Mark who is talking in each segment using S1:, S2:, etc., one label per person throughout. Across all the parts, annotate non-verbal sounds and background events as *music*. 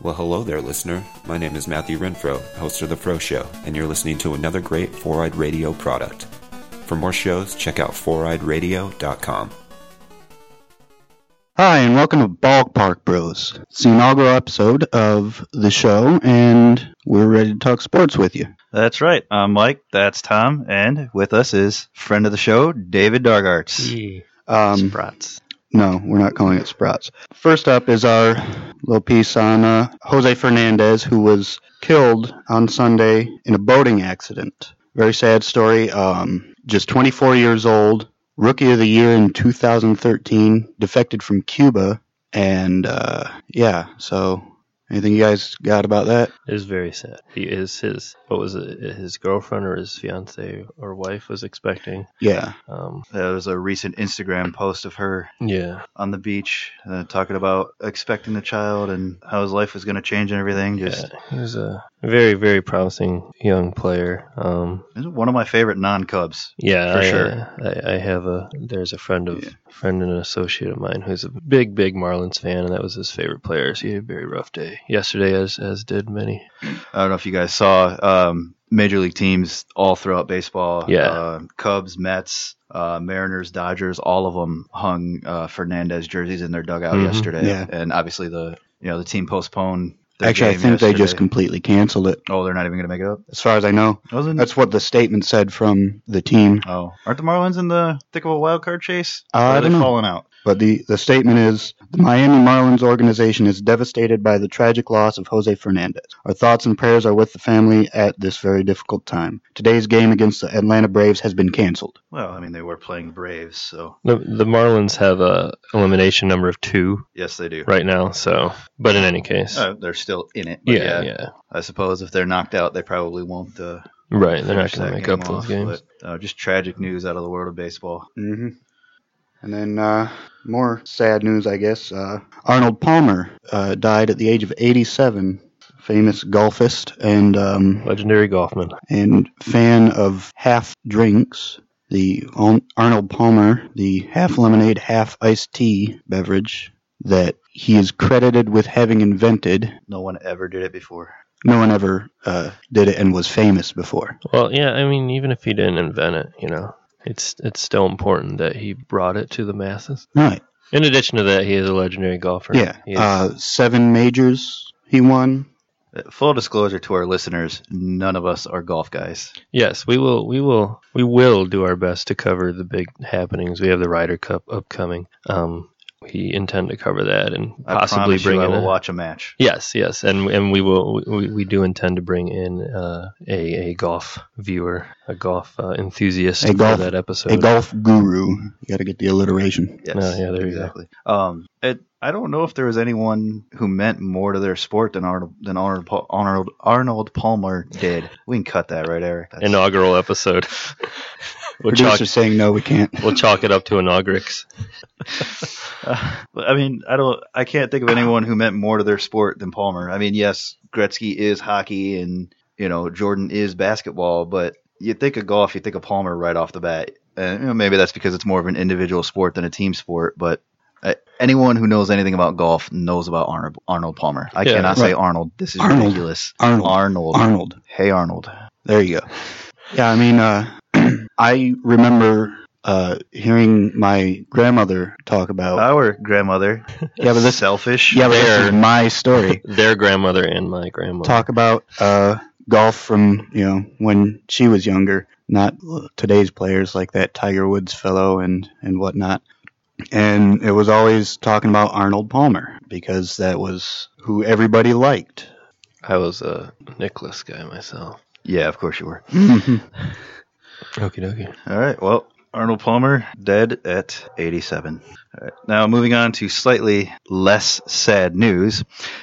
S1: Well, hello there, listener. My name is Matthew Renfro, host of The Fro Show, and you're listening to another great Four Eyed Radio product. For more shows, check out foureyedradio.com.
S2: Hi, and welcome to Ballpark Bros. It's the inaugural episode of the show, and we're ready to talk sports with you.
S3: That's right. I'm Mike. That's Tom. And with us is friend of the show, David Dargarts. Um,
S4: Brats.
S2: no, we're not calling it Sprouts. First up is our little piece on uh, Jose Fernandez, who was killed on Sunday in a boating accident. Very sad story. Um, just 24 years old, rookie of the year in 2013, defected from Cuba, and uh, yeah. So, anything you guys got about that?
S4: It was very sad. He is his what was it? His girlfriend or his fiance or wife was expecting.
S2: Yeah.
S4: Um,
S3: there was a recent Instagram post of her
S4: yeah,
S3: on the beach uh, talking about expecting the child and how his life was going to change and everything. Just
S4: yeah. He was a very very promising young player. Um,
S3: this is one of my favorite non-Cubs.
S4: yeah,
S3: For
S4: I,
S3: sure.
S4: uh, I, I have a there's a friend of
S2: Yeah.
S4: friend and an associate of mine who's a big big Marlins fan, and that was his favorite player. So he had a very rough day yesterday, as as did many.
S3: I don't know if you guys saw um, major league teams all throughout baseball.
S4: Yeah.
S3: Uh, Cubs, Mets, uh, Mariners, Dodgers, all of them hung uh, Fernandez jerseys in their dugout
S4: Mhm.
S3: yesterday.
S2: Yeah.
S3: And obviously the you know the team postponed. Their
S2: Actually, I
S3: game
S2: think they just
S3: yesterday.
S2: completely canceled it,
S3: Oh, they're not even going to make it up.
S2: as far as I know.
S3: Wasn't
S2: That's what the statement said from the team.
S3: Oh, aren't the Marlins in the thick of a wild card chase?
S2: Uh,
S3: Or
S2: I
S3: are
S2: don't
S3: they
S2: know.
S3: falling out?
S2: But the, the statement is the Miami Marlins organization is devastated by the tragic loss of Jose Fernandez. Our thoughts and prayers are with the family at this very difficult time. Today's game against the Atlanta Braves has been canceled.
S3: Well, I mean, they were playing the Braves, so
S4: The, the Marlins have a elimination number of two
S3: yes, they do.
S4: right now. So, but in any case,
S3: Uh, they're still in it. but
S4: yeah, yeah,
S3: I suppose if they're knocked out, they probably won't. Uh,
S4: right. They're not
S3: finish
S4: going
S3: that
S4: to make
S3: game
S4: up those
S3: off,
S4: games.
S3: But, uh, just tragic news out of the world of baseball.
S2: Mm-hmm. And then uh, more sad news, I guess. Uh, Arnold Palmer uh, died at the age of 87, famous golfist and um,
S4: Legendary golfman.
S2: and fan of half drinks, the Al- Arnold Palmer, the half lemonade, half iced tea beverage that he is credited with having invented.
S3: No one ever did it before.
S2: No one ever uh, did it and was famous before.
S4: Well, yeah, I mean, even if he didn't invent it, you know, it's it's still important that he brought it to the masses.
S2: Right.
S4: In addition to that, he is a legendary golfer.
S2: Yeah.
S4: He is-
S2: Uh, seven majors he won.
S3: Uh, Full disclosure to our listeners: none of us are golf guys.
S4: yes, we will, we will, we will do our best to cover the big happenings. We have the Ryder Cup upcoming. Um, we intend to cover that and
S3: I
S4: possibly
S3: promise
S4: bring
S3: you, I
S4: in
S3: will
S4: a-
S3: watch a match.
S4: Yes, yes, and and we will we, we do intend to bring in uh, a a golf viewer, a golf uh, enthusiast
S2: A
S4: for
S2: golf-
S4: that episode.
S2: A golf guru. You got to get the alliteration.
S3: Yes,
S4: No, yeah, there you go.
S3: exactly. Um, it, I don't know if there was anyone who meant more to their sport than Arnold than Arnold Pa- Arnold, Arnold Palmer did. We can cut that right, Eric. That's-
S4: Inaugural episode. *laughs* we'll
S2: Producer
S4: chalk
S2: saying no, we can't.
S4: we'll chalk it up to inaugurix.
S3: But, I mean, I don't. I can't think of anyone who meant more to their sport than Palmer. I mean, yes, Gretzky is hockey, and you know Jordan is basketball. But you think of golf, you think of Palmer right off the bat. And you know, maybe that's because it's more of an individual sport than a team sport. But uh, anyone who knows anything about golf knows about Arnold, Arnold Palmer. I
S4: Yeah,
S3: cannot say
S2: right.
S3: Arnold. This is
S2: Arnold.
S3: ridiculous.
S2: Arnold.
S3: Arnold.
S2: Arnold.
S3: Hey, Arnold.
S2: There you go. Yeah, I mean, uh, *clears throat* I remember uh, hearing my grandmother talk about.
S3: Our *laughs* grandmother.
S2: yeah, but this,
S3: selfish.
S2: yeah, but this is
S4: there.
S2: my
S4: *laughs*
S2: story.
S4: Their grandmother and my grandmother.
S2: talk about uh, golf from you know when she was younger, not today's players like that Tiger Woods fellow and and whatnot. And it was always talking about Arnold Palmer because that was who everybody liked.
S4: I was a Nicholas guy myself.
S3: Yeah, of course you were.
S4: Okie dokie.
S3: All right. Well, Arnold Palmer dead at 87. All right, now moving on to slightly less sad news.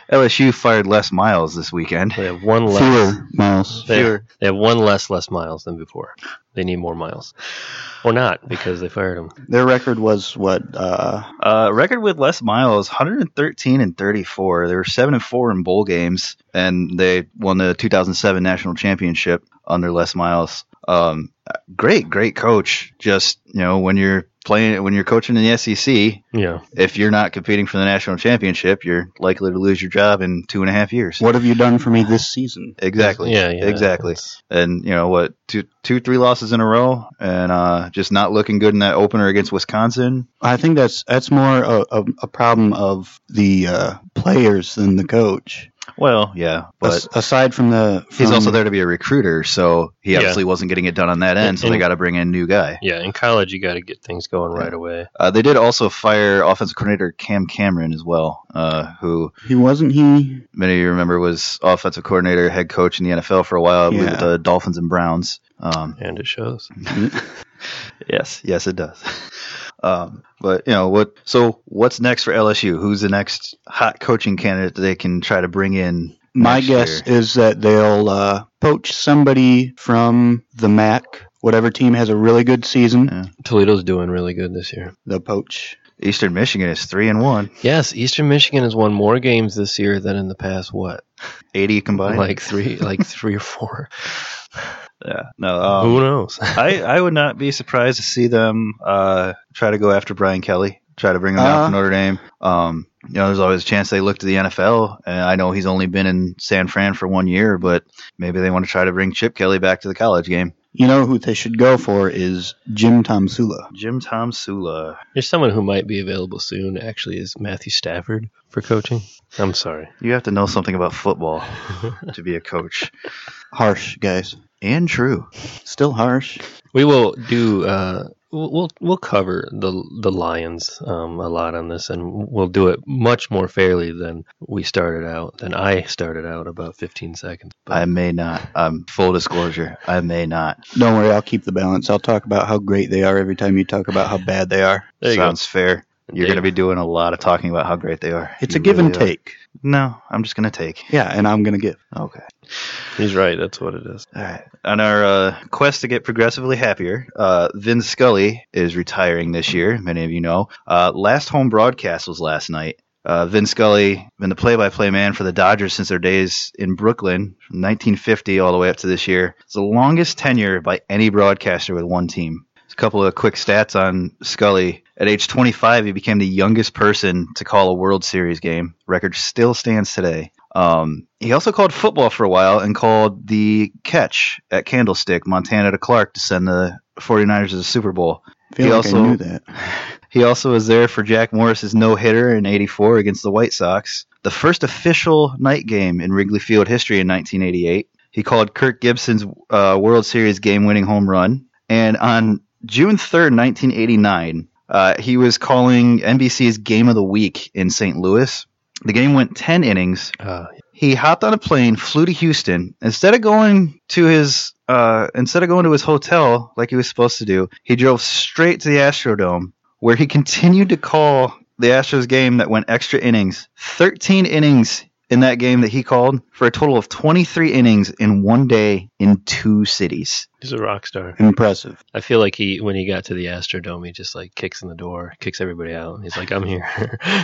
S3: LSU fired Les Miles this weekend.
S4: They have one less.
S2: Fewer miles.
S4: They,
S3: Fewer.
S4: they have one less less miles than before. They need more miles, or not because they fired him.
S2: Their record was what? Uh,
S3: Uh, record with Les Miles 113 and 34. They were seven and four in bowl games, and they won the 2007 national championship under Les Miles. Um, great, great coach. Just you know, when you're playing when you're coaching in the SEC,
S4: Yeah.
S3: if you're not competing for the national championship, you're likely to lose your job in two and a half years.
S2: What have you done for me this season?
S3: Exactly.
S4: Yeah, yeah.
S3: Exactly.
S4: It's-
S3: And you know what? Two, two, three losses in a row, and uh, just not looking good in that opener against Wisconsin.
S2: I think that's that's more a, a, a problem of the uh, players than the coach.
S3: Well, yeah, but
S2: As- aside from the, from,
S3: he's also there to be a recruiter, so he
S4: Yeah.
S3: obviously wasn't getting it done on that end. So they
S4: And-
S3: got to bring in new guy.
S4: Yeah, in college you got to get things going right away.
S3: Uh, they did also fire offensive coordinator Cam Cameron as well, uh, who
S2: He wasn't he.
S3: many of you remember was offensive coordinator, head coach in the NFL for a while, I believe,
S2: Yeah.
S3: with the Dolphins and Browns. Um,
S4: And it shows.
S3: Yes, yes, it does. *laughs* um, but you know what? So what's next for LSU? Who's the next hot coaching candidate that they can try to bring in?
S2: My
S3: next
S2: guess
S3: year?
S2: is that they'll uh, poach somebody from the MAC, whatever team has a really good season.
S3: Yeah.
S4: Toledo's doing really good this year.
S2: They'll poach.
S3: Eastern Michigan is three and one,
S4: Yes, Eastern Michigan has won more games this year than in the past what?
S3: eighty combined.
S4: Like 3 like 3 or 4.
S3: yeah, no. Um,
S4: Who knows? *laughs*
S3: I I would not be surprised to see them uh, try to go after Brian Kelly, try to bring him down
S2: Uh-huh.
S3: from Notre Dame. Um, you know, there's always a chance they look to the NFL, and I know he's only been in San Fran for one year, but maybe they want to try to bring Chip Kelly back to the college game.
S2: You know who they should go for is Jim Tomsula.
S3: Jim Tom Sula.
S4: There's someone who might be available soon actually is Matthew Stafford for coaching. I'm sorry.
S3: You have to know something
S2: *laughs*
S3: about football to be a coach.
S2: Harsh guys,
S3: And true.
S2: still harsh.
S4: We will do. Uh, we'll we'll- we'll cover the the Lions um, a lot on this, and we'll do it much more fairly than we started out. Than I started out about 15 seconds.
S3: I may not. Um, full disclosure, I may not.
S2: Don't worry, I'll keep the balance. I'll talk about how great they are every time you talk about how bad they are.
S4: There you go.
S3: Sounds fair. You're going
S4: Dave.
S3: to be doing a lot of talking about how great they are.
S2: It's
S3: You
S2: a give and
S3: really are.
S2: take.
S3: No, I'm just going to take.
S2: Yeah, and I'm gonna give.
S3: Okay.
S4: He's right. That's what it is.
S3: All right. On our uh, quest to get progressively happier, uh, Vin Scully is retiring this year. Many of you know. Uh, last home broadcast was last night. Uh, Vin Scully, been the play-by-play man for the Dodgers since their days in Brooklyn, from 1950 all the way up to this year. It's the longest tenure by any broadcaster with one team. Just a couple of quick stats on Scully. At age 25, he became the youngest person to call a World Series game. Record still stands today. Um, he also called football for a while and called the catch at Candlestick, Montana to Clark to send the 49ers to the Super Bowl.
S2: I feel
S3: He
S2: like
S3: also-
S2: I knew that.
S3: He also was there for Jack Morris's no hitter in 84 against the White Sox, the first official night game in Wrigley Field history in 1988. He called Kirk Gibson's uh, World Series game winning home run. And on June 3rd, 1989, uh, he was calling NBC's Game of the Week in St. Louis. The game went 10 innings,
S4: Uh,
S3: he hopped on a plane, flew to Houston. Instead of going to his uh, instead of going to his hotel like he was supposed to do, he drove straight to the Astrodome, where he continued to call the Astros game that went extra innings. Thirteen innings in that game that he called for a total of twenty three innings in one day in two cities.
S4: he's a rock star.
S2: Impressive.
S4: I feel like he when he got to the Astrodome, he just like kicks in the door, kicks everybody out. He's like, "I'm here."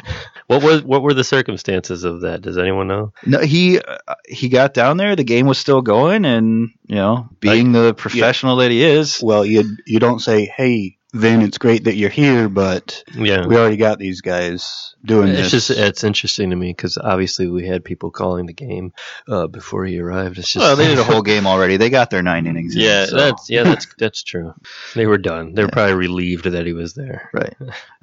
S4: *laughs* what were what were the circumstances of that? Does anyone know?
S3: No, he uh, he got down there. The game was still going, and you know, being the professional that he is,
S2: Well, you you don't say, "Hey, Vin, it's great that you're here," but
S4: Yeah,
S2: we already got these guys doing
S4: it's
S2: this.
S4: just uh, it's interesting to me because obviously we had people calling the game uh, before he arrived. It's just
S3: well, they did
S4: *laughs*
S3: a whole *laughs* game already. They got their nine innings. in,
S4: yeah,
S3: so.
S4: that's yeah, that's that's true. They were done. They were probably relieved that he was there.
S3: Right.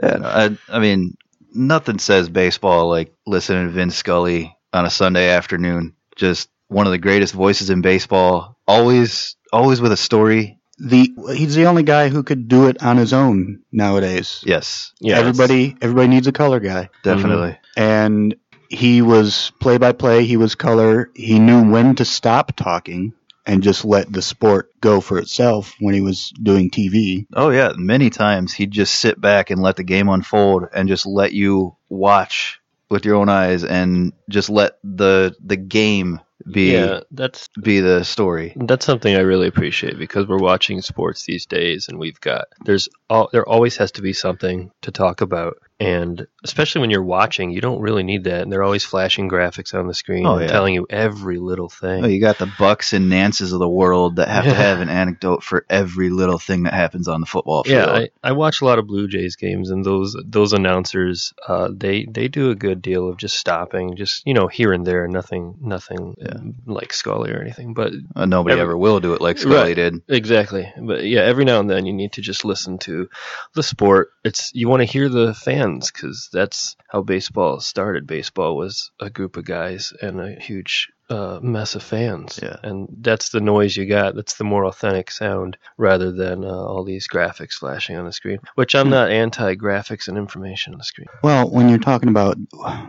S3: Yeah, no, I, I mean, nothing says baseball like listening to Vince Scully on a Sunday afternoon. Just one of the greatest voices in baseball. Always, always with a story.
S2: the he's the only guy who could do it on his own nowadays.
S3: Yes,
S4: Yeah,
S2: everybody everybody needs a color guy,
S3: definitely.
S4: Mm-hmm.
S2: and he was play by play. He was color. He knew when to stop talking and just let the sport go for itself when he was doing TV.
S3: Oh yeah, many times he'd just sit back and let the game unfold and just let you watch with your own eyes and just let the the game be
S4: yeah, that's
S3: be the story.
S4: that's something I really appreciate because we're watching sports these days, and we've got there's all there always has to be something to talk about And especially when you're watching, you don't really need that. And they're always flashing graphics on the screen
S3: Oh,
S4: and
S3: yeah.
S4: telling you every little thing.
S3: Oh, you got the Bucks and Nances of the world that have
S4: Yeah.
S3: to have an anecdote for every little thing that happens on the football field.
S4: yeah, I, I watch a lot of Blue Jays games, and those those announcers, uh, they they do a good deal of just stopping, just you know here and there, nothing nothing like Scully or anything. But
S3: Uh, nobody
S4: Every-
S3: ever will do it like Scully
S4: Right.
S3: did.
S4: Exactly. But yeah, every now and then you need to just listen to the sport. It's you want to hear the fans cuz that's how baseball started. Baseball was a group of guys and a huge uh, mess of fans.
S3: Yeah.
S4: And that's the noise you got. That's the more authentic sound rather than uh, all these graphics flashing on the screen, which I'm not anti graphics and information on the screen.
S2: Well, when you're talking about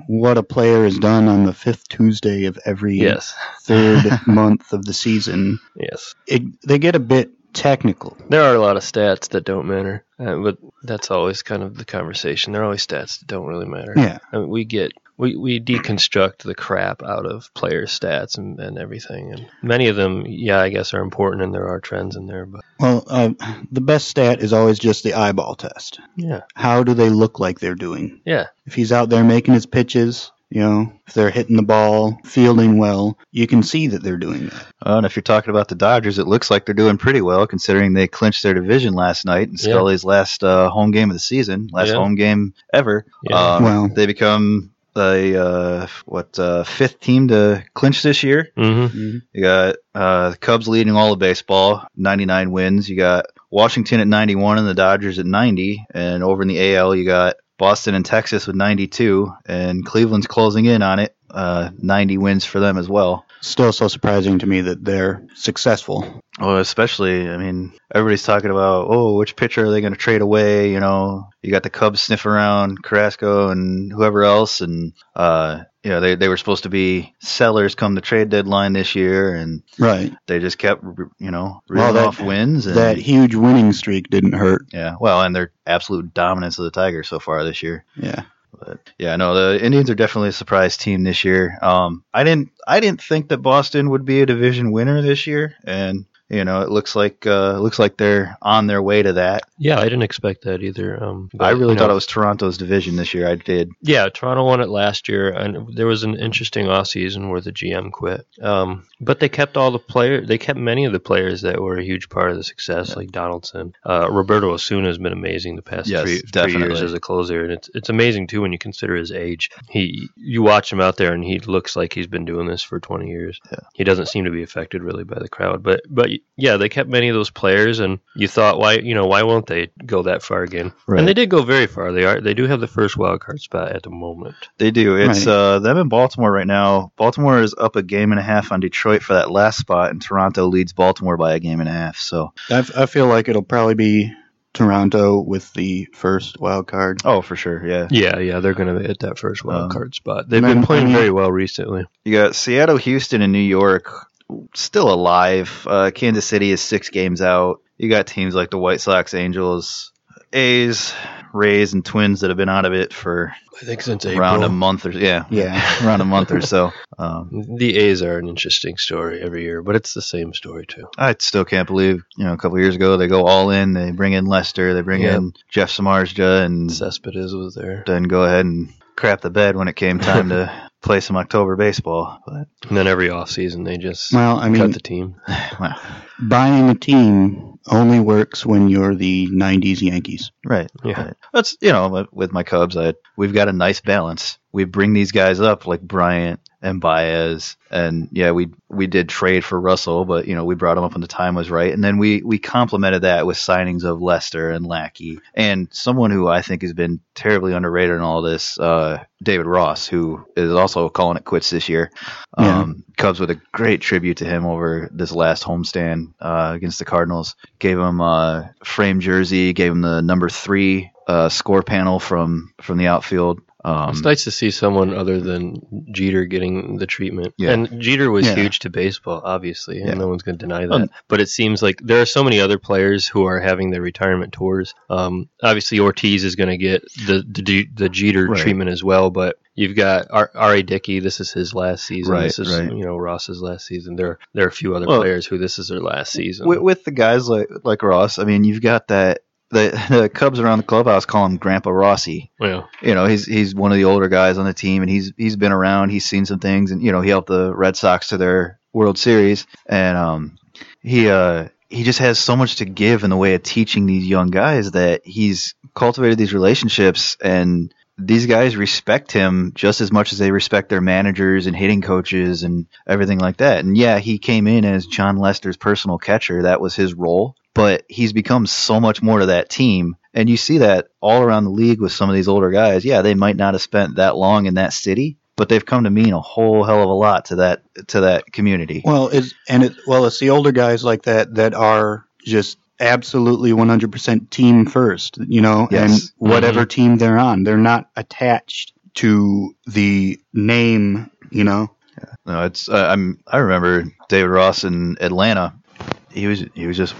S2: what a player has done on the fifth Tuesday of every
S4: Yes.
S2: third *laughs* month of the season,
S4: Yes.
S2: it, they get a bit technical.
S4: There are a lot of stats that don't matter, uh, but that's always kind of the conversation. There are always stats that don't really matter.
S2: Yeah.
S4: I mean, we get we, we deconstruct the crap out of player stats and, and everything, and many of them, yeah, I guess are important, and there are trends in there, but
S2: Well, uh, the best stat is always just the eyeball test.
S4: yeah,
S2: How do they look like they're doing?
S4: yeah,
S2: If he's out there making his pitches, you know, if they're hitting the ball, fielding well, you can see that they're doing that.
S3: Well, Uh, and if you're talking about the Dodgers, it looks like they're doing pretty well considering they clinched their division last night in
S4: Yeah.
S3: Scully's last uh, home game of the season, last
S4: Yeah.
S3: home game ever.
S4: Yeah.
S3: Um,
S2: Wow.
S3: They become the uh, what uh, fifth team to clinch this year.
S4: mm-hmm.
S3: You got uh, the Cubs leading all of baseball, 99 wins. You got Washington at 91 and the Dodgers at 90. And over in the AL, you got Boston and Texas with 92, and Cleveland's closing in on it. Uh, 90 wins for them as well.
S2: Still so surprising to me that they're successful.
S3: Well, especially, I mean, everybody's talking about, oh, which pitcher are they going to trade away? You know, you got the Cubs sniffing around Carrasco and whoever else, and uh, you know they they were supposed to be sellers come the trade deadline this year, and
S2: Right.
S3: they just kept you know
S2: Well,
S3: reeling
S2: that-
S3: off wins and
S2: That huge winning streak didn't hurt.
S3: yeah well and their absolute dominance of the tigers so far this year
S2: Yeah.
S3: but yeah no the indians are definitely a surprise team this year um i didn't i didn't think that boston would be a division winner this year and you know it looks like uh looks like they're on their way to that
S4: yeah. I didn't expect that either. Um, but,
S3: i really
S4: you
S3: thought
S4: know,
S3: it was toronto's division this year i did
S4: Yeah, Toronto won it last year, and there was an interesting off season where the GM quit. Um, but they kept all the player, they kept many of the players that were a huge part of the success, like Donaldson. Uh, Roberto Osuna has been amazing the past
S3: Yes,
S4: three, three years
S3: definitely.
S4: as a closer, and it's it's amazing too when you consider his age. He, you watch him out there, and he looks like he's been doing this for twenty years. He doesn't seem to be affected really by the crowd, but but yeah, they kept many of those players, and you thought why you know why won't they go that far again?
S3: Right.
S4: And they did go very far. They are they do have the first wild card spot at the moment.
S3: They do. It's
S2: Right.
S3: uh, them in Baltimore right now. Baltimore is up a game and a half on Detroit for that last spot, and Toronto leads Baltimore by a game and a half. So,
S2: I, f- I feel like it'll probably be Toronto with the first wild card.
S3: oh, for sure, yeah.
S4: Yeah, yeah, they're going to hit that first wild
S3: Um,
S4: card spot. They've
S2: then-
S4: been playing
S2: and-
S4: very well recently.
S3: You got Seattle, Houston, and New York still alive. Uh, Kansas City is six games out. You got teams like the White Sox, Angels, A's, Rays, and Twins that have been out of it for
S4: I think since
S3: around a month or yeah,
S2: Yeah.
S3: around a month or so. Um,
S4: the A's are an interesting story every year, but it's the same story too.
S3: I still can't believe you know a couple years ago they go all in. They bring in Lester, they bring
S4: Yeah.
S3: in Jeff Samardzija,
S2: Hmm.
S3: and
S4: Cespedes was there,
S3: then go ahead and crap the bed when it came time to play some October baseball. But
S4: and then every offseason they just
S2: Well, I mean,
S4: cut the team.
S3: well,
S2: buying a team only works when you're the 90s Yankees.
S3: right.
S4: Yeah,
S3: Right. That's you know with my Cubs, I, we've got a nice balance. We bring these guys up like Bryant and Baez, and yeah, we we did trade for Russell, but you know we brought him up when the time was right, and then we we complemented that with signings of Lester and Lackey, and someone who I think has been terribly underrated in all this, uh, David Ross, who is also calling it quits this year.
S2: Yeah.
S3: Um, Cubs with a great tribute to him over this last homestand uh, against the Cardinals. Gave him a frame jersey, gave him the number three uh, score panel from from the outfield. Um,
S4: it's nice to see someone other than Jeter getting the treatment.
S3: Yeah.
S4: And Jeter was
S2: Yeah.
S4: huge to baseball, obviously, and
S3: Yeah.
S4: no one's going to deny that.
S3: Um,
S4: but it seems like there are so many other players who are having their retirement tours. Um, obviously, Ortiz is going to get the, the J- the Jeter
S3: Right.
S4: treatment as well, but you've got R- Ari Dickey. This is his last season.
S3: Right,
S4: this is
S3: right.
S4: you know Ross's last season. There there are a few other
S3: Well,
S4: players who this is their last season.
S3: with, with the guys like like Ross, I mean, you've got that the, *laughs* the Cubs around the clubhouse call him Grandpa Rossi.
S4: Well,
S3: you know he's he's one of the older guys on the team and he's he's been around he's seen some things and you know he helped the red sox to their world series and um he uh he just has so much to give in the way of teaching these young guys that he's cultivated these relationships and these guys respect him just as much as they respect their managers and hitting coaches and everything like that. And yeah, he came in as John Lester's personal catcher. That was his role. But he's become so much more to that team. And you see that all around the league with some of these older guys. Yeah, they might not have spent that long in that city, but they've come to mean a whole hell of a lot to that to that community.
S2: Well, it's and it well, it's the older guys like that that are just absolutely 100% team first, you know,
S3: Yes.
S2: and whatever team they're on, they're not attached to the name, you know.
S3: No, it's uh, I'm I remember David Ross in Atlanta. He was he was just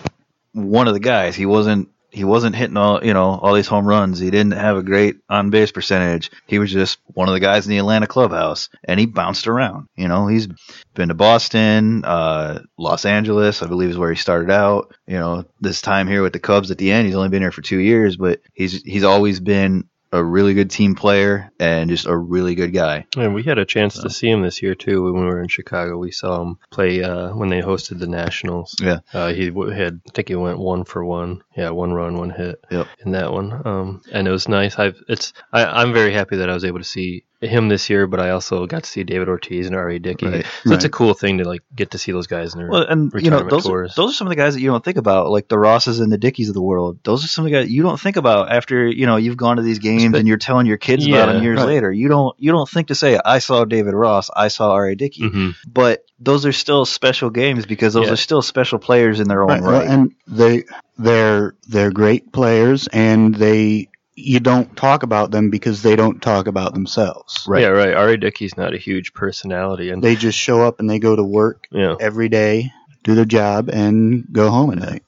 S3: one of the guys. He wasn't he wasn't hitting all you know all these home runs. He didn't have a great on base percentage. He was just one of the guys in the Atlanta clubhouse, and he bounced around. You know, he's been to Boston, uh, Los Angeles, I believe is where he started out. You know, this time here with the Cubs at the end, he's only been here for two years, but he's he's always been a really good team player and just a really good guy.
S4: and we had a chance to see him this year too when we were in Chicago. We saw him play uh, when they hosted the Nationals.
S3: Yeah.
S4: uh, he w- had I think he went one for one. Yeah, one run, one hit.
S3: Yep.
S4: in that one. Um, and it was nice. I've it's I, I'm very happy that I was able to see him this year, but I also got to see David Ortiz and R.A. Dickey.
S3: Right.
S4: So it's a cool thing to like get to see those guys in their
S3: Well, and you know
S4: retirement
S3: those
S4: tours.
S3: are, those are some of the guys that you don't think about, like the Rosses and the Dickies of the world. Those are some of the guys you don't think about after you know you've gone to these games
S4: Spe-
S3: and you're telling your kids about
S4: Yeah,
S3: them years
S2: right.
S3: later. You don't you don't think to say I saw David Ross, I saw R. A. Dickey,
S4: Mhm.
S3: but those are still special games because those
S4: Yeah.
S3: are still special players in their own right.
S2: Right, well, and they they're they're great players and they you don't talk about them because they don't talk about themselves.
S3: Right.
S4: Yeah, right. R.A. Dickey's not a huge personality, and
S2: They just show up and they go to work
S4: yeah,
S2: every day, do their job and go home at night.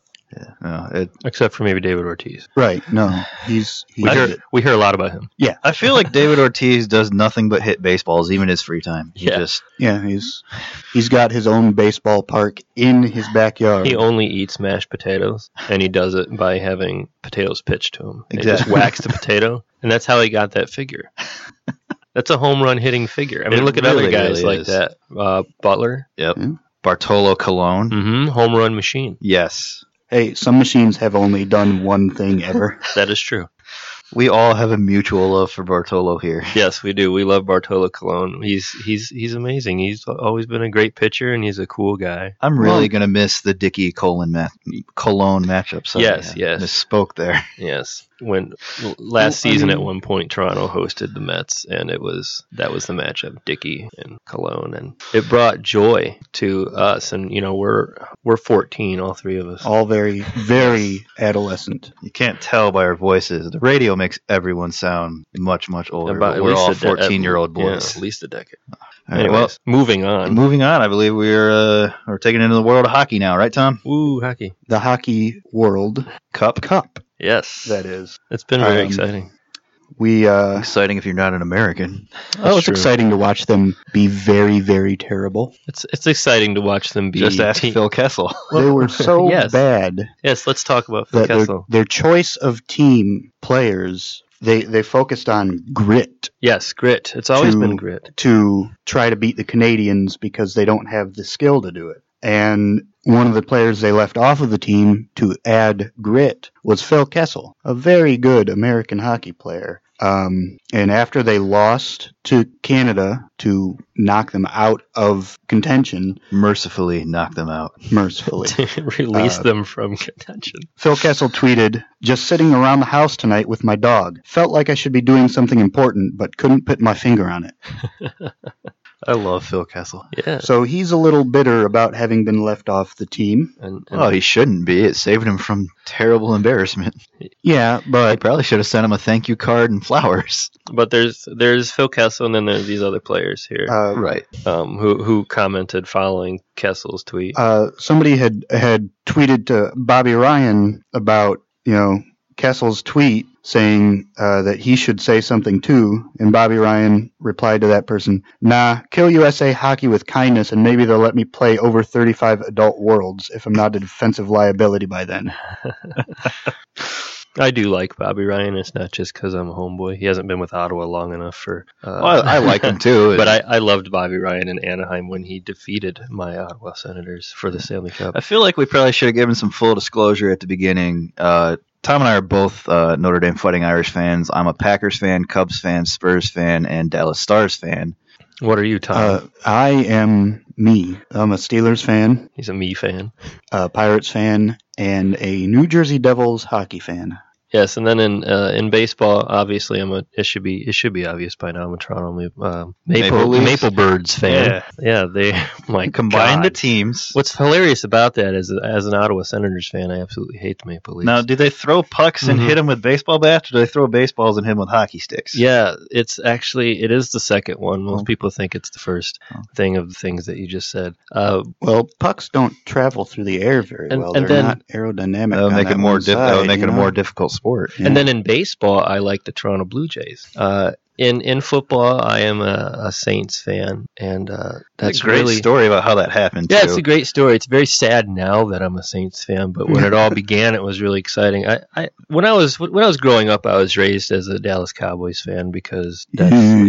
S3: Yeah, it-
S4: except for maybe David Ortiz.
S2: Right. No. He's he
S4: We
S2: did
S4: hear,
S2: it.
S4: we hear a lot about him.
S3: I feel like David Ortiz does nothing but hit baseballs, even his free time. He
S4: Yeah.
S3: just
S2: Yeah, he's he's got his own baseball park in his backyard.
S4: He only eats mashed potatoes, and he does it by having potatoes pitched to him. They just
S3: Exactly.
S4: whacks the potato, and that's how he got that *laughs* figure. That's a home run hitting figure. I mean,
S3: It
S4: look at
S3: really,
S4: other guys
S3: really
S4: like
S3: is.
S4: that. Uh, Butler,
S3: Bartolo Colon.
S4: hmm home run machine.
S3: Yes,
S2: Hey, some machines have only done one thing *laughs* ever.
S4: That is true.
S3: we all have a mutual love for Bartolo here.
S4: Yes, we do. We love Bartolo Colon. He's he's he's amazing. He's always been a great pitcher, and he's a cool guy.
S3: I'm really
S2: Well-
S3: gonna miss the Dickey Colon ma- Cologne matchup. Sorry, I
S4: Yes, yes.
S3: Misspoke there. *laughs*
S4: Yes, when last
S2: I
S4: season at
S2: mean-
S4: one point Toronto hosted the Mets, and it was that was the matchup Dickey and Cologne, and it brought joy to us. And you know we're we're 14, all three of us.
S2: All very, very adolescent.
S3: You can't tell by our voices. The radio makes everyone sound much, much older. but
S4: at
S3: we're
S4: least
S3: all
S4: a de- at-
S3: 14 year old
S4: yeah,
S3: boys.
S4: at least a decade.
S3: All right,
S4: Anyways, moving
S3: well,
S4: on.
S3: moving on. I believe we're uh, we're taking into the world of hockey now, right, Tom?
S4: Woo hockey!
S2: The hockey world
S3: Cup.
S2: cup,
S4: Yes,
S2: that is.
S4: it's been very
S2: um,
S4: exciting.
S2: We uh
S3: Exciting if you're not an American.
S2: oh it's
S4: true.
S2: exciting to watch them be very, very terrible.
S4: It's it's exciting to watch them be.
S3: Just ask
S4: team-
S3: Phil
S4: *laughs*
S3: Kessel.
S2: they were *laughs* so
S4: yes.
S2: bad
S4: Yes, let's talk about Phil
S2: that their,
S4: Kessel.
S2: their choice of team players they they focused on grit
S4: Yes, grit. It's always
S2: To-
S4: been grit. *laughs*
S2: to try to beat the Canadians because they don't have the skill to do it. And one of the players they left off of the team to add grit was Phil Kessel, a very good American hockey player. Um, and after they lost to Canada to knock them out of contention,
S3: Mercifully knock them out.
S4: *laughs*
S2: mercifully,
S4: To release
S2: Uh,
S4: them from contention.
S2: Phil Kessel tweeted, Just sitting around the house tonight with my dog. Felt like I should be doing something important, but couldn't put my finger on it.
S3: I love Phil Kessel.
S4: Yeah.
S2: So he's a little bitter about having been left off the team.
S4: And, and
S3: Oh, he shouldn't be. It saved him from terrible embarrassment.
S2: Yeah,
S3: I
S2: but
S3: probably should have sent him a thank you card and flowers.
S4: but there's there's Phil Kessel and then there's these other players here
S2: uh,
S3: Right.
S4: um, who who commented following Kessel's tweet.
S2: uh, somebody had had tweeted to Bobby Ryan about you know Kessel's tweet saying uh, that he should say something too, and Bobby Ryan replied to that person, "Nah, kill USA hockey with kindness, and maybe they'll let me play over 35 adult worlds if I'm not a defensive liability by then."
S4: I do like Bobby Ryan. It's not just because I'm a homeboy. He hasn't been with Ottawa long enough for. Uh,
S3: Well, I, I like
S4: *laughs*
S3: him *laughs* too,
S4: but I, I loved Bobby Ryan in Anaheim when he defeated my Ottawa Senators for the Stanley Cup.
S3: I feel like we probably should have given some full disclosure at the beginning. Uh, Tom and I are both uh, Notre Dame Fighting Irish fans. I'm a Packers fan, Cubs fan, Spurs fan, and Dallas Stars fan.
S4: What are you, Tom?
S2: Uh, I am me. I'm a Steelers fan,
S4: He's a me fan.
S2: a Pirates fan, and a New Jersey Devils hockey fan.
S4: Yes, and then in uh, in baseball, obviously, I'm a it should be it should be obvious by now. I'm a Toronto Ma- uh, Maple
S3: Maple
S4: Maple,
S3: Leafs?
S4: Birds fan. Yeah, they *laughs* my
S3: Combine the
S4: God.
S3: teams.
S4: What's hilarious about that is, as an Ottawa Senators fan, I absolutely hate the Maple Leafs.
S3: Now, do they throw pucks and
S4: Mhm.
S3: hit them with baseball bats, or do they throw baseballs and hit them with hockey sticks?
S4: Yeah, it's actually it is the second one. Most
S3: Oh.
S4: people think it's the first
S3: Oh.
S4: thing of the things that you just said. Uh,
S2: Well, pucks don't travel through the air very
S4: And-
S2: well.
S4: and
S2: They're
S4: then-
S2: not aerodynamic.
S3: That would
S2: on
S3: make it
S2: that
S3: more.
S2: one
S3: Diff- that would
S2: side,
S3: make
S2: you
S3: it a
S2: know?
S3: more difficult sport.
S2: Yeah.
S4: And then in baseball, I like the Toronto Blue Jays. Uh, in in football, I am a, a Saints fan, and uh,
S3: That's
S4: that's
S3: a great
S4: really
S3: story about how that happened.
S4: yeah,
S3: too.
S4: it's a great story. It's very sad now that I'm a Saints fan, but
S3: *laughs*
S4: when it all began, it was really exciting. I, I when I was when I was growing up, I was raised as a Dallas Cowboys fan because that's yeah,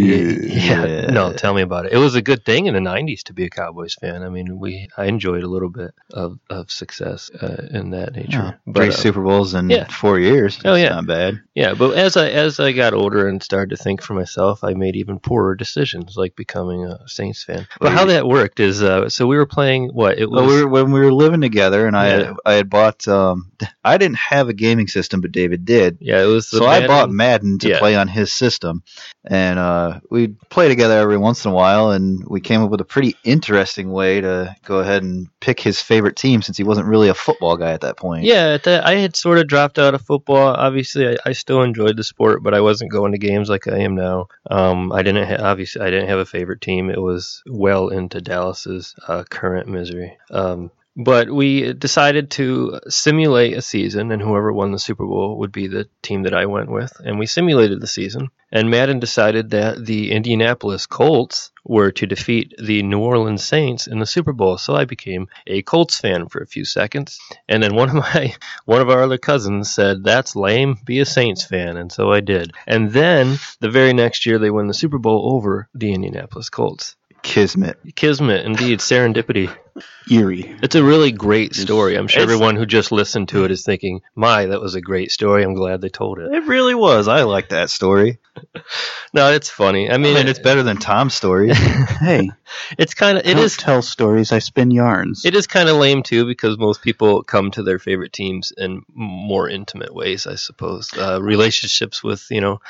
S3: Yeah.
S4: no, tell me about it. It was a good thing in the '90s to be a Cowboys fan. I mean, we I enjoyed a little bit of of success uh, in that nature.
S3: Yeah.
S4: But,
S3: Three
S4: uh,
S3: Super Bowls in
S4: yeah.
S3: four years.
S4: Oh,
S3: That's
S4: yeah.
S3: not bad.
S4: yeah, but as I as I got older and started to think for myself, I made even poorer decisions, like becoming a Saints fan. But how that worked is, uh, so we were playing what it was.
S3: Well, Oh, we were, when we were living together, and I
S4: Yeah.
S3: had, I had bought. Um, I didn't have a gaming system, but David did.
S4: yeah, it was. The
S3: So I bought
S4: Madden-
S3: Madden to
S4: Yeah.
S3: play on his system, and uh, we'd play together every once in a while. And we came up with a pretty interesting way to go ahead and pick his favorite team, since he wasn't really a football guy at that point.
S4: Yeah, at that, I had sort of dropped out of football. Obviously, I, I still enjoyed the sport, but I wasn't going to games like I am now. Um, I didn't ha- obviously I didn't have a favorite team. It was well into Dallas's uh, current misery. Um, but we decided to simulate a season, and whoever won the Super Bowl would be the team that I went with. And we simulated the season, and Madden decided that the Indianapolis Colts were to defeat the New Orleans Saints in the Super Bowl. So I became a Colts fan for a few seconds, and then one of my *laughs* one of our other cousins said, "That's lame. Be a Saints fan." And so I did. And then the very next year, they win the Super Bowl over the Indianapolis Colts.
S3: Kismet.
S4: Kismet, indeed, serendipity.
S2: eerie.
S4: It's a really great story. I'm sure
S3: It's-
S4: everyone who just listened to it is thinking, "My, that was a great story. I'm glad they told it."
S3: It really was. I like that story.
S4: No, it's funny. I
S3: I
S4: mean,
S3: mean, it's better than Tom's *laughs* story. Uh,
S2: Hey,
S4: It's kind of *laughs* it
S2: I don't
S4: is
S2: tell stories. I spin yarns.
S4: It is kind of lame too because most people come to their favorite teams in more intimate ways, I suppose. Uh, relationships with you know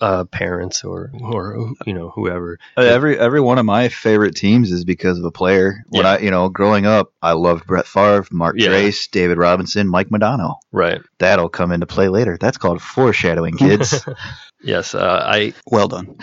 S4: uh, parents or or you know whoever.
S3: Uh, Every every one of my favorite teams is because of a player. When
S4: Yeah.
S3: I you know growing up, I loved Brett Favre, Mark
S4: Yeah.
S3: Grace, David Robinson, Mike Modano.
S4: Right.
S3: That'll come into play later. That's called foreshadowing, *laughs* kids.
S4: Yes. Uh, I
S2: Well done.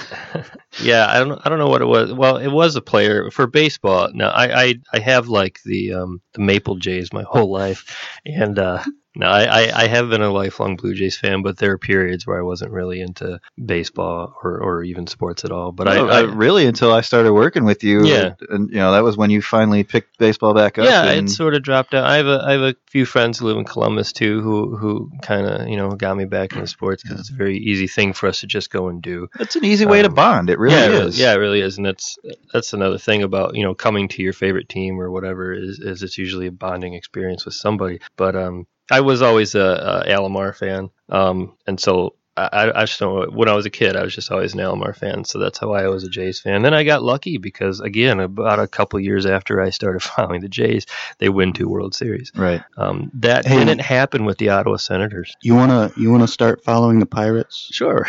S4: yeah. I don't I don't know what it was. Well, it was a player for baseball. No, I I, I have like the um, the Maple Jays my *laughs* whole life, and uh, no, I, I I have been a lifelong Blue Jays fan, but there are periods where I wasn't really into baseball or, or even sports at all. But
S3: but I,
S4: I, I
S3: really until I started working with you,
S4: Yeah.
S3: and you know that was when you finally picked baseball back up.
S4: Yeah,
S3: and
S4: it sort of dropped out. I have a I have a few friends who live in Columbus too, who who kind of you know got me back into sports because it's a very easy thing for us to just go and do.
S3: it's an easy way to
S4: um,
S3: bond. It really
S4: yeah, it
S3: is.
S4: yeah, it really is, and that's that's another thing about you know coming to your favorite team or whatever is is it's usually a bonding experience with somebody. But um, I was always a, a Alomar fan, um, and so. I- I, I just don't. When I was a kid, I was just always an Alomar fan, so that's how I was a Jays fan. Then I got lucky because, again, about a couple years after I started *laughs* following the Jays, they win two World Series.
S3: Right.
S4: Um, that
S2: Hey.
S4: didn't happen with the Ottawa Senators.
S2: You wanna you wanna start following the
S4: *laughs*
S2: Pirates?
S4: Sure.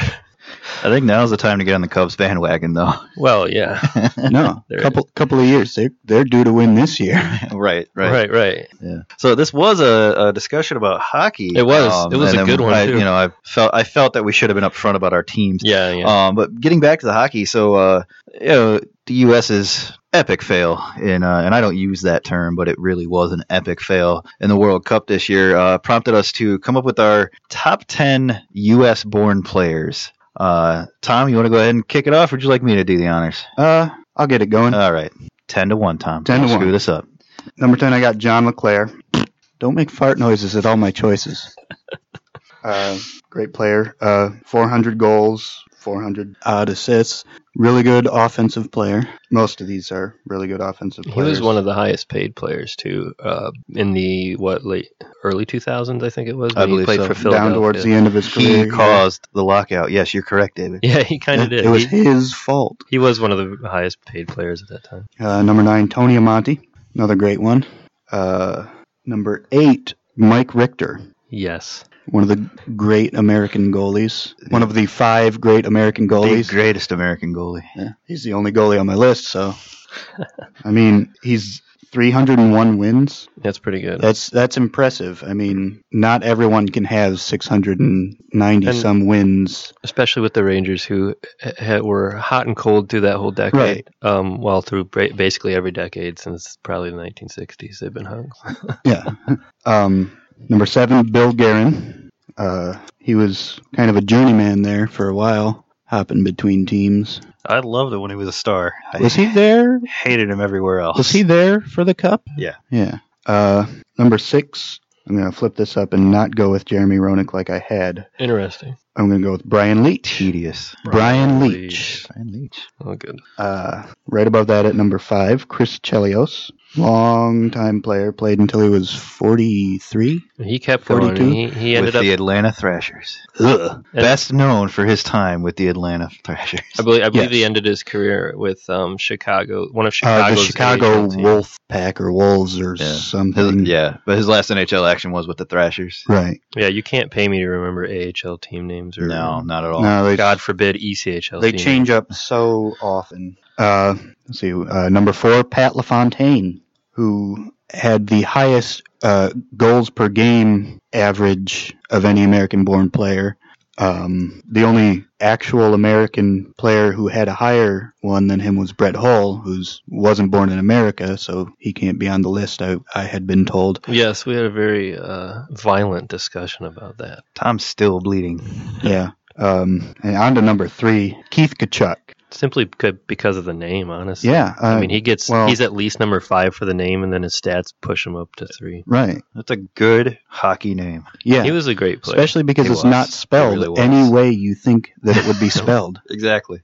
S3: I think now's the time to get on the Cubs bandwagon, though. *laughs*
S4: Well, yeah.
S2: No,
S4: There it
S2: couple couple of years. They're they're due to win this year. *laughs*
S3: right. Right.
S4: Right. Right.
S3: Yeah. So this was a, a discussion about hockey. Um,
S4: It was. It was
S3: and
S4: a
S3: then
S4: good one,
S3: I,
S4: too.
S3: You know, I felt I felt that we should have been upfront about our teams.
S4: Yeah. Yeah.
S3: Um, but getting back to the hockey, so uh, you know, the U.S.'s epic fail, in, uh, and I don't use that term, but it really was an epic fail in the World Cup this year, uh, prompted us to come up with our top 10 U.S. born players. Uh, Tom, you want to go ahead and kick it off, or would you like me to do the honors?
S2: Uh, I'll get it going.
S3: All right. 10 to 1, Tom.
S2: 10 to
S3: Don't Screw
S2: one.
S3: this up.
S4: *laughs*
S2: Number ten, I got John LeClaire. Don't make fart noises at all my choices. Uh, great player. Uh, 400 goals, 400 odd assists. Really good offensive player. Most of these are really good offensive
S4: He
S2: players.
S4: was one of the highest paid players too. Uh, in the what late early 2000s, I think it was.
S3: I
S4: when he
S3: believe
S4: played
S3: so.
S4: for
S2: down
S4: Philadelphia.
S2: towards the end of his career.
S3: He caused the lockout. Yes, you're correct, David.
S4: *laughs* Yeah, he kind of
S2: It,
S4: did.
S2: was
S4: he,
S2: his fault.
S4: he was one of the highest paid players at that time.
S2: Uh, number nine, Tony Amante. Another great one. Uh, number eight, Mike Richter.
S4: Yes,
S2: One of the great American goalies. One of the five great American
S3: The
S2: goalies.
S3: greatest American goalie.
S2: Yeah, he's the only goalie on my list, so I mean, he's 301 wins.
S4: that's pretty good.
S2: That's that's impressive. I mean, not everyone can have 690
S4: And-
S2: some wins.
S4: especially with the Rangers, who h- h- were hot and cold through that whole decade.
S2: Right.
S4: Um, well, through ba- basically every decade since probably the 1960s, they've been hot.
S2: Yeah. um, number 7 Bill Guerin. Uh, he was kind of a journeyman there for a while, hopping between teams.
S3: I loved it when he was a star. I
S2: Was he there?
S3: hated him everywhere else.
S2: Was he there for the cup?
S3: Yeah.
S2: Yeah. Uh, number 6 I'm going to flip this up and not go with Jeremy Roenick like I had.
S4: Interesting.
S2: I'm going to go with Brian Leach.
S3: tedious?
S2: Brian
S4: Brian
S2: Leach.
S3: Brian Leach.
S4: Oh, good.
S2: Uh, right above that at number five, Chris Chelios. Long time player, played until he was 43.
S4: He kept going.
S2: 42?
S4: and He, he ended
S3: with
S4: up.
S3: the Atlanta Thrashers.
S2: Ugh.
S4: And-
S3: Best known for his time with the Atlanta Thrashers.
S4: I believe, I believe
S2: Yes.
S4: he ended his career with um, Chicago, one of
S2: Uh, the
S4: Chicago's
S2: Chicago
S4: AHL team.
S2: Wolf Pack or Wolves or
S3: Yeah. *laughs* His-
S2: something.
S3: Mm, yeah, but his last NHL action was with the Thrashers.
S2: Right.
S4: Yeah, you can't pay me to remember AHL team names or
S3: Mm. No, not at all.
S2: No, they,
S4: God forbid E ECHL.
S2: they
S4: team
S2: change up so often. Uh, let's see. Uh, number four, Pat LaFontaine, who had the highest uh, goals per game average of any American born player. Um, the only actual American player who had a higher one than him was Brett Hull, who wasn't born in America, so he can't be on the list, I, I had been
S4: *laughs*
S2: told.
S4: name. Yes, we had a very uh, violent discussion about that.
S3: Tom's still bleeding.
S2: Yeah. Um, and on to number three, Keith Kachuk.
S4: Simply c- because of the name, honestly.
S2: Yeah. Uh,
S4: I mean, he gets
S2: well-
S4: he's at least number five for the name, and then his stats push him up to three.
S2: Right.
S3: That's a good hockey name.
S2: Yeah.
S4: He was a great player.
S2: Especially because
S3: He
S2: it's
S3: was.
S2: not
S3: He
S2: spelled
S3: really was.
S2: any way you think that it would be spelled.
S3: Exactly.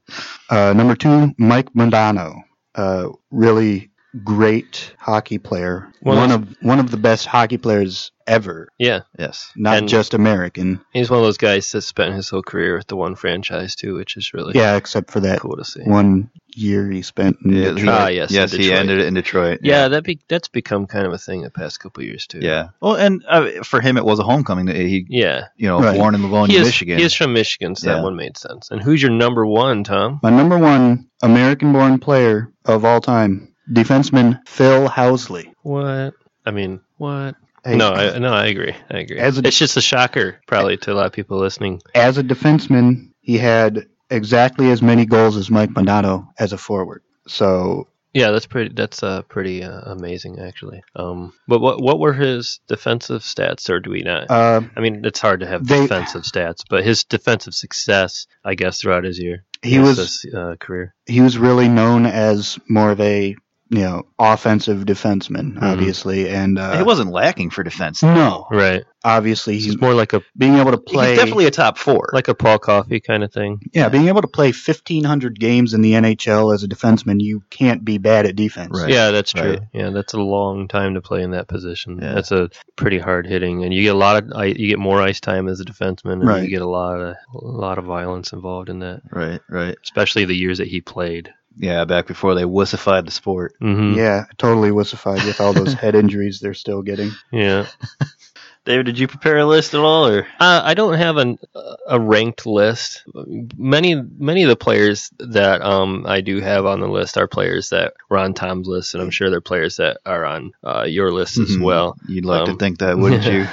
S2: Uh, number two, Mike Mondano, uh, really great hockey player,
S4: Well,
S2: one
S4: that's-
S2: of one of the best hockey players ever,
S4: yeah,
S3: Yes.
S2: not
S4: And-
S2: just American.
S4: he's one of those guys that spent his whole career with the one franchise too, which is really
S2: Yeah, except for that
S4: cool to see.
S2: one year he spent in
S3: Yeah,
S2: Detroit.
S3: he-
S4: Ah, yes,
S3: Yes,
S4: in
S3: he
S4: Detroit.
S3: ended it in Detroit.
S4: Yeah, that be, that's become kind of a thing the past couple of years too.
S3: Yeah. Well, and uh, for him, it was a homecoming. He,
S4: yeah.
S3: you know,
S2: Right.
S3: born in Livonia,
S4: He is,
S3: Michigan.
S4: he is from Michigan, so
S3: Yeah.
S4: that one made sense. And who's your number one, Tom?
S2: My number one American-born player of all time, defenseman Phil Housley.
S4: What? I mean, what?
S2: Hey,
S4: no, I, no, I agree. I agree.
S2: As a-
S4: it's just a shocker, probably, to a lot of people listening.
S2: as a defenseman, he had exactly as many goals as Mike Mondano as a forward. So
S4: Yeah, that's pretty. That's uh, pretty uh, amazing, actually. Um, but what what were his defensive stats, or do we not?
S2: uh,
S4: I mean, it's hard to have
S2: They-
S4: defensive stats, but his defensive success, I guess, throughout his year,
S2: he
S4: his,
S2: was
S4: uh, career.
S2: he was really known as more of a you know offensive defenseman,
S4: Mm-hmm.
S2: obviously, and uh,
S3: he wasn't lacking for defense.
S2: no,
S4: Right.
S2: obviously
S4: He's
S2: he's
S4: more like a
S2: being able to play
S3: He's definitely a top four.
S4: like a Paul Coffey kind of thing.
S2: yeah being able to play fifteen hundred games in the NHL as a defenseman, you can't be bad at defense.
S3: Right.
S4: Yeah, that's true.
S3: Right.
S4: Yeah, that's a long time to play in that position.
S3: Yeah.
S4: That's a pretty hard hitting, and you get a lot of i- you get more ice time as a defenseman, and
S2: Right.
S4: you get a lot of a lot of violence involved in that,
S3: right, right.
S4: especially the years that he played.
S3: Yeah, back before they wussified the sport.
S4: hmm
S2: Yeah, totally wussified with all
S4: *laughs*
S2: those head injuries they're still getting.
S4: yeah.
S3: David, did you prepare a list at all? Or
S4: Uh, I don't have an, a ranked list. Many many of the players that um, I do have on the list are players that were on Tom's list, and I'm sure they're players that are on uh, your list as
S3: Mhm.
S4: well.
S3: you'd like to
S4: Um,
S3: think that, wouldn't
S4: *laughs*
S3: you?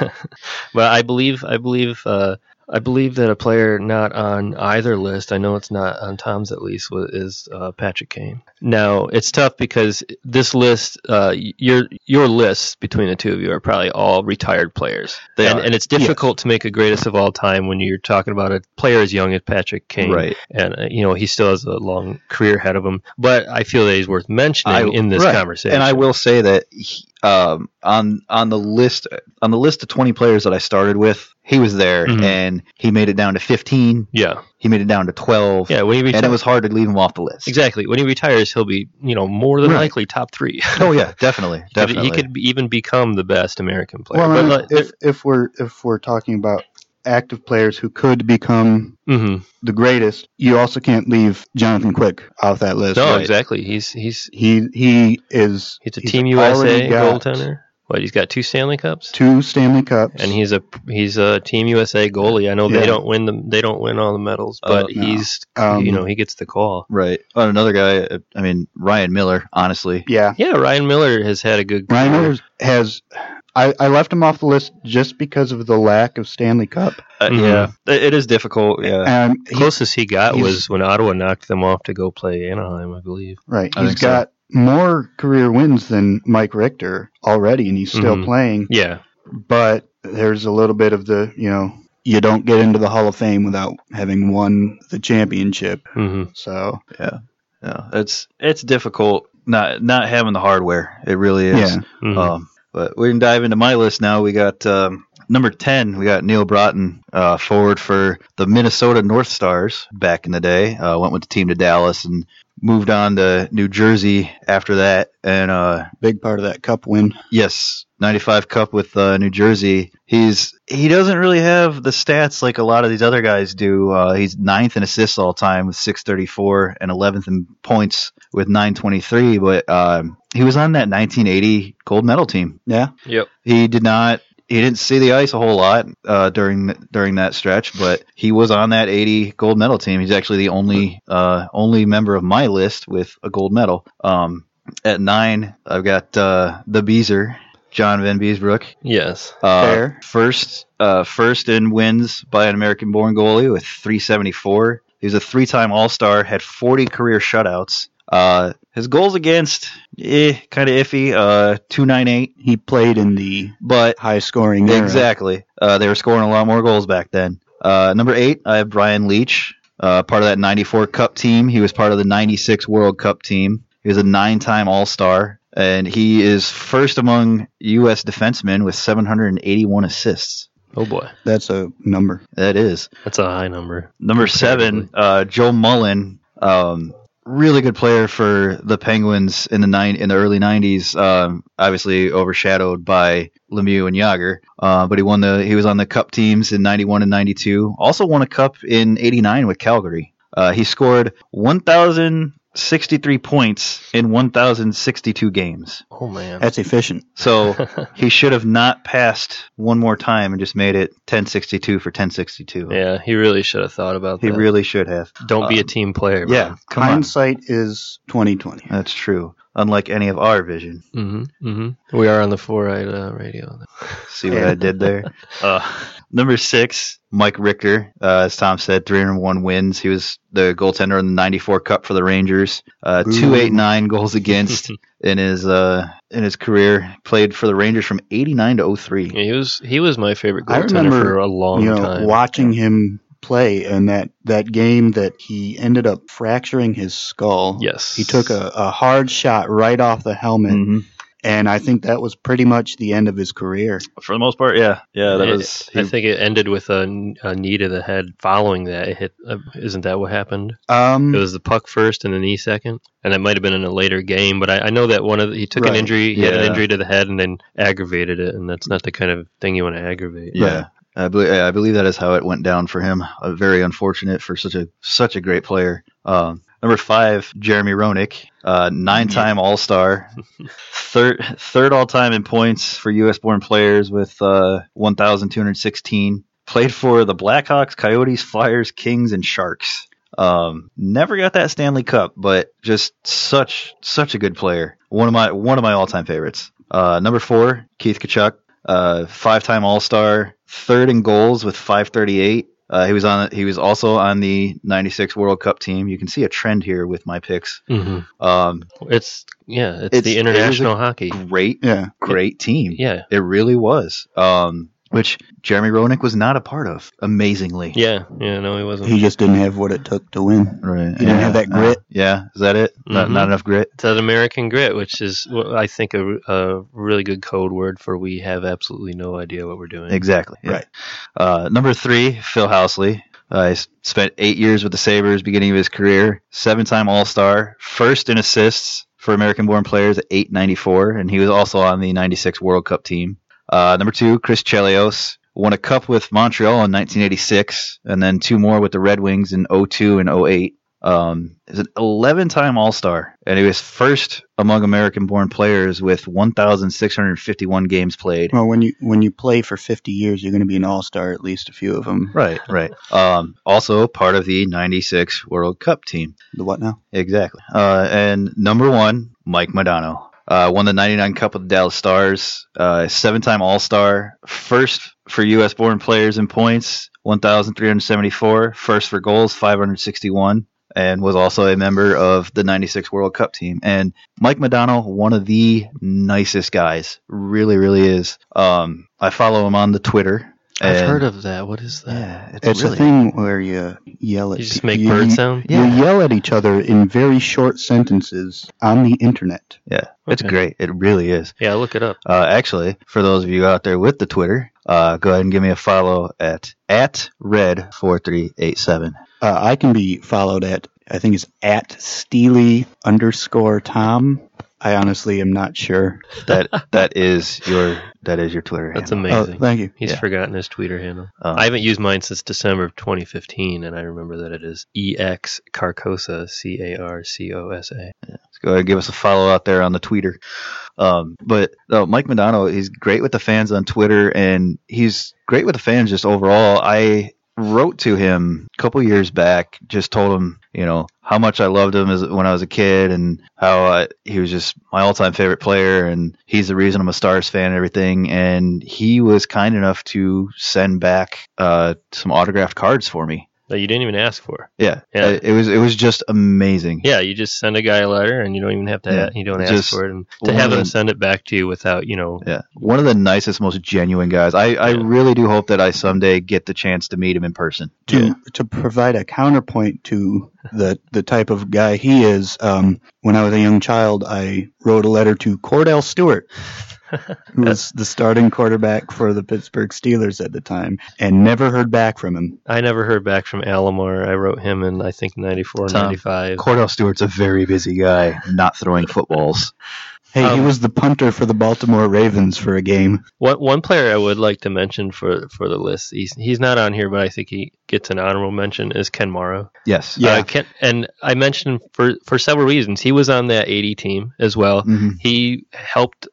S4: but I believe I believe uh, I believe that a player not on either list, I know it's not on Tom's at least, wa- is uh, Patrick Kane. Now it's tough because this list, uh, y- your your lists between the two of you are probably all retired players,
S3: They
S4: and,
S3: are.
S4: and it's difficult to make a greatest of all time when you're talking about a player as young as Patrick Kane,
S3: Right.
S4: And uh, you know he still has a long career ahead of him, but I feel that he's worth mentioning in this
S3: right.
S4: conversation.
S3: And I will say that he, um, on on the list on the list of 20 players that I started with, he was there,
S4: Mhm.
S3: and he made it down to 15.
S4: Yeah,
S3: He made it down to 12.
S4: yeah. When he
S3: and
S4: retires,
S3: it was hard to leave him off the list.
S4: exactly when he retires, he'll be you know more than
S3: Right.
S4: likely top three.
S3: *laughs*
S4: *laughs*
S3: Oh yeah, definitely,
S4: He could-
S3: definitely.
S4: He could be- even become the best American player.
S2: Well,
S4: but
S2: I mean,
S4: like,
S2: if if we're if we're talking about active players who could become
S4: mhm.
S2: the greatest, you also can't leave Jonathan Quick off that list.
S4: no,
S2: right?
S4: exactly. He's he's
S2: He he is
S4: he's a
S2: he's
S4: Team
S2: already
S4: USA
S2: got
S4: goaltender. What he's got two Stanley Cups,
S2: two Stanley Cups,
S4: and he's a he's a Team USA goalie. I know
S2: Yeah.
S4: they don't win them. They don't win all the medals, but
S3: Oh,
S2: no.
S4: he's
S2: um,
S4: you know he gets the call.
S3: right. Oh, another guy. uh, I mean, Ryan Miller. Honestly,
S2: yeah.
S4: Yeah, Ryan Miller has had a good.
S2: Ryan
S4: career.
S2: Miller has. I, I left him off the list just because of the lack of Stanley Cup.
S3: Uh,
S4: Mhm.
S3: yeah, it- it is difficult. Yeah,
S2: Um, Mm-hmm. he-
S4: closest he got
S2: he's-
S4: was when Ottawa knocked them off to go play Anaheim, I believe.
S2: right,
S3: I
S2: he's
S3: think so.
S2: got more career wins than Mike Richter already, and he's still
S3: Mm-hmm.
S4: Mhm.
S2: playing.
S4: Yeah,
S2: but there's a little bit of the you know you don't get into the Hall of Fame without having won the championship.
S4: hmm
S2: So
S3: yeah. It's it's difficult not not having the hardware. It really is.
S2: yeah,
S4: Mm-hmm.
S3: Um, but we can dive into my list now. We got um, number 10, we got Neil Broughton, uh, forward for the Minnesota North Stars back in the day. Uh, went with the team to Dallas and moved on to New Jersey after that. And uh,
S2: big part of that Cup win.
S3: yes, 95 Cup with uh, New Jersey. He's He doesn't really have the stats like a lot of these other guys do. Uh, he's ninth in assists all time with 634 and 11th in points with 923. But um, he was on that 1980 gold medal team
S2: Yeah,
S4: Yep.
S3: he did not he didn't see the ice a whole lot uh, during during that stretch, but he was on that 80 gold medal team. He's actually the only uh, only member of my list with a gold medal. Um, at nine, I've got uh, the Beezer, John Van Beesbrook.
S4: Yes.
S3: Uh,
S2: Fair.
S3: first, uh, first in wins by an American-born goalie with 374. He was a three-time All-Star, had 40 career shutouts. Uh, his goals against, eh, kind of iffy, uh, 298,
S2: he played in the
S3: but
S2: high scoring era.
S3: Exactly. Uh, they were scoring a lot more goals back then. Uh, number eight, I have Brian Leach, uh, part of that 94 Cup team. He was part of the 96 World Cup team. He was a nine time All Star, and he is first among U.S. defensemen with 781 assists.
S4: Oh boy,
S2: That's a number.
S3: That is.
S4: that's a high number.
S3: Number seven, uh, Joe Mullen, um, really good player for the Penguins in the nine in the early '90s. Um, obviously overshadowed by Lemieux and Yager, uh, but he won the he was on the Cup teams in '91 and '92. Also won a Cup in '89 with Calgary. Uh, he scored 1,063 points in 1,062 games.
S4: Oh man.
S2: That's efficient.
S3: So he should have not passed one more time and just made it 1062 for 1062.
S4: yeah, he really should have thought about
S3: He
S4: that.
S3: really should have.
S4: Don't be a
S3: um,
S4: team player.
S3: Yeah, come on.
S2: Hindsight is twenty twenty.
S3: That's true. Unlike any of our vision.
S4: hmm hmm We are on the Four Eyed uh, Radio.
S3: See what I did there? Uh, number six, Mike Richter. Uh, as Tom said, 301 wins. He was the goaltender in the 94 Cup for the Rangers. Uh,
S2: Boo.
S3: 289 goals against *laughs* in his uh, in his career. Played for the Rangers from 89 to 03.
S4: He was he was my favorite
S2: I
S4: goaltender
S2: remember,
S4: for a long
S2: You know,
S4: time.
S2: watching him play and that that game that he ended up fracturing his skull.
S4: Yes. Mm.
S2: He took a, a hard shot right off the helmet,
S3: Mhm.
S2: and I think that was pretty much the end of his career.
S3: For the most part, yeah. Yeah, that
S4: It-
S3: was.
S4: I think it ended with a, a knee to the head. Following that, it hit. Uh, isn't that what happened?
S2: Um,
S4: It was the puck first and the knee second, and it might have been in a later game. But I, I know that one of the, he took
S2: Right.
S4: an injury, he had an
S3: Yeah.
S4: injury to the head, and then aggravated it, and that's not the kind of thing you want to aggravate.
S3: Yeah. I believe I believe that is how it went down for him. Uh, very unfortunate for such a such a great player. Um, number five, Jeremy Roenick, uh, nine-time All-Star, third third all-time in points for U.S.-born players with uh, 1,216. Played for the Blackhawks, Coyotes, Flyers, Kings, and Sharks. Um, never got that Stanley Cup, but just such such a good player. One of my one of my all-time favorites. Uh, number four, Keith Kachuk, uh, five-time All-Star, third in goals with 538. Uh, he was on. He was also on the '96 World Cup team. You can see a trend here with my picks.
S4: hmm
S3: Um,
S4: It's yeah, it's,
S3: It's-
S4: the
S3: it is a
S4: international hockey.
S3: great,
S2: yeah.
S3: great team.
S4: Yeah,
S3: It really was. Um, which Jeremy Roenick was not a part of, amazingly.
S4: Yeah, yeah, no, he wasn't.
S2: He just didn't have what it took to win.
S3: Right.
S2: He didn't have that grit.
S3: yeah. Is that it? Not,
S4: Mhm.
S3: not enough grit.
S4: It's that American grit, which is, well, I think, a, a really good code word for we have absolutely no idea what we're doing.
S3: Exactly. yeah.
S2: Right.
S3: Uh, number three, Phil Housley. Uh, he s- spent eight years with the Sabres, beginning of his career. Seven time All Star, first in assists for American born players at 894, and he was also on the 96 World Cup team. Uh, number two, Chris Chelios. Won a cup with Montreal in 1986, and then two more with the Red Wings in 02 and 08. Um, is an 11 time All Star, and he was first among American born players with 1,651 games played.
S2: Well, when you when you play for 50 years, you're going to be an all star at least a few of them.
S3: Right, right. Um, also part of the '96 World Cup team.
S2: The what now?
S3: Exactly. Uh, and number one, Mike Modano. Uh, won the 99 Cup with the Dallas Stars, uh, seven time All Star, first for U.S. born players in points, 1,374, first for goals, 561, and was also a member of the 96 World Cup team. And Mike Modano, one of the nicest guys, really, really is. Um, I follow him on the Twitter.
S4: I've
S3: and-
S4: heard of that. What is that?
S3: Yeah, it's,
S2: It's
S3: really
S2: a thing where you yell at
S4: Oh, You just
S2: pe-
S4: make
S2: you-
S4: bird sound.
S2: You
S3: Yeah.
S2: yell at each other in very short sentences on the internet.
S3: Yeah, it's
S4: Okay.
S3: great. It really is.
S4: Yeah, look it up.
S3: Uh, actually, for those of you out there with the Twitter, uh, go ahead and give me a follow at at red four three eight seven.
S2: Uh, I can be followed at I think it's at Steely underscore Tom. I honestly am not sure.
S4: *laughs*
S3: That that is your that is your Twitter.
S4: That's
S3: handle.
S2: Oh,
S4: amazing.
S2: thank you.
S4: He's
S3: yeah.
S4: forgotten his Twitter handle.
S3: Um,
S4: I haven't used mine since December of 2015, and I remember that it is ex carcosa, c a r c o s a.
S3: Let's go ahead and give us a follow out there on the Twitter. Um, but uh, Mike Madonna, he's great with the fans on Twitter, and he's great with the fans just overall. I wrote to him a couple years back, just told him, you know, how much I loved him as, when I was a kid, and how I, he was just my all-time favorite player, and he's the reason I'm a Stars fan and everything. And he was kind enough to send back uh, some autographed cards for me.
S4: That you didn't even ask for.
S3: Yeah, Uh,
S4: Yeah.
S3: It, it was it was just amazing.
S4: Yeah, you just send a guy a letter, and you don't even have to.
S3: Yeah,
S4: you don't ask
S3: just
S4: for it, and to
S3: one
S4: have
S3: of
S4: him
S3: the-
S4: send it back to you without, you know,
S3: Yeah, one of the nicest, most genuine guys. I, I
S4: Yeah.
S3: really do hope that I someday get the chance to meet him in person.
S2: to to provide a counterpoint to the the type of guy he is. Um, when I was a young child, I wrote a letter to Cordell Stewart, who
S4: *laughs*
S2: was the starting quarterback for the Pittsburgh Steelers at the time, and never heard back from him.
S4: I never heard back from Alomar. I wrote him in I think 94,
S3: Tom.
S4: 95.
S3: Cordell Stewart's a very busy guy, not throwing footballs.
S2: Hey, he
S4: Um,
S2: was the punter for the Baltimore Ravens for a game.
S4: One one player I would like to mention for for the list. He's he's not on here, but I think he gets an honorable mention is Ken Morrow.
S3: Yes.
S2: Yeah.
S4: Uh, Ken, and I mentioned him for for several reasons. He was on that 80 team as well.
S2: Mm-hmm.
S3: Mhm.
S4: He helped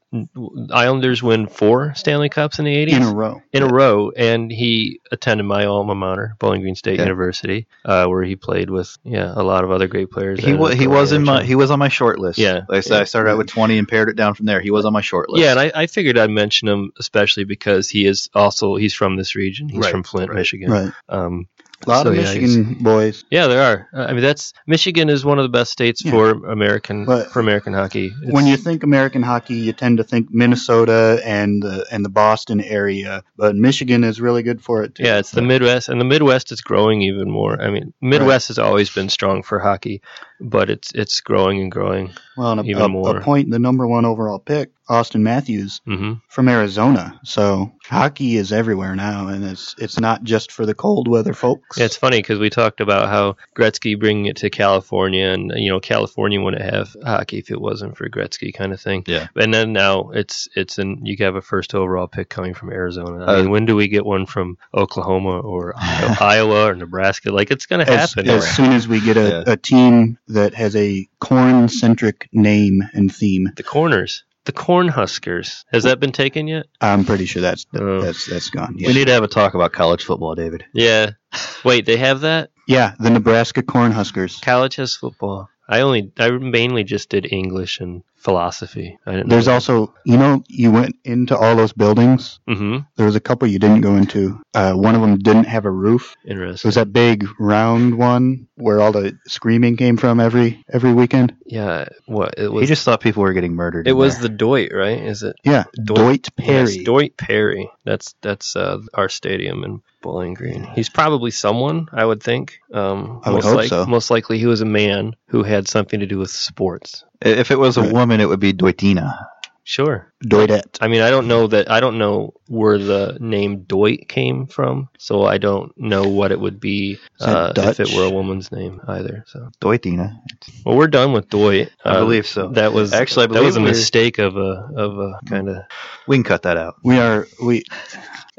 S4: Islanders win four Stanley Cups in the 80s
S2: In a row.
S4: in a row, and he attended my alma mater, Bowling Green State
S3: Yeah.
S4: University, uh, where he played with yeah a lot of other great players.
S3: He
S4: that
S3: was
S4: are
S3: he was in my
S4: NHL.
S3: he was on my short list.
S4: Yeah.
S3: Like I said, I started out with twenty and pared it down from there. He was on my short list.
S4: Yeah, and I, I figured I'd mention him especially because he is also he's from this region. He's
S3: Right,
S4: from Flint, Michigan.
S2: Right.
S4: Um,
S2: A lot
S4: So,
S2: of
S4: yeah,
S2: Michigan boys.
S4: yeah, there are. Uh, I mean, that's Michigan is one of the best states
S2: Yeah.
S4: for American
S2: But
S4: for American hockey. It's-
S2: when you think American hockey, you tend to think Minnesota and the and the Boston area, but Michigan is really good for it too.
S4: yeah, it's the Midwest, and the Midwest is growing even more. I mean, Midwest has always been strong for hockey, but it's it's growing and growing.
S2: Well, and a,
S4: Even
S2: a,
S4: more.
S2: a point, the number one overall pick, Austin Matthews
S4: hmm
S2: from Arizona. So hockey is everywhere now, and it's it's not just for the cold weather folks.
S4: Yeah, it's funny because we talked about how Gretzky bringing it to California, and you know California wouldn't have hockey if it wasn't for Gretzky, kind of thing.
S3: Yeah.
S4: And then now it's it's an you have a first overall pick coming from Arizona. I
S3: Uh,
S4: mean, when do we get one from Oklahoma or Iowa or Nebraska? Like it's gonna
S2: as,
S4: happen.
S2: as soon as we get a,
S3: Yeah.
S2: a team that has a corn centric name and theme,
S4: the corners, the Cornhuskers. Has that been taken yet?
S2: I'm pretty sure that's
S4: Oh.
S2: that's that's gone.
S3: We
S2: Yeah,
S3: need to have a talk about college football, David.
S4: Yeah. Wait, they have that.
S2: yeah the Nebraska Cornhuskers.
S4: College has football. I only I mainly just did English and philosophy. I didn't.
S2: There's also, you know, you went into all those buildings.
S4: hmm
S2: There was a couple you didn't go into. Uh, one of them didn't have a roof. It
S4: Interesting.
S2: was that big round one where all the screaming came from every every weekend.
S4: yeah. What it
S3: he
S4: was?
S3: just thought people were getting murdered.
S4: it
S3: in
S4: was
S3: there.
S4: the Doit, right? Is it
S2: Yeah,
S4: Doit-
S2: Doit,
S4: Yes,
S2: Perry.
S4: Doit Perry. That's that's uh, our stadium in Bowling Green. He's probably someone I would think. Um,
S2: I would
S4: most
S2: hope so.
S4: Most likely, he was a man who had something to do with sports.
S3: If it was a
S2: Right.
S3: woman, it would be Doitina.
S4: Sure.
S2: Doidet.
S4: I mean, I don't know that. I don't know where the name Doit came from, so I don't know what it would be
S2: Is that
S4: uh, if it
S2: Dutch?
S4: were a woman's name either. So,
S3: Doitina.
S4: well, we're done with Doit.
S3: I
S4: Uh,
S3: believe so.
S4: That was
S3: Actually, I
S4: that was
S3: believe
S4: a
S3: we're-
S4: mistake of a of a kind of.
S3: We can cut that out.
S2: We are we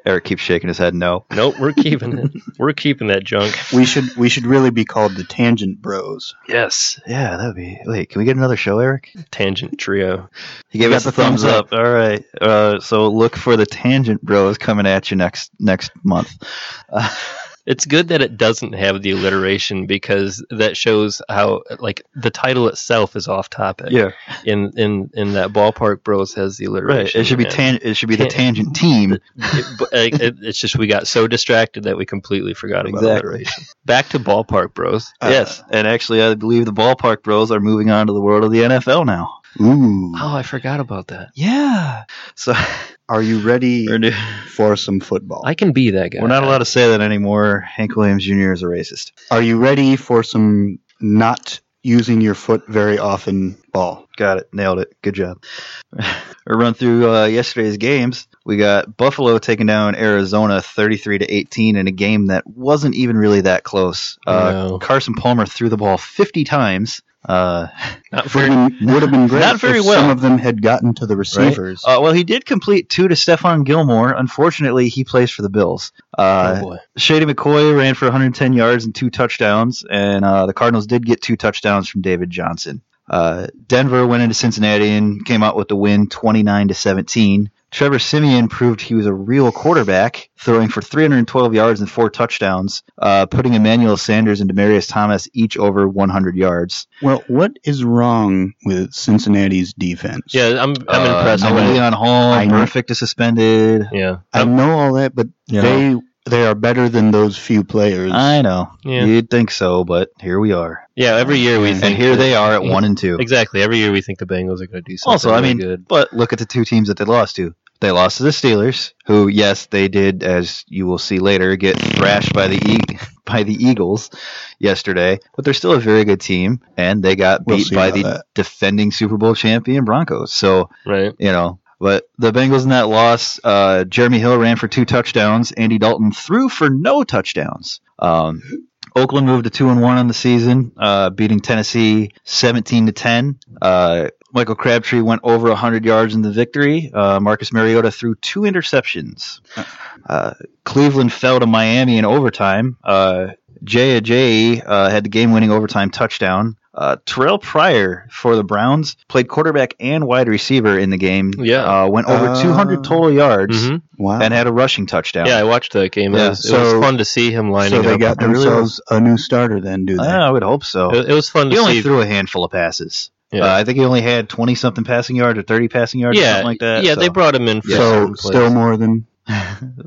S3: Eric keeps shaking his head. No.
S4: Nope, we're
S3: *laughs*
S4: keeping it. We're keeping that junk.
S2: we should we should really be called the Tangent Bros.
S4: Yes,
S3: Yeah, that'd be. Wait, can we get another show, Eric?
S4: tangent trio.
S3: He gave
S2: got
S3: us
S2: the
S3: a thumbs,
S2: thumbs
S3: up. All right. Uh, so look for the Tangent Bros coming at you next next month. Uh,
S4: It's good that it doesn't have the alliteration because that shows how like the title itself is off topic.
S3: yeah,
S4: In in in that ballpark bros has the alliteration.
S3: right. It should be
S4: and
S3: tan- It should be the
S4: Tan-
S3: Tangent Team.
S4: it- but, like, it- it's just we got so distracted that we completely forgot about
S3: Exactly.
S4: alliteration. Back to ballpark bros.
S2: Uh,
S3: yes, and actually, I believe the Ballpark Bros are moving on to the world of the NFL now.
S2: Ooh.
S4: Oh, I forgot about that.
S3: Yeah. So *laughs*
S2: Are you ready
S3: we're, new-
S2: for some football?
S4: I can be that guy.
S3: we're not allowed to say that anymore. Hank Williams Jr. is a racist.
S2: Are you ready for some not using your foot very often ball?
S3: Got it. Nailed it. Good *laughs* job. A run through uh, yesterday's games. We got Buffalo taking down Arizona 33 to 18 in a game that wasn't even really that close. Uh,
S4: No.
S3: Carson Palmer threw the ball 50 times. Uh,
S4: Not
S2: Would
S4: very-
S2: have been, would have been great
S3: Not very
S2: if
S3: well.
S2: some of them had gotten to the receivers.
S3: uh, well, he did complete two to Stefan Gilmore. Unfortunately, he plays for the Bills. Uh,
S4: oh boy.
S3: Shady McCoy ran for 110 yards and two touchdowns, and uh, the Cardinals did get two touchdowns from David Johnson. Uh, Denver went into Cincinnati and came out with the win, 29 to 17. Trevor Simeon proved he was a real quarterback, throwing for 312 yards and four touchdowns, uh, putting Emmanuel Sanders and Demarius Thomas each over 100 yards.
S2: Well, what is wrong with Cincinnati's defense?
S4: Yeah, I'm I'm
S3: Uh,
S4: impressed.
S3: no
S4: with it.
S3: Leon Hall,
S2: I know.
S3: perfect is suspended.
S4: Yeah.
S2: I know all that, but
S3: Yeah.
S2: they they are better than those few players.
S3: I know.
S4: Yeah.
S3: You'd think so, but here we are.
S4: Yeah, every year we
S2: And
S4: think
S3: And here
S4: that-
S3: they are at 1 and 2.
S4: Exactly. Every year we think the Bengals are going to do something
S3: also, I
S4: really
S3: mean,
S4: good.
S3: but look at the two teams that they lost to. They lost to the Steelers, who, yes, they did, as you will see later, get thrashed by the e- *laughs* by the Eagles yesterday. But they're still a very good team, and they got
S2: We'll
S3: beat
S2: see
S3: by
S2: about
S3: the
S2: that.
S3: defending Super Bowl champion Broncos. So
S4: Right.
S3: you know, but the Bengals in that loss, uh, Jeremy Hill ran for two touchdowns. Andy Dalton threw for no touchdowns. Um, Oakland moved to two and one on the season, uh, beating Tennessee seventeen to ten. Uh, Michael Crabtree went over hundred yards in the victory. Uh, Marcus Mariota threw two interceptions. Uh, Cleveland fell to Miami in overtime. Uh, Jay Ajayi uh, had the game-winning overtime touchdown. Uh, Terrell Pryor for the Browns played quarterback and wide receiver in the game.
S4: Yeah.
S3: uh, went over
S2: Uh,
S3: 200 total yards
S4: Mhm.
S2: wow.
S3: and had a rushing touchdown.
S4: Yeah, I watched that game.
S3: Yeah,
S4: it, was, it
S2: so-
S4: was fun to see him lining
S2: so they
S4: up.
S2: got
S3: I really Oh,
S2: themselves a new starter then, do they?
S3: Yeah, I would hope so.
S4: it, it was fun to
S3: he only
S4: see.
S3: threw a handful of passes.
S4: yeah,
S3: Uh, I think he only had 20 something passing yards or 30 passing yards, or
S4: yeah,
S3: something like that.
S4: yeah
S3: so. *laughs*
S4: they brought him in for
S2: so
S4: certain plays.
S2: still more than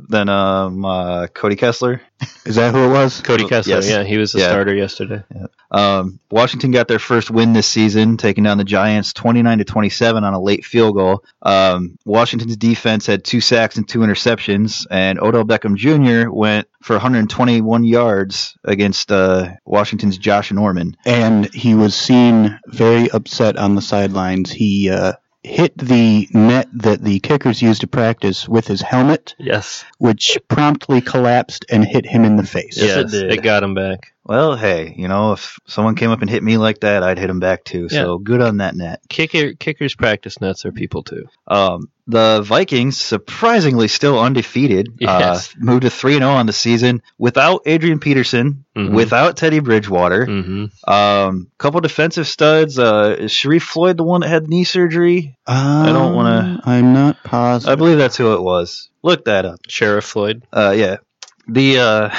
S3: then um, uh, Cody Kessler.
S2: is that who it was?
S4: Cody Kessler.
S3: Yes.
S4: Yeah, he was a
S3: Yeah.
S4: starter yesterday.
S3: Um, Washington got their first win this season, taking down the Giants 29 to 27 on a late field goal. Um, Washington's defense had two sacks and two interceptions, and Odell Beckham Jr. went for 121 yards against uh, Washington's Josh Norman.
S2: And he was seen very upset on the sidelines. He uh, hit the net that the kickers used to practice with his helmet,
S4: Yes,
S2: which promptly collapsed and hit him in the face.
S3: Yes, it
S4: yes,
S3: did.
S4: they got him back.
S3: Well, hey, you know, if someone came up and hit me like that, I'd hit him back too. So good on that net.
S4: Kicker, kickers practice nets are people too.
S3: Um, the Vikings, surprisingly still undefeated,
S4: Yes.
S3: uh, moved to 3 0 on the season without Adrian Peterson,
S4: Mhm.
S3: without Teddy Bridgewater.
S4: Mm-hmm.
S3: Um, couple defensive studs. Uh, is Sharif Floyd the one that had knee surgery?
S2: I
S3: don't
S2: Um,
S3: wanna-
S2: I'm not positive.
S3: I believe that's who it was. Look that up.
S4: Sheriff Floyd.
S3: Uh, yeah. The uh,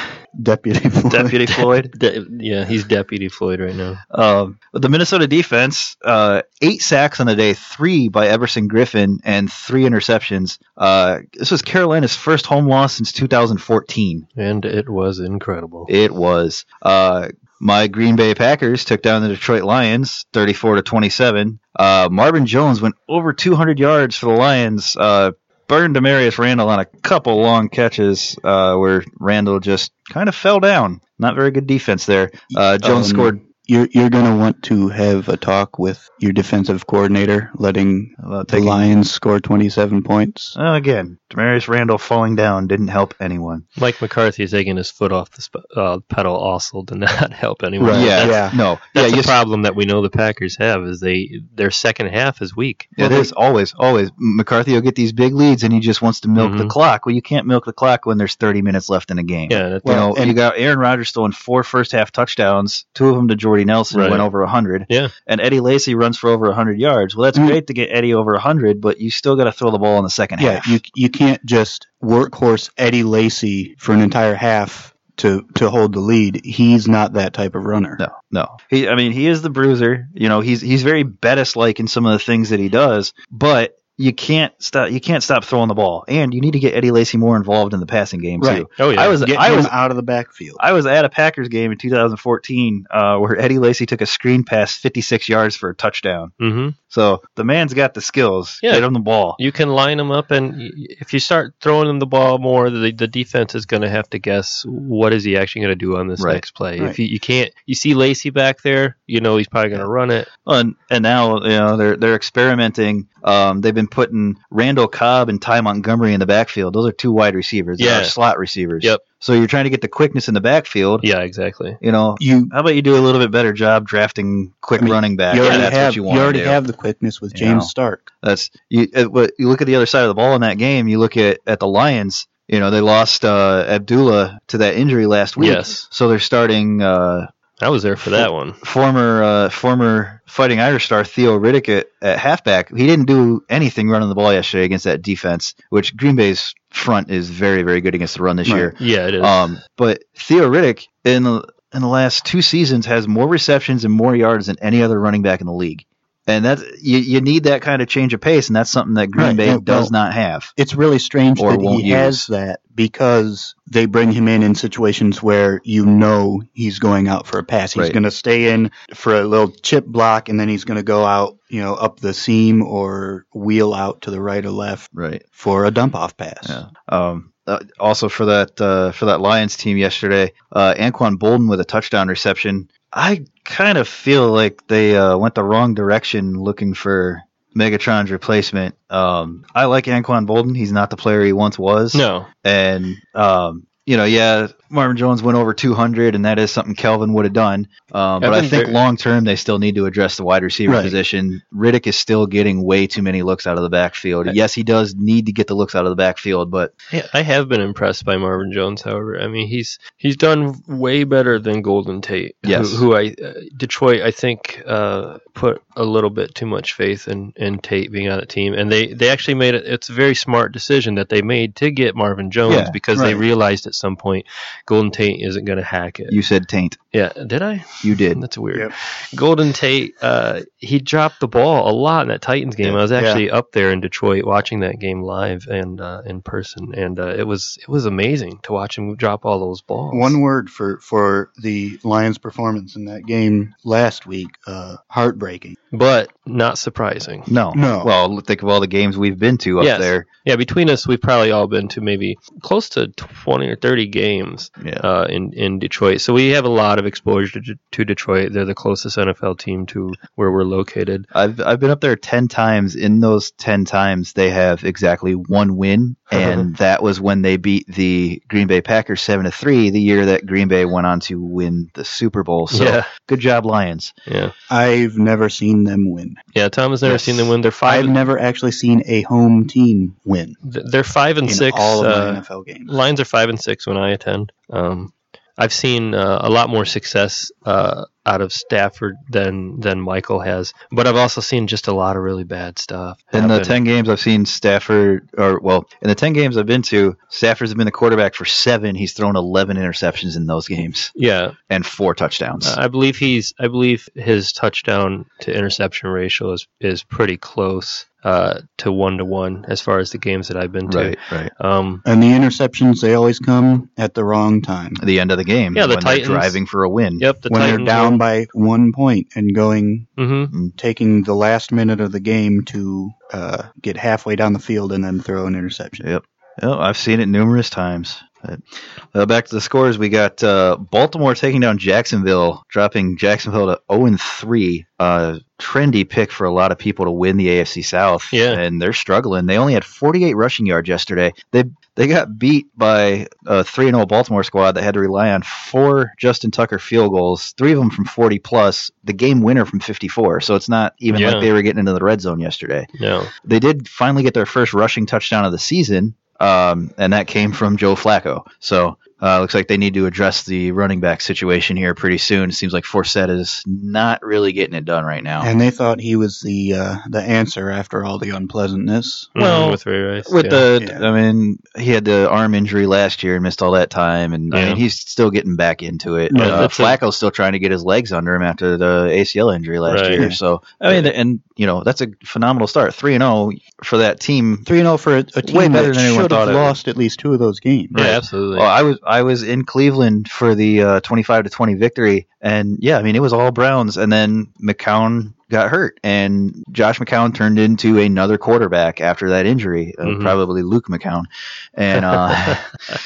S2: Deputy Floyd.
S3: Deputy Floyd.
S4: De- yeah, he's Deputy Floyd right now.
S3: Um, but the Minnesota defense, uh, eight sacks on the day, three by Everson Griffin, and three interceptions. Uh, this was Carolina's first home loss since 2014.
S4: And it was incredible.
S3: It was. Uh, my Green Bay Packers took down the Detroit Lions, 34 to 27. Uh, Marvin Jones went over 200 yards for the Lions. Uh, burned Demarius Randall on a couple long catches uh, where Randall just kind of fell down. Not very good defense there. Uh, Jones
S2: Um,
S3: scored
S2: You're, you're going to want to have a talk with your defensive coordinator, letting
S3: about
S2: the
S3: taking
S2: Lions score 27 points.
S3: Uh, again, Demarius Randall falling down didn't help anyone.
S4: Mike McCarthy taking his foot off the sp- uh, pedal also did *laughs* not help anyone.
S2: Right. Yeah.
S3: Yeah,
S4: That's,
S3: No,
S4: that's
S3: yeah,
S4: a
S3: yes,
S4: problem that we know the Packers have is they their second half is weak.
S3: it is always, always. McCarthy will get these big leads, and he just wants to milk the
S4: Mhm.
S3: clock. Well, you can't milk the clock when there's 30 minutes left in a game.
S4: Yeah, that,
S3: you
S2: Well,
S3: know,
S2: and-
S3: you got Aaron Rodgers throwing four first half touchdowns, two of them to Jordy Nelson, who
S4: Right.
S3: went over 100.
S4: Yeah.
S3: And Eddie Lacy runs for over 100 yards. Well, that's
S2: Mm.
S3: great to get Eddie over 100, but you still got to throw the ball in the second
S2: Yeah,
S3: half.
S2: you you can't just workhorse Eddie Lacy for an entire half to to hold the lead. He's not that type of runner.
S3: No, no. He, I mean, he is the bruiser. You know, he's he's very Bettis like in some of the things that he does, but you can't stop you can't stop throwing the ball, and you need to get Eddie Lacy more involved in the passing game
S2: Right.
S3: too.
S4: oh yeah,
S3: I was
S2: Get
S3: I
S2: him
S3: was
S2: out of the backfield.
S3: I was at a Packers game in 2014 uh, where Eddie Lacy took a screen pass 56 yards for a touchdown.
S4: hmm
S3: So the man's got the skills.
S4: Yeah.
S3: Get him the ball.
S4: You can line them up, and y- if you start throwing them the ball more, the, the defense is going to have to guess what is he actually going to do on this
S3: Right.
S4: next play.
S2: Right.
S4: If you, you can't, you see Lacey back there, you know he's probably going to run it.
S3: Well, And and now you know they're they're experimenting. Um, they've been putting Randall Cobb and Ty Montgomery in the backfield. Those are two wide receivers. They
S4: Yeah.
S3: are slot receivers.
S4: Yep.
S3: So you're trying to get the quickness in the backfield.
S4: Yeah, exactly.
S3: You know,
S2: You
S3: how about you do a little bit better job drafting quick
S2: I mean,
S3: running back?
S2: you
S3: if
S2: already
S3: that's
S2: have
S3: what you
S2: you,
S3: want
S2: already
S3: to do.
S2: have the quickness with
S3: You
S2: James
S3: know.
S2: Stark.
S3: That's you. uh, what- You look at the other side of the ball in that game. You look at at the Lions. You know, they lost uh, Abdullah to that injury last week.
S4: Yes,
S3: So they're starting uh,
S4: I was there
S3: *laughs*
S4: for that one.
S3: former uh, former Fighting Irish star Theo Riddick at, at halfback. He didn't do anything running the ball yesterday against that defense, which Green Bay's front is very very good against the run this
S2: Right.
S3: year.
S4: Yeah, it is.
S3: Um, but Theo Riddick in the, in the last two seasons has more receptions and more yards than any other running back in the league. And that's you, you need that kind of change of pace, and that's something that Green
S2: Right,
S3: Bay
S2: yeah,
S3: does
S2: well-
S3: not have.
S2: It's really strange
S3: Or
S2: that
S3: won't
S2: he
S3: use.
S2: has that because they bring him in in situations where you know he's going out for a pass. He's
S3: Right.
S2: going to stay in for a little chip block, and then he's going to go out, you know, up the seam or wheel out to the right or left
S3: Right.
S2: for a dump off pass.
S3: Yeah. Um, uh, also for that uh, for that Lions team yesterday, uh, Anquan Bolden with a touchdown reception. I kind of feel like they uh, went the wrong direction looking for Megatron's replacement. Um, I like Anquan Bolden. He's not the player he once was.
S4: no,
S3: And um, you know, yeah, Marvin Jones went over 200, and that is something Kelvin would have done. Um, but I
S4: Evan
S3: think
S4: Ver-
S3: long term, they still need to address the wide receiver
S2: Right.
S3: position. Riddick is still getting way too many looks out of the backfield.
S4: Right.
S3: Yes, he does need to get the looks out of the backfield, but
S4: Yeah, I have been impressed by Marvin Jones. However, I mean he's he's done way better than Golden Tate. who-
S3: Yes.
S4: who, I uh, Detroit I think uh, put a little bit too much faith in, in Tate being on a team, and they they actually made it. It's a very smart decision that they made to get Marvin Jones
S3: Yeah,
S4: because they
S2: right.
S4: realized at some point Golden Tate isn't going to hack it.
S3: you said taint.
S4: yeah, did I?
S3: You did.
S4: *laughs* That's weird.
S2: Yep.
S4: Golden Tate, uh, he dropped the ball a lot in that Titans game. I was actually up there in Detroit watching that game live and uh, in person, and uh, it was it was amazing to watch him drop all those balls.
S2: One word for, for the Lions' performance in that game last week uh, heartbreaking.
S4: but not surprising.
S3: No.
S2: No.
S3: Well, think of all the games we've been to up
S4: Yes.
S3: there.
S4: Yeah, between us, we've probably all been to maybe close to twenty or thirty games
S3: Yeah.
S4: uh, in in Detroit. So we have a lot of exposure to, to Detroit. They're the closest NFL team to where we're located.
S3: I've I've been up there 10 times. In those 10 times, they have exactly one
S4: *laughs*
S3: win, and that was when they beat the Green Bay Packers 7 to 3 the year that Green Bay went on to win the Super Bowl. So,
S4: yeah,
S3: good job Lions.
S4: yeah,
S2: I've never seen them win.
S4: yeah. Tom has never
S3: Yes.
S4: seen them win. They're five.
S2: I've never actually seen a home team win
S4: They're five and
S2: in
S4: six.
S2: all of
S4: uh,
S2: my NFL games.
S4: Lions are five and six when I attend. Um, I've seen uh, a lot more success uh, out of Stafford than than Michael has, but I've also seen just a lot of really bad stuff.
S3: In the
S4: happen.
S3: ten games I've seen Stafford, or well, in the ten games I've been to, Stafford's been the quarterback for seven. He's thrown eleven interceptions in those games
S4: yeah,
S3: and four touchdowns.
S4: Uh, I believe he's. I believe his touchdown to interception ratio is is pretty close uh, to one to one as far as the games that I've been to.
S3: right, right.
S4: Um,
S2: And the interceptions, they always come at the wrong time.
S3: At the end of the game,
S4: Yeah, the
S3: when they're
S4: Titans.
S3: driving for a win.
S4: yep. The
S2: when they're
S4: Titans
S2: down by one point and going,
S4: hmm
S2: taking the last minute of the game to uh, get halfway down the field and then throw an interception.
S3: Yep. Oh, I've seen it numerous times. But, uh, back to the scores, we got uh, Baltimore taking down Jacksonville, dropping Jacksonville to 0 3. Uh, trendy pick for a lot of people to win the AFC South.
S4: Yeah.
S3: And they're struggling. They only had 48 rushing yards yesterday. They they got beat by a 3 0 Baltimore squad that had to rely on four Justin Tucker field goals, three of them from 40 plus, the game winner from 54. So it's not even
S4: Yeah.
S3: like they were getting into the red zone yesterday
S4: No. Mm-hmm,
S3: they did finally get their first rushing touchdown of the season, um, and that came from Joe Flacco. So uh, looks like they need to address the running back situation here pretty soon. It seems like Forsett is not really getting it done right now.
S2: And they thought he was the uh, the answer after all the unpleasantness.
S3: Well,
S4: Mhm, with Ray Rice.
S3: with
S4: yeah.
S3: the,
S2: Yeah.
S3: I mean, he had the arm injury last year and missed all that time, and I
S4: Yeah.
S3: mean, he's still getting back into it.
S2: Yeah,
S3: uh,
S4: that's a-
S3: Flacco's still trying to get his legs under him after the ACL injury last
S4: Right.
S3: year.
S2: Yeah.
S3: So uh, I mean, and you know, that's a phenomenal start, three and zero for that team.
S2: Three and zero for a, a team
S3: Way better
S2: that
S3: than anyone
S2: should
S3: thought
S2: have
S3: it.
S2: lost at least two of those games.
S4: yeah, absolutely.
S3: Well, I was I was in Cleveland for the uh, twenty-five to twenty victory, and yeah, I mean it was all Browns, and then McCown got hurt, and Josh McCown turned into another quarterback after that injury, uh,
S4: Mhm.
S3: probably Luke McCown, and uh, *laughs*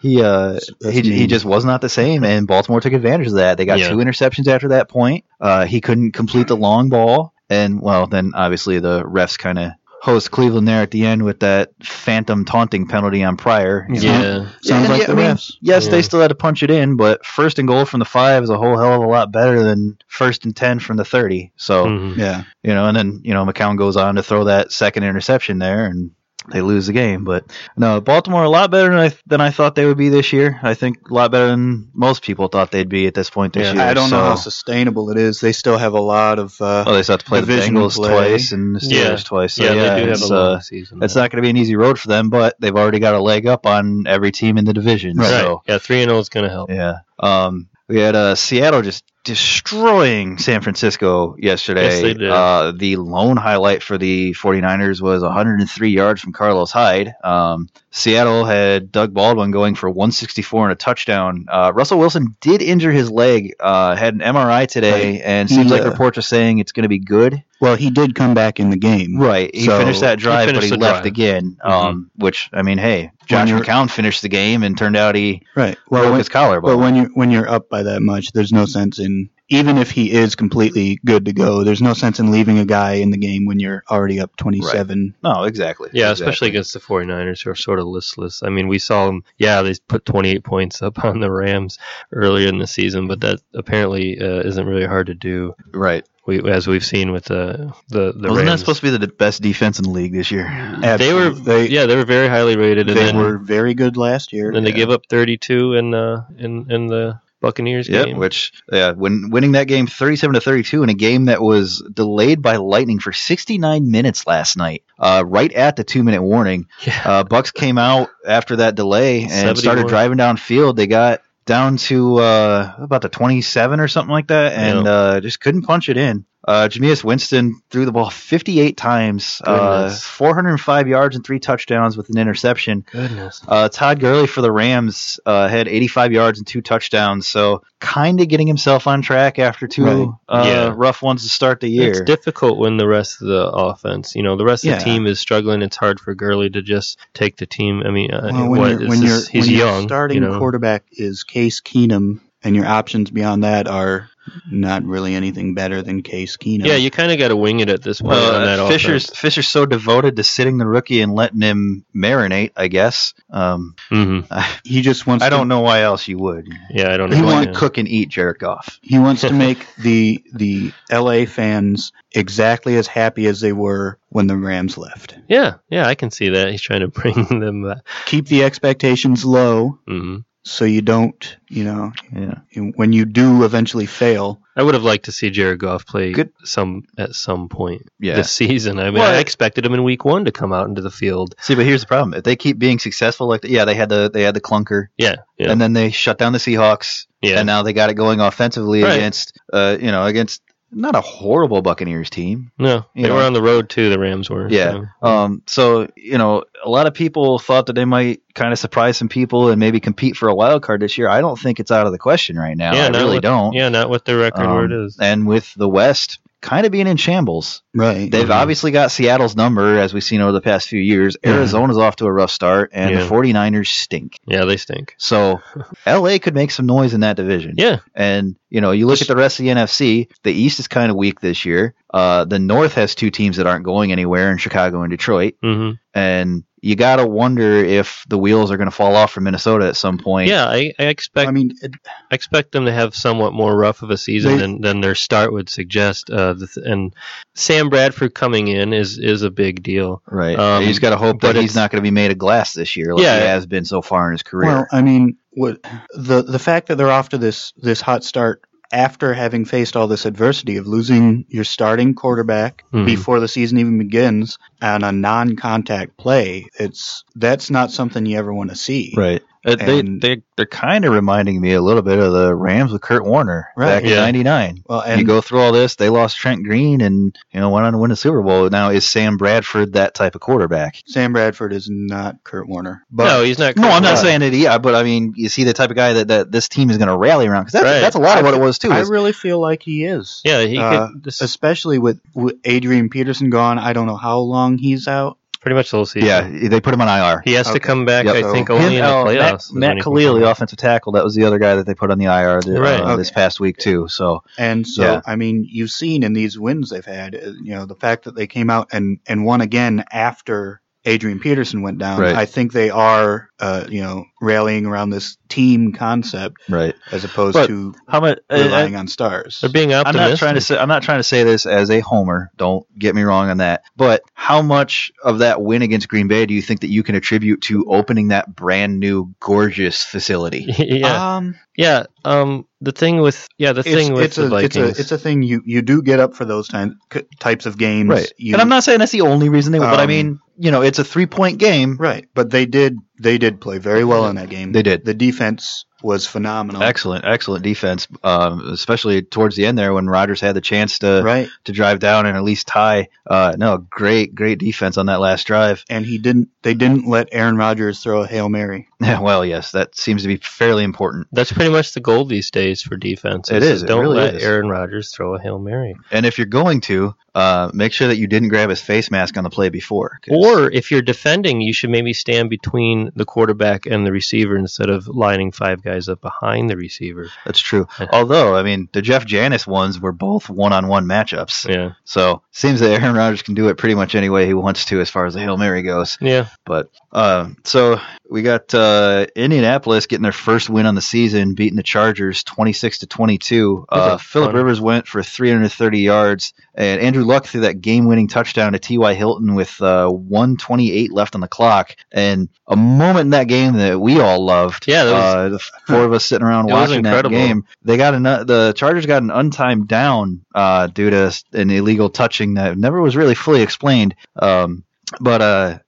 S3: he uh,
S2: That's
S3: he, he
S2: mean.
S3: just was not the same, and Baltimore took advantage of that. They got
S4: Yeah.
S3: two interceptions after that point. Uh, he couldn't complete the long ball, and well, then obviously the refs kind of. hosed Cleveland there at the end with that phantom taunting penalty on Pryor. You know,
S4: *laughs* yeah.
S2: Sounds
S3: and
S2: like
S3: yeah,
S2: the
S3: I mean,
S2: refs.
S3: Yes,
S4: Yeah.
S3: they still had to punch it in, but first and goal from the five is a whole hell of a lot better than first and ten from the thirty. *laughs* So
S4: Mhm.
S2: Yeah.
S3: you know, and then you know McCown goes on to throw that second interception there, and they lose the game. But no, Baltimore a lot better than I than I thought they would be this year. I think a lot better than most people thought they'd be at this point this
S4: Yeah.
S3: year.
S2: I don't know
S3: so-
S2: how sustainable it is. They still have a lot of. Uh,
S3: Oh, they still have to play the
S2: division
S3: Bengals
S2: play.
S3: twice and the Steelers
S4: Yeah.
S3: twice. So,
S4: yeah,
S3: yeah,
S4: they do have
S3: it's,
S4: a long
S3: uh,
S4: season.
S3: it's
S4: though.
S3: not going to be an easy road for them, but they've already got a leg up on every team in the division.
S2: Right.
S3: So
S4: Right. Yeah, three and zero is going to help.
S3: Yeah. Um, we had uh, Seattle just destroying San Francisco yesterday.
S4: Yes, they did.
S3: Uh, the lone highlight for the 49ers was 103 yards from Carlos Hyde. Um, Seattle had Doug Baldwin going for 164 and a touchdown. Uh, Russell Wilson did injure his leg, uh, had an MRI today,
S2: Right.
S3: and seems like
S2: Yeah.
S3: reports are saying it's going to be good.
S2: well, he did come back in the game.
S3: Right. He
S2: So-
S3: finished that drive,
S4: finished
S3: but
S4: the
S3: he left
S4: drive. Mm-hmm.
S3: again. Um, which, I mean, hey, Josh
S2: you're-
S3: McCown finished the game, and turned out he
S2: Right.
S3: broke
S2: Well, when,
S3: his collarbone.
S2: but when you when you're up by that much, there's no sense in even if he is completely good to go. There's no sense in leaving a guy in the game when you're already up 27.
S3: no, exactly.
S4: Yeah,
S3: Exactly.
S4: especially against the 49ers, who are sort of listless. I mean, we saw them. Yeah, they put 28 points up *laughs* on the Rams earlier in the season, but that apparently uh, isn't really hard to do.
S3: Right.
S4: We, as we've seen with the the, the
S3: Wasn't that
S4: Rams.
S3: supposed to be the de- best defense in the league this year? *laughs*
S4: They were-
S2: Absolutely. they
S4: yeah, they were very highly rated, and
S2: they
S4: then
S2: were very good last year.
S4: and they gave up 32 in uh, in in the Buccaneers
S3: Yeah,
S4: game.
S3: which yeah, when winning that game thirty-seven to thirty-two in a game that was delayed by lightning for sixty-nine minutes last night, uh, right at the two-minute warning.
S4: yeah.
S3: Uh, Bucks came out after that delay and
S4: 71.
S3: started driving downfield. They got down to uh, about the twenty-seven or something like that, and
S4: Yeah.
S3: uh, just couldn't punch it in. Uh, Jameis Winston threw the ball fifty-eight times, uh,
S4: Goodness.
S3: four hundred and five yards and three touchdowns with an interception.
S4: Goodness.
S3: Uh, Todd Gurley for the Rams uh, had 85 yards and two touchdowns, so kind of getting himself on track after two
S2: Right.
S3: uh,
S4: Yeah.
S3: rough ones to start the year.
S4: It's difficult when the rest of the offense, you know, the rest of
S2: Yeah.
S4: the team is struggling. It's hard for Gurley to just take the team. I mean, uh,
S2: Well, when
S4: what,
S2: you're,
S4: it's
S2: when
S4: just-
S2: you're,
S4: he's
S2: when your
S4: young.
S2: starting
S4: you know?
S2: quarterback is Case Keenum, and your options beyond that are not really anything better than Case Keenum.
S4: Yeah, you kind of got to wing it at this point. on that
S3: well, uh,
S4: offense.
S3: Fisher's Fisher's so devoted to sitting the rookie and letting him marinate. I guess um,
S4: Mhm.
S2: he just wants.
S3: I
S2: to
S3: don't know why else you would.
S4: Yeah, I don't
S2: He
S4: know.
S3: You
S2: want-
S3: want
S4: yeah.
S3: to cook and eat Jared Goff.
S2: He wants
S4: *laughs*
S2: to make the the LA fans exactly as happy as they were when the Rams left.
S4: *laughs* yeah, yeah, I can see that. He's trying to bring them back.
S2: Keep the expectations low
S4: Mhm.
S2: so you don't, you know,
S3: Yeah.
S2: you- when you do eventually fail.
S4: I would have liked to see Jared Goff play
S3: Good-
S4: some at some point
S3: Yeah.
S4: this season. I mean,
S3: Well,
S4: I
S3: I-
S4: expected him in week one to come out into the field.
S3: See, but here's the problem. If they keep being successful like that, yeah, they had the they had the clunker,
S4: Yeah, yeah,
S3: and then they shut down the Seahawks,
S4: yeah.
S3: and uh, now they got it going offensively
S4: Right.
S3: against, uh, you know, against not a horrible Buccaneers team.
S4: no,
S3: you
S4: they were
S3: know.
S4: on the road too. The Rams were.
S3: Yeah.
S4: so.
S3: Um, so you know, a lot of people thought that they might kind of surprise some people and maybe compete for a wild card this year. I don't think it's out of the question right now.
S4: Yeah,
S3: I
S4: not
S3: really
S4: with-
S3: don't.
S4: yeah, not with the record where it
S3: Um,
S4: is.
S3: And with the West kind of being in shambles,
S2: Right.
S3: They've
S4: Mhm.
S3: obviously got Seattle's number, as we've seen over the past few years.
S2: Yeah.
S3: Arizona's off to a rough start, and
S4: Mm-hmm. Yeah.
S3: the 49ers stink.
S4: Yeah, they stink. *laughs*
S3: So LA could make some noise in that division.
S4: Yeah,
S3: And, you know, you look at the rest of the NFC, the East is kind of weak this year. Uh, the North has two teams that aren't going anywhere in Chicago and Detroit.
S4: hmm
S3: And you got to wonder if the wheels are going to fall off for Minnesota at some point.
S4: yeah. I, I expect
S2: I mean, it,
S4: I expect them to have somewhat more rough of a season
S2: They-
S4: than, than their start would suggest. Uh, the th- and Sam Bradford coming in is is a big deal.
S3: Right.
S4: Um,
S3: you just got to hope
S4: but
S3: that he's
S4: it's-
S3: not going to be made of glass this year like
S4: Yeah.
S3: he has been so far in his career.
S2: well, I mean, what the the fact that they're off to this this hot start after having faced all this adversity of losing your starting quarterback
S3: Hmm.
S4: Mhm.
S2: before the season even begins on a non-contact play, it's that's not something you ever want to see.
S3: Right. Uh, they,
S2: And-
S3: they, they're kind of reminding me a little bit of the Rams with Kurt Warner
S2: Right.
S3: back in
S4: Yeah.
S3: 99.
S2: Well,
S3: And
S2: and
S3: you go through all this, they lost Trent Green and, you know, went on to win the Super Bowl. Now, is Sam Bradford that type of quarterback?
S2: Sam Bradford is not Kurt Warner. But
S4: no, he's not.
S3: No, I'm not
S4: Right.
S3: saying that, yeah, but I mean, is he the type of guy that, that this team is going to rally around? Because that's,
S4: Right.
S3: that's a lot of what it was, too.
S2: I
S3: is-
S2: really feel like he is.
S4: Yeah, he
S2: Uh,
S4: could. This is
S2: Especially with, with Adrian Peterson gone, I don't know how long he's out.
S4: pretty much the whole season.
S3: yeah, they put him on IR.
S4: he has to
S2: Okay.
S4: come back.
S3: Yep.
S4: I
S2: So-
S4: think only
S3: Him-
S4: in the
S3: oh,
S4: playoffs. is when
S3: Matt,
S4: he
S3: Matt
S4: can
S3: Khalil,
S4: come
S3: the
S4: back.
S3: offensive tackle, that was the other guy that they put on the IR the,
S4: Right.
S3: uh, this past week, too. So,
S2: And so,
S3: Yeah.
S2: I mean, you've seen in these wins they've had, uh, you know, the fact that they came out and, and won again after Adrian Peterson went down.
S3: Right.
S2: I think they are, uh, you know, rallying around this team concept
S3: right.
S2: as opposed
S3: But-
S2: to
S3: How much?
S4: uh,
S3: uh,
S2: relying on stars.
S4: They're being
S3: I'm
S4: optimistic.
S3: not trying to say I'm not trying to say this as a homer. Don't get me wrong on that. But how much of that win against Green Bay do you think that you can attribute to opening that brand new gorgeous
S4: *laughs*
S3: facility?
S4: yeah,
S2: Um,
S4: yeah. Um, the thing with yeah, the
S2: it's,
S4: thing with
S2: it's
S4: the
S2: a,
S4: Vikings.
S2: It's a, it's a thing you, you do get up for those time, c- types of games. You,
S3: and I'm not saying that's the only reason they won, but I
S2: Um,
S3: mean, you know, it's a three point game.
S2: Right, but they did they did play very well in that game.
S3: They did.
S2: The defense was phenomenal.
S3: Excellent, excellent defense, um, especially towards the end there when Rodgers had the chance to
S2: Right,
S3: to drive down and at least tie. Uh, no, great, great defense on that last drive. *laughs*
S2: and he didn't. They didn't let Aaron Rodgers throw a hail mary.
S3: well, yes, that seems to be fairly important.
S4: that's pretty much the goal these days for defense.
S3: It is, it
S4: Don't
S3: really
S4: let
S3: is.
S4: Aaron Rodgers throw a hail mary.
S3: And if you're going to, uh, make sure that you didn't grab his face mask on the play before. 'cause-
S4: Or if you're defending, you should maybe stand between the quarterback and the receiver instead of lining five guys up behind the receiver.
S3: that's true. Although, I mean, the Jeff Janis ones were both one-on-one matchups.
S4: Yeah.
S3: So seems that Aaron Rodgers can do it pretty much any way he wants to, as far as the hail mary goes.
S4: Yeah.
S3: But uh, so we got uh, Indianapolis getting their first win on the season, beating the Chargers twenty-six to twenty-two. Uh,
S4: That's a
S3: Philip
S4: fun-
S3: Rivers went for three hundred thirty yards, and Andrew Luck threw that game-winning touchdown to T.Y. Hilton with uh, one twenty-eight left on the clock, and a moment in that game that we all loved.
S4: Yeah, that was-
S3: uh, the four of us sitting around
S4: *laughs* It was
S3: watching that
S4: incredible.
S3: game. They got an, the Chargers got an untimed down uh, due to s- an illegal touching that never was really fully explained. Um, but uh,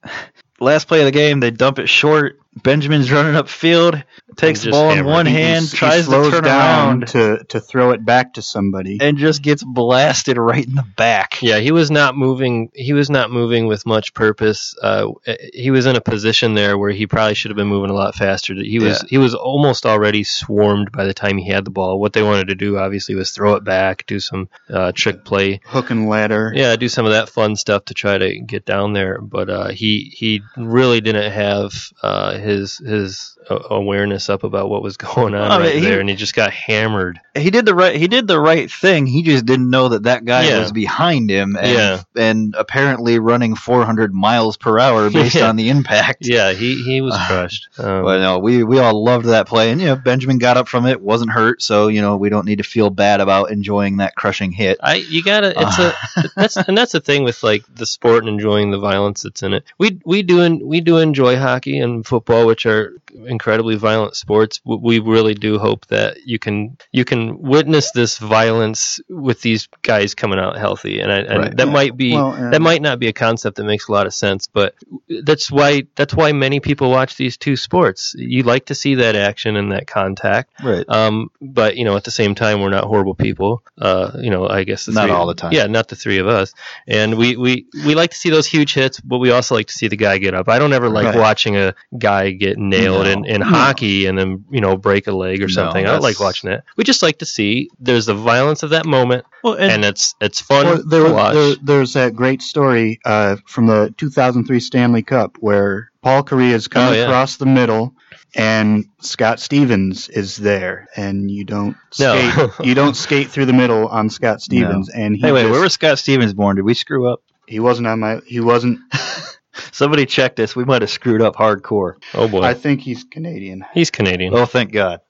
S3: last play of the game, they dump it short. Benjamin's running upfield, takes the
S4: just
S3: ball in
S4: hammered.
S3: one
S2: He- he
S3: hand,
S2: s- he
S3: tries to
S2: slows
S3: turn
S2: down
S3: around,
S2: to to throw it back to somebody.
S3: and just gets blasted right in the back.
S4: Yeah, he was not moving. He was not moving with much purpose. Uh, he was in a position there where he probably should have been moving a lot faster. He was he was almost already swarmed by the time he had the ball. What they wanted to do obviously was throw it back, do some uh, trick play.
S2: Hook and ladder.
S4: Yeah, do some of that fun stuff to try to get down there, but uh, he he really didn't have uh, his his a- awareness up about what was *laughs* going on
S3: I mean,
S4: right
S3: he-
S4: there, and he just got hammered.
S3: He did the right. He did the right thing. He just didn't know that that guy
S4: Yeah.
S3: was behind him, and,
S4: Yeah.
S3: and apparently running 400 miles per hour based
S4: Yeah.
S3: on the impact.
S4: Yeah, he he was
S3: Uh,
S4: crushed. Um,
S3: But no, we we all loved that play, and you know Benjamin got up from it, wasn't hurt, so you know we don't need to feel bad about enjoying that crushing hit.
S4: I you gotta it's a *laughs* that's and that's the thing with like the sport and enjoying the violence that's in it. We we do en- we do enjoy hockey and football football, which are incredibly violent sports, w- we really do hope that you can you can witness this violence with these guys coming out healthy, and, I, and
S2: Right.
S4: that
S2: Yeah.
S4: might be
S2: Well, and-
S4: that might not be a concept that makes a lot of sense, but that's why that's why many people watch these two sports. You like to see that action and that contact,
S3: Right.
S4: um, but you know at the same time we're not horrible people. Uh, you know, I guess the
S3: Not
S4: three-
S3: all the time.
S4: Yeah, not the three of us. And we, we, we like to see those huge hits, but we also like to see the guy get up. I don't ever like
S3: Right.
S4: watching a guy get nailed
S3: No,
S4: in, in
S2: no.
S4: hockey and then, you know, break a leg or
S3: No,
S4: something. I don't like
S3: that's-
S4: watching it. We just like to see there's the violence of that moment
S3: Well,
S4: and,
S3: and,
S4: it's it's fun
S2: Well, there,
S4: to watch.
S2: there, there's that great story uh, from the 2003 Stanley Cup where Paul Correa is coming
S4: Oh, yeah.
S2: across the middle, and Scott Stevens is there, and you don't skate,
S4: No.
S2: you don't skate through the middle on
S3: *laughs*
S2: Scott Stevens, and he
S3: hey, wait,
S2: just-
S3: where was Scott Stevens born? Did we screw up?
S2: he wasn't on my he wasn't.
S3: Somebody check this. We might have screwed up hardcore.
S4: oh boy.
S2: I think he's Canadian.
S4: He's Canadian.
S3: Oh, thank
S4: *laughs*
S3: God.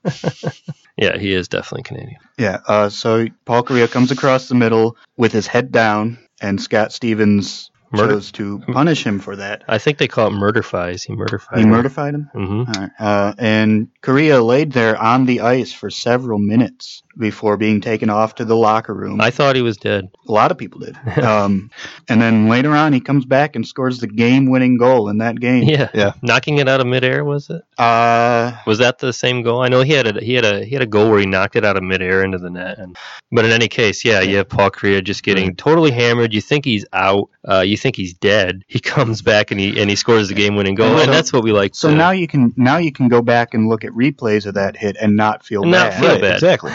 S4: Yeah, he is definitely Canadian.
S2: Yeah. Uh, so Paul Correa comes across the middle with his head down, and Scott Stevens
S4: Murder-
S2: chose to punish him for that.
S4: I think they call it murderfies. He murderfied.
S2: He murdered him.
S4: hmm
S2: All right. Uh, and Korea laid there on the ice for several minutes before being taken off to the locker room.
S4: I thought he was dead.
S2: A lot of people
S4: *laughs*
S2: did. um, and then later on, he comes back and scores the game-winning goal in that game.
S4: *laughs* Yeah.
S3: Yeah.
S4: Knocking it out of midair was it?
S2: Uh,
S4: Was that the same goal? I know he had a he had a he had a goal where he knocked it out of midair into the net. And, but in any case, yeah, you have Paul Korea just getting totally hammered. You think he's out. Uh, you think he's dead. *laughs* He comes back and he and he scores the game winning goal.
S2: And
S4: And,
S2: so-
S4: that's what we like.
S2: so
S4: to,
S2: now you can now you can go back and look at replays of that hit and not feel
S4: And not
S2: bad.
S4: feel
S3: Right,
S4: bad. *laughs*
S3: Exactly.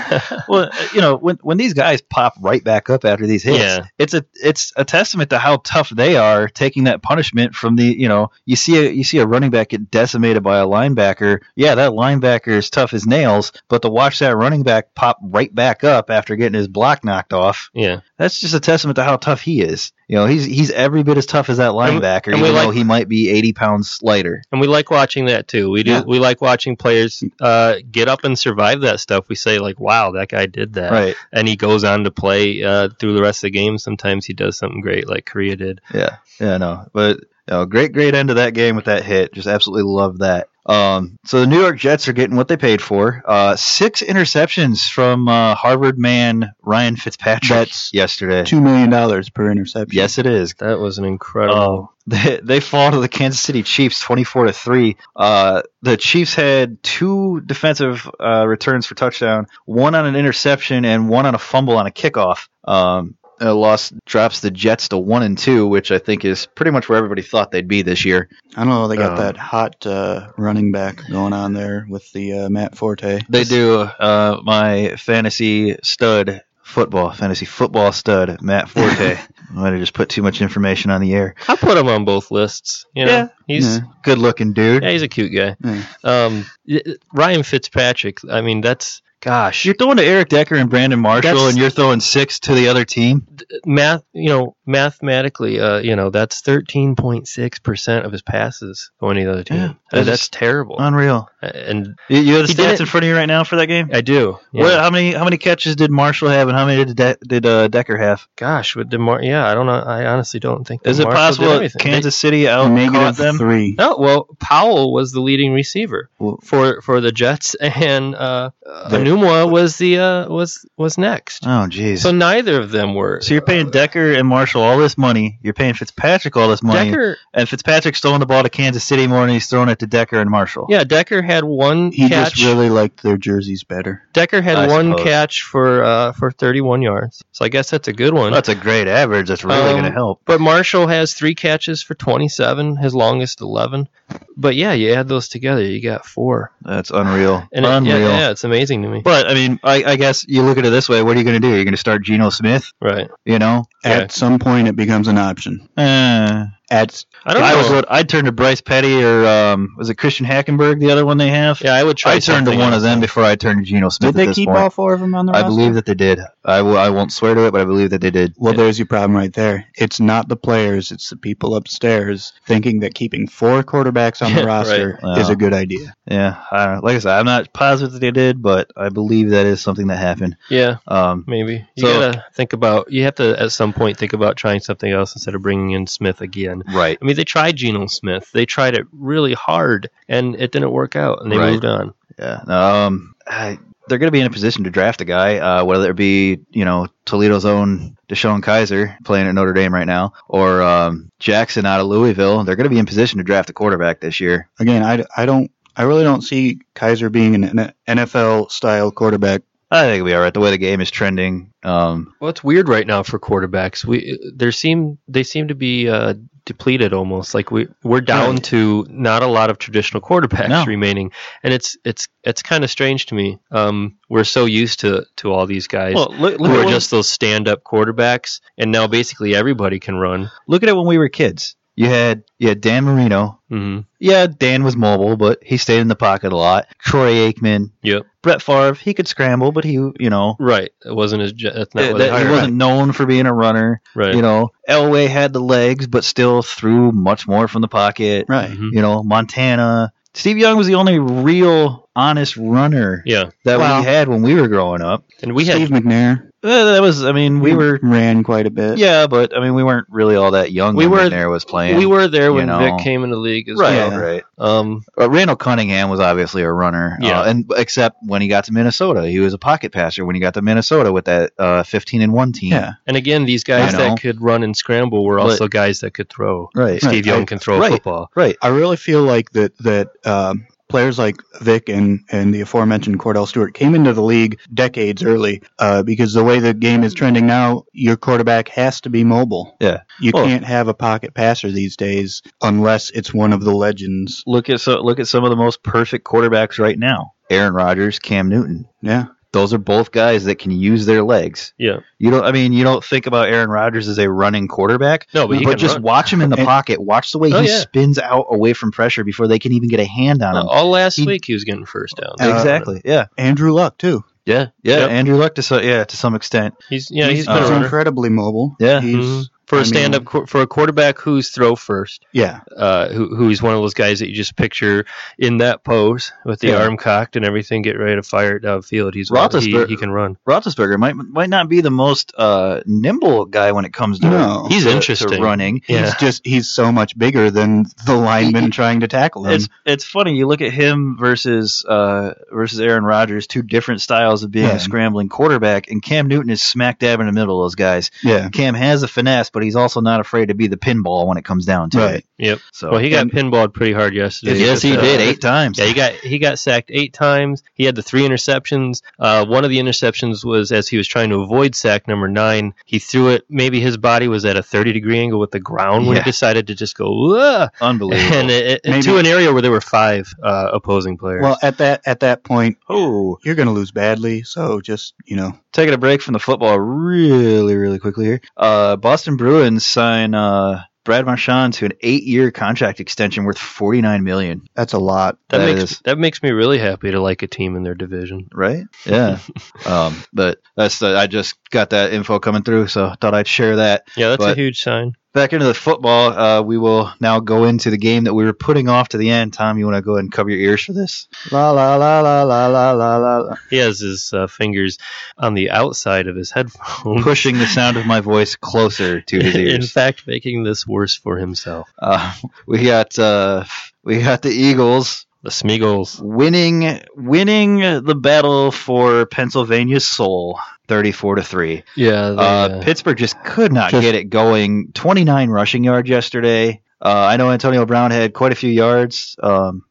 S3: well, you know, when when these guys pop right back up after these hits,
S4: Yeah.
S3: it's a it's a testament to how tough they are taking that punishment from the you know you see a you see a running back get decimated by a linebacker. Yeah, that linebacker is tough as nails, but to watch that running back pop right back up after getting his block knocked off,
S4: yeah,
S3: that's just a testament to how tough he is. You know, he's he's every bit as tough as that
S4: And-
S3: linebacker,
S4: and we
S3: even though
S4: like-
S3: he might be eighty pounds lighter.
S4: and we like watching that too. We do.
S3: Yeah.
S4: We like watching players uh, get up and survive that stuff. We say like, "Wow, that guy did that."
S3: Right.
S4: and he goes on to play uh, through the rest of the game. Sometimes he does something great, like Korea did.
S3: Yeah, yeah, no, but no, great, great end of that game with that hit. Just absolutely love that. Um, so the New York Jets are getting what they paid for. Uh, six interceptions from uh, Harvard man Ryan Fitzpatrick
S2: That's-
S3: yesterday.
S2: Two million dollars per interception.
S3: Yes, it is.
S4: That was an
S3: Um,
S4: incredible.
S3: *laughs* they, they fall to the Kansas City Chiefs, twenty-four to three. Uh, the Chiefs had two defensive uh, returns for touchdown, one on an interception and one on a fumble on a kickoff. Um, a loss drops the Jets to one and two, which I think is pretty much where everybody thought they'd be this year.
S2: I don't know. They got
S4: Oh.
S3: Um,
S2: that hot uh, running back going on there with the uh, Matt Forte.
S3: They do. Uh, my fantasy stud football, fantasy football stud, Matt Forte. Might have just put too much information on the air.
S4: I put him on both lists. You know,
S3: Yeah.
S4: he's yeah.
S3: Good looking dude.
S4: he's a cute guy.
S2: Yeah.
S4: Um, y- Ryan Fitzpatrick. I mean, that's gosh,
S3: You're throwing to Eric Decker and Brandon Marshall,
S4: That's-
S3: and you're throwing six to the other team.
S4: math. You know, mathematically, uh, you know, that's thirteen point six percent of his passes going to the other team.
S3: Yeah.
S4: Uh,
S3: That's
S4: that's
S3: just-
S4: terrible.
S3: Unreal.
S4: and
S3: You, you have the
S4: He did
S3: stats
S4: it-
S3: in front of you right now for that game.
S4: I do.
S3: What?
S4: Yeah.
S3: How many? How many catches did Marshall have, and how many did De- did uh, Decker have?
S4: Gosh, with Demar. Yeah, I don't know. I honestly don't think.
S3: Is it
S4: Marshall did
S3: possible that
S4: everything. They-
S3: Kansas City out caught
S2: Negative
S3: Oh, them?
S2: three.
S4: No, well, Powell was the leading receiver
S2: Well-
S4: for for the Jets, *laughs* and uh,
S2: They-
S4: Anumwa was the uh, was was next.
S3: Oh, jeez.
S4: So neither of them were.
S3: So you're paying Decker and Marshall all this money. You're paying Fitzpatrick all this money.
S4: Decker.
S3: And Fitzpatrick's throwing the ball to Kansas City more than he's throwing it to Decker and Marshall.
S4: Yeah, Decker had one
S2: He
S4: catch.
S2: just really liked their jerseys better.
S4: Decker had
S3: I
S4: one
S3: suppose.
S4: catch for uh, for 31 yards. So I guess that's a good one.
S3: That's a great average. That's really
S4: Um,
S3: going to help.
S4: but Marshall has three catches for 27, his longest 11. But yeah, you add those together, you got four.
S3: That's unreal.
S4: And it- yeah,
S3: unreal.
S4: yeah, it's amazing to me.
S3: But, I mean, I, I guess you look at it this way. What are you going to do? You're going to start Geno Smith,
S4: Right.
S3: you know?
S4: Yeah.
S2: At some point, it becomes an option.
S3: Uh,
S2: At
S4: I don't
S3: if I
S4: know.
S3: was, what, I'd turn to Bryce Petty or, um, was it Christian Hackenberg, the other one they have?
S4: yeah, I would try
S3: I'd turn to
S4: something
S3: one of
S4: else.
S3: them before I turn to Geno Smith
S2: did
S3: at
S2: they
S3: this
S2: keep
S3: point.
S2: all four of them on the
S3: I
S2: roster?
S3: believe that they did. I w- I won't swear to it, but I believe that they did.
S2: Well, there's your problem right there. It's not the players; it's the people upstairs thinking that keeping four quarterbacks on
S4: Yeah,
S2: the roster
S3: *laughs* right.
S2: is
S3: Yeah.
S2: a good idea.
S3: Yeah, I don't, like I said, I'm not positive that they did, but I believe that is something that happened.
S4: Yeah.
S3: Um,
S4: Maybe you
S3: So-
S4: gotta think about. You have to at some point think about trying something else instead of bringing in Smith again. in.
S3: Right.
S4: I mean, they tried Geno Smith. They tried it really hard, and it didn't work out, and they
S3: Right.
S4: moved on.
S3: Yeah. Um, I, they're going to be in a position to draft a guy, uh, whether it be you know Toledo's own Deshaun Kaiser playing at Notre Dame right now, or um, Jackson out of Louisville. They're going to be in position to draft a quarterback this year.
S2: Again, I, I don't I really don't see Kaiser being an NFL style quarterback.
S3: I think it'll be all right. The way the game is trending, um,
S4: Well, it's weird right now for quarterbacks. We there seem they seem to be uh, depleted almost. Like we we're down
S2: Right.
S4: to not a lot of traditional quarterbacks
S3: No.
S4: remaining, and it's it's it's kind of strange to me. Um, we're so used to to all these guys.
S3: look,
S4: who are
S3: at
S4: just those stand-up quarterbacks, and now basically everybody can run.
S3: look at it when we were kids. You had you had Dan Marino.
S4: hmm
S3: Yeah, Dan was mobile, but he stayed in the pocket a lot. Troy Aikman,
S4: Yep.
S3: Brett Favre, he could scramble, but he you know
S4: Right. It wasn't as. ge- That's not
S3: that-
S4: what they
S3: he
S4: hired.
S3: wasn't known for being a runner.
S4: Right.
S3: You know, Elway had the legs, but still threw much more from the pocket.
S2: Right.
S4: Mhm.
S3: You know, Montana. Steve Young was the only real honest runner
S4: Yeah.
S3: that
S2: Wow.
S3: we had when we were growing up.
S4: And we
S2: Steve
S4: had
S2: McNair.
S3: Uh, that was, I mean, we were,
S2: ran quite a bit.
S3: yeah, but I mean, we weren't really all that young.
S4: We
S3: when
S4: were-
S3: McNair was playing.
S4: we were there
S3: you
S4: when
S3: know.
S4: Vic came in the league as
S3: right,
S4: well.
S3: right.
S4: Um.
S3: Uh, Randall Cunningham was obviously a runner, uh,
S4: Yeah.
S3: and except when he got to Minnesota, he was a pocket passer. When he got to Minnesota with that uh, fifteen and one team,
S2: Yeah.
S4: And again, these guys
S3: You know.
S4: that could run and scramble were
S3: But-
S4: also guys that could throw.
S3: right,
S4: Steve Young can throw a
S3: right.
S4: football.
S3: right,
S2: I really feel like that that um, players like Vic and and the aforementioned Cordell Stewart came into the league decades early uh, because the way the game is trending now, your quarterback has to be mobile.
S3: Yeah.
S2: you
S3: Well-
S2: can't have a pocket passer these days unless it's one of the legends.
S3: Look at so look at some of the most perfect quarterbacks right now: Aaron Rodgers, Cam Newton.
S2: Yeah,
S3: Those are both guys that can use their legs.
S4: Yeah.
S3: You don't. I mean, you don't think about Aaron Rodgers as a running quarterback,
S4: No, but he
S3: but
S4: can
S3: just
S4: run.
S3: watch him in the
S2: *laughs* And-
S3: pocket. Watch the way
S4: Oh,
S3: he
S4: yeah. Oh,
S3: spins out away from pressure before they can even get a hand on him.
S4: all last
S3: he-
S4: week he was getting first down.
S2: Uh,
S3: exactly. Yeah.
S2: Andrew Luck too.
S3: Yeah. Yeah.
S4: Yep.
S3: Andrew Luck to so, yeah to some extent.
S4: He's yeah. He's
S2: he's,
S4: been a
S3: uh,
S4: runner.
S2: incredibly mobile.
S3: Yeah.
S2: he's
S4: Mhm. for
S2: I
S4: a
S2: mean-
S4: stand-up qu- for a quarterback who's throw first.
S2: yeah.
S4: uh, who who is one of those guys that you just picture in that pose with the
S3: Yeah.
S4: arm cocked and everything, get ready to fire it downfield. He's he,
S3: Roethlisberger-
S4: he can run.
S3: Roethlisberger might might not be the most uh, nimble guy when it comes to
S2: No.
S4: He's
S3: to- to
S4: interesting.
S3: running.
S4: Yeah,
S2: He's just he's so much bigger than the
S4: *laughs*
S2: lineman trying to
S4: Um,
S2: tackle him.
S3: It's it's funny you look at him versus uh, versus Aaron Rodgers, two different styles of being
S2: Yeah.
S3: a scrambling quarterback, and Cam Newton is smack dab in the middle of those guys.
S2: yeah.
S3: Cam has a finesse, but he's also not afraid to be the pinball when it comes down to
S2: Right.
S3: it.
S4: yep.
S3: So
S4: Well, he got pinballed pretty hard yesterday.
S3: yes, he
S4: Uh,
S3: did eight times.
S4: Yeah, he got he got sacked eight times. He had the three interceptions. Uh, one of the interceptions was as he was trying to avoid sack number nine. He threw it. Maybe his body was at a thirty degree angle with the ground when
S3: Yeah.
S4: he decided to just go "Ugh,"
S3: Unbelievable.
S4: and it, it,
S2: Maybe-
S4: to an area where there were five uh, opposing players.
S2: Well, at that at that point,
S3: oh,
S2: you're going to lose badly. So just you know,
S3: taking a break from the football really, really quickly here. Uh, Boston Bruins sign uh, Brad Marchand to an eight-year contract extension worth forty-nine million.
S2: that's a lot.
S4: that,
S3: that
S4: makes
S3: is-
S4: that makes me really happy to like a team in their division.
S3: right?
S4: *laughs*
S3: Yeah. um, but that's the, I just got that info coming through, so thought I'd share that.
S4: Yeah, that's
S3: But-
S4: a huge sign.
S3: Back into the football, uh, we will now go into the game that we were putting off to the end. Tom, you want to go ahead and cover your ears for
S4: *laughs*
S3: this?
S2: La la la la la la la la. la.
S4: He has his uh, fingers on the outside of
S3: *laughs*
S4: his headphone.
S3: Pushing the sound of my voice closer to his
S4: *laughs* In
S3: ears.
S4: fact, making this worse for himself.
S3: Uh, we got uh, we got the Eagles
S4: The Smeagol's.
S3: winning winning the battle for Pennsylvania's soul, thirty-four to three.
S4: Yeah. They,
S3: Uh, Pittsburgh just could not
S2: Just-
S3: get it going. 29 rushing yards yesterday. Uh, I know Antonio Brown had quite a few yards. Um,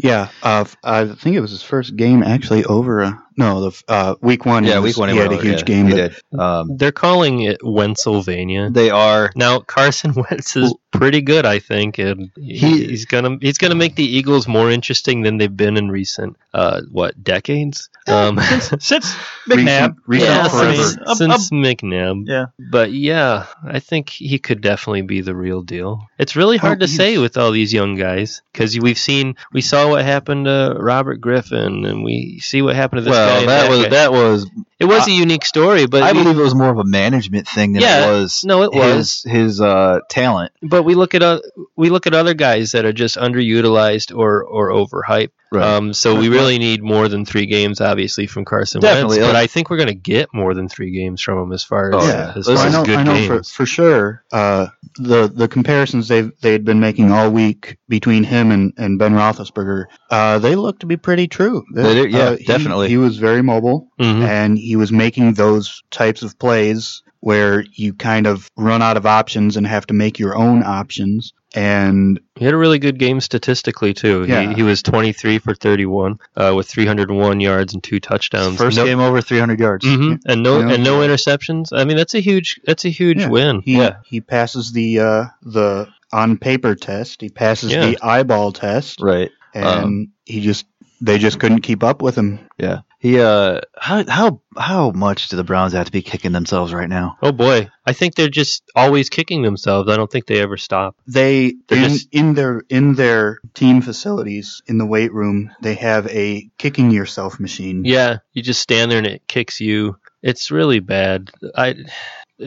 S2: Yeah, uh, f- I think it was his first game actually over. Uh, no, the f- uh, week one.
S3: yeah,
S2: was-
S3: week one
S2: He
S3: he
S2: had
S3: went
S2: a
S3: over,
S2: huge
S3: yeah,
S2: game.
S3: He
S2: but
S3: did. Um,
S4: they're calling it Wentzylvania.
S3: they are.
S4: Now Carson *laughs* Wentz is pretty good, I think, and
S3: He-
S4: he, he's gonna he's gonna make the Eagles more interesting than they've been in recent uh what decades. Um,
S3: *laughs*
S4: *laughs*
S3: Since
S2: McNabb. recent
S4: yeah,
S2: forever.
S4: since,
S3: Um,
S4: since McNabb.
S3: Yeah.
S4: But yeah, I think he could definitely be the real deal. It's really hard
S2: Well,
S4: to say
S2: he's-
S4: with all these young guys because we've seen we saw what happened to Robert Griffin and we see what happened to this guy.
S3: well,
S4: and
S3: that was
S4: guy.
S3: that was
S4: It was a unique story, but
S3: I
S4: we-
S3: believe it was more of a management thing than
S4: Yeah,
S3: it was.
S4: no, it
S3: his, his uh, talent,
S4: but we look at uh, we look at other guys that are just underutilized or or overhyped. Um, so we really need more than three games, obviously, from Carson
S3: Definitely.
S4: Wentz. But I think we're going to get more than three games from him as far as,
S3: Oh,
S2: yeah.
S4: as,
S3: Those
S4: far
S2: I
S4: as
S2: know,
S4: good
S2: I know for,
S4: games.
S2: for sure. Uh, the the comparisons they they'd been making all week between him and, and Ben Roethlisberger, uh, they look to be pretty true.
S3: They do, yeah,
S2: Uh, he-
S3: definitely.
S2: He was very mobile,
S4: Mhm.
S2: and he was making those types of plays where you kind of run out of options and have to make your own options. And
S4: He had a really good game statistically too.
S2: Yeah.
S4: He, he was 23 for 31 uh, with 301 yards and two touchdowns.
S3: first
S4: No-
S3: game over 300 yards.
S4: Mhm. and no
S2: Yeah.
S4: and no interceptions. I mean, that's a huge that's a huge
S2: Yeah.
S4: win.
S2: he he passes the uh, the on paper test. He passes
S4: Yeah.
S2: the eyeball test,
S3: Right.
S2: and
S3: Um,
S2: he just they just couldn't keep up with him.
S3: Yeah. He uh how how how much do the Browns have to be kicking themselves right now?
S4: Oh boy, I think they're just always kicking themselves. I don't think they ever stop.
S2: they
S4: They're
S2: in,
S4: just-
S2: in their in their team facilities in the weight room they have a kicking yourself machine
S4: Yeah, you just stand there and it kicks you. It's really bad. I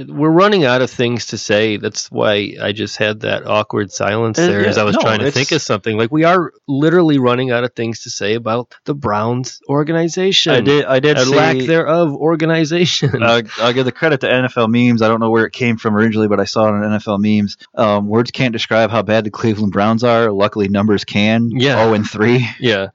S4: we're running out of things to say. That's why I just had that awkward silence
S3: Uh,
S4: there as
S3: yeah,
S4: I was
S3: no,
S4: trying to
S3: it's-
S4: think of something. Like we are literally running out of things to say about the Browns organization.
S3: I did Uh,
S4: and lack thereof organization.
S3: I'll, I'll give the credit to NFL memes. I don't know where it came from originally, but I saw it on NFL memes. Um, words can't describe how bad the Cleveland Browns are. Luckily, numbers can.
S4: Yeah.
S3: zero and three.
S4: yeah,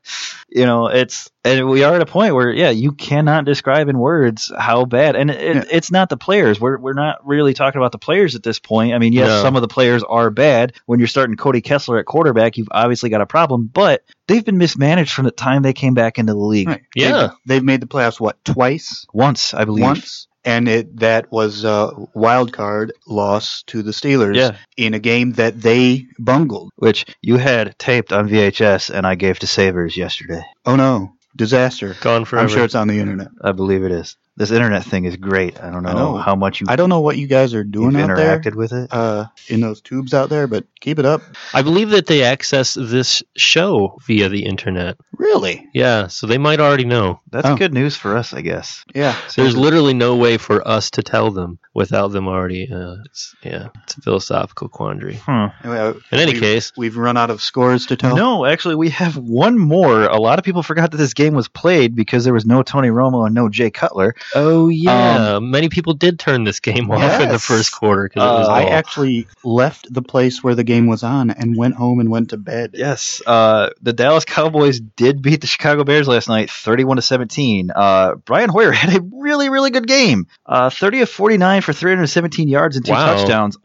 S3: You know, it's and we are at a point where yeah, you cannot describe in words how bad. And it,
S2: Yeah.
S3: it's not the players. We're we're not really talking about the players at this point. I mean, yes,
S4: No.
S3: some of the players are bad. When you're starting Cody Kessler at quarterback, you've obviously got a problem. But they've been mismanaged from the time they came back into the league.
S2: Right.
S4: yeah.
S2: they've, they've made the playoffs what twice
S3: Once, I believe.
S2: once and it that was a wild card loss to the steelers
S3: Yeah.
S2: in a game that they bungled
S3: which you had taped on VHS and I gave to Savers yesterday.
S2: oh no disaster
S4: Gone forever.
S2: i'm sure it's on the internet
S3: I believe it is. This internet thing is great. I don't know,
S2: I know.
S3: how much you,
S2: i don't know what you guys are
S3: you've
S2: doing out there
S3: interacted with it.
S2: uh, in those tubes out there but keep it up
S4: I believe that they access this show via the internet.
S2: really
S4: Yeah, so they might already know.
S3: That's
S2: oh.
S3: good news for us, I guess.
S2: yeah
S4: There's literally no way for us to tell them without them already. Uh, it's, yeah, it's a philosophical quandary.
S3: Hmm.
S2: Uh,
S4: In any
S2: we've-
S4: case,
S2: we've run out of scores to tell
S3: No, actually, we have one more. A lot of people forgot that this game was played because there was no Tony Romo and no Jay Cutler.
S4: oh yeah, many people did turn this game off in the
S2: Yes.
S4: first quarter because it was
S3: Uh,
S2: I
S4: all-
S2: actually left the place where the game was on and went home and went to bed.
S3: Yes, uh, the Dallas Cowboys did beat the Chicago Bears last night, thirty-one to seventeen. Uh, Brian Hoyer *laughs* had a really, really good game. Uh, Thirty of forty-nine for three hundred seventeen yards and two
S4: Wow.
S3: touchdowns.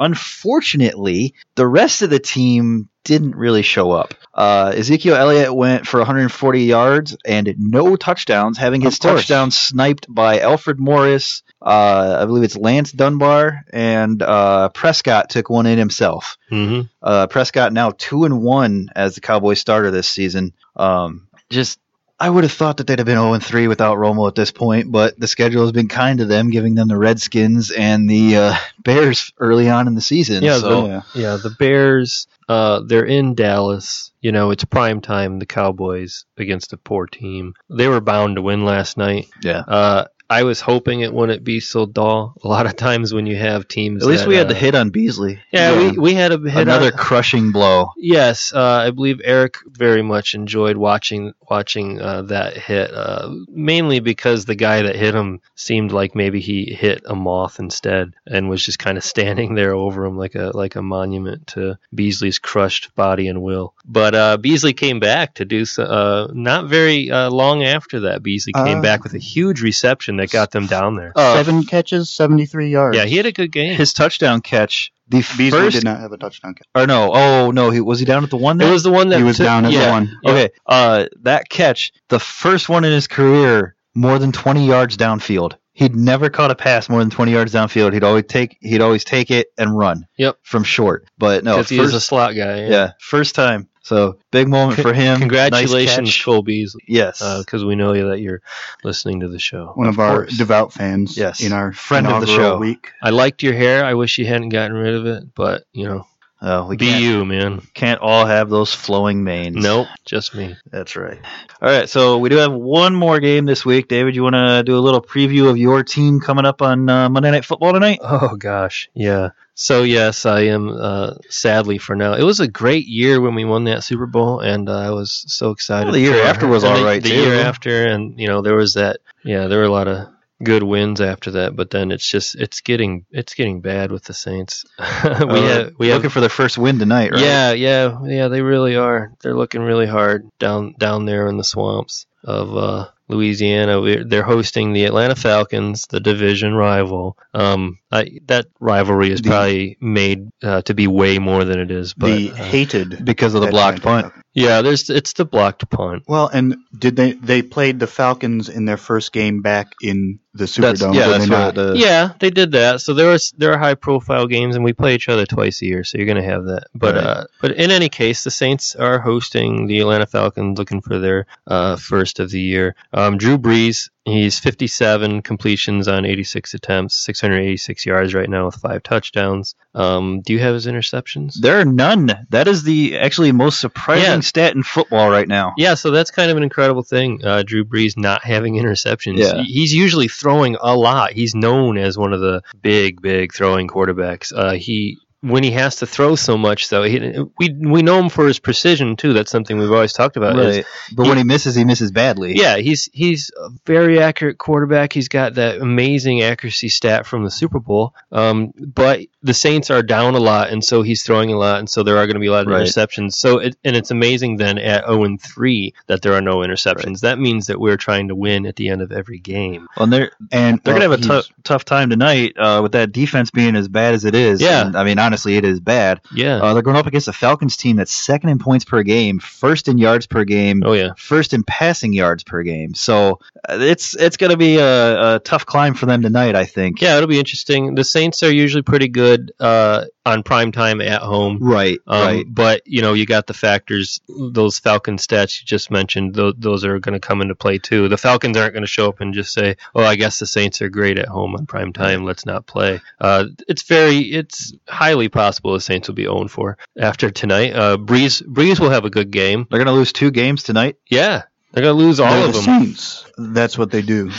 S3: Unfortunately, the rest of the team didn't really show up. Uh, Ezekiel Elliott went for 140 yards and no touchdowns, having his
S2: Of course.
S3: touchdown sniped by Alfred Morris. Uh, I believe it's Lance Dunbar and uh, Prescott took one in himself.
S4: Mhm.
S3: Uh, Prescott now two and one as the Cowboys starter this season. Um, just I would have thought that they'd have been zero and three without Romo at this point, but the schedule has been kind to them, giving them the Redskins and the uh, Bears early on in the season.
S4: Yeah,
S3: so
S2: yeah.
S4: yeah, the Bears. Uh, they're in Dallas. You know, it's prime time. The Cowboys against a poor team. They were bound to win last night.
S3: yeah.
S4: Uh, I was hoping it wouldn't be so dull. A lot of times when you have teams,
S3: At least
S4: that,
S3: we had
S4: uh,
S3: the hit on Beasley.
S4: Yeah, we, we had a hit
S3: another
S4: *laughs* on-
S3: crushing blow.
S4: Yes, uh, I believe Eric very much enjoyed watching watching uh, that hit, uh, mainly because the guy that hit him seemed like maybe he hit a moth instead, and was just kind of standing there over him like a like a monument to Beasley's crushed body and will. But uh, Beasley came back to do so, uh, not very uh, long after that. Beasley came
S2: Uh,
S4: back with a huge reception that got them down there.
S3: Oh.
S2: Seven catches, 73 yards.
S4: Yeah, he had a good game.
S3: Uh, His touchdown catch. The
S2: Beasley
S3: first
S2: did not have a touchdown catch.
S3: or no? Oh no, he was he down at the one.
S4: It
S3: there?
S4: was the one that
S2: He was
S4: took-
S2: down at
S4: yeah.
S2: the one.
S4: Yeah.
S3: Okay, uh, that catch, the first one in his career, more than twenty yards downfield. He'd never caught a pass more than twenty yards downfield. He'd always take he'd always take it and run.
S4: Yep.
S3: from short. But no,
S4: Because he was a
S3: first-
S4: slot guy.
S3: yeah. first time. So big moment for him.
S4: Congratulations,
S3: Nice catch.
S4: Cole Beasley,
S3: yes,
S4: because uh, we know that you're listening to the show.
S2: One of, our
S3: course.
S2: devout fans
S3: Yes.
S2: in our
S3: Friend of the
S2: inaugural
S3: show.
S2: week.
S4: I liked your hair. I wish you hadn't gotten rid of it, but you know,
S3: Uh, we
S4: Be
S3: can't,
S4: you, man.
S3: can't all have those flowing manes.
S4: Nope, just me.
S3: That's right. All right, so we do have one more game this week. David, you want to do a little preview of your team coming up on uh, Monday Night Football tonight?
S4: Oh gosh, yeah. So yes, I am. Uh, sadly, for now, it was a great year when we won that Super Bowl, and uh, I was so excited.
S3: Well, the year
S4: for-
S3: after was
S4: and
S3: all
S4: the-
S3: right,
S4: The
S3: too.
S4: year after, and you know there was that. Yeah, there were a lot of good wins after that, but then it's just it's getting it's getting bad with the Saints. *laughs* we
S3: Uh,
S4: have we have
S3: looking for their first win tonight, right?
S4: yeah, yeah, yeah. They really are. They're looking really hard down down there in the swamps of uh, Louisiana. We're, they're hosting the Atlanta Falcons, the division rival. Um, I, that rivalry is
S2: The-
S4: probably made uh, to be way more than it is. But
S2: the
S4: uh,
S2: hated
S3: because of the blocked punt.
S4: yeah, there's it's the blocked punt.
S2: Well, and did they they played the Falcons in their first game back in the Superdome?
S3: yeah,
S2: did
S3: that's
S2: they not?
S3: what the
S4: yeah, they did that. So there was there are high profile games, and we play each other twice a year. So you're going to have that. But
S3: Right.
S4: uh, but in any case, the Saints are hosting the Atlanta Falcons, looking for their uh, first of the year. Um, Drew Brees, he's 57 completions on 86 attempts, 686 yards right now with five touchdowns. Um, do you have his interceptions?
S3: There are none. That is the actually most surprising
S4: Yeah.
S3: stat in football right now.
S4: Yeah, so that's kind of an incredible thing. Uh, Drew Brees not having interceptions.
S3: Yeah.
S4: He's usually throwing a lot. He's known as one of the big, big throwing quarterbacks. Uh, he when he has to throw so much, though, he, we we know him for his precision too. That's something we've always talked about. is-
S3: Uh, But when he misses, he misses badly.
S4: yeah, he's he's a very accurate quarterback. He's got that amazing accuracy stat from the Super Bowl. Um, but the Saints are down a lot, and so he's throwing a lot, and so there are going to be a lot of
S3: Right.
S4: interceptions. So it, and it's amazing then at zero and three that there are no interceptions. That means that we're trying to win at the end of every game.
S3: Well, and they're
S2: and
S3: they're
S2: well,
S3: gonna have a
S2: he's-
S3: tough tough time tonight uh, with that defense being as bad as it is.
S4: Yeah.
S3: And, I mean honestly, it is bad.
S4: Yeah.
S3: Uh, they're going up against a Falcons team that's second in points per game, first in yards per game,
S4: oh yeah.
S3: first in passing yards per game. So uh, it's it's going to be a, a tough climb for them tonight, I think.
S4: Yeah, it'll be interesting. The Saints are usually pretty good uh, on prime time at home.
S3: Right.
S4: Um,
S3: right.
S4: But you know, you got the factors. Those Falcon stats you just mentioned; those, those are going to come into play too. The Falcons aren't going to show up and just say, "Oh, I guess the Saints are great at home on prime time. Let's not play." Uh, it's very, it's highly possible the Saints will be owned for after tonight. Uh, Breeze, Breeze will have a good game.
S3: They're going to lose two games tonight.
S4: Yeah, they're going to lose all
S2: they're
S4: of
S2: the
S4: them.
S2: Saints. That's what they do.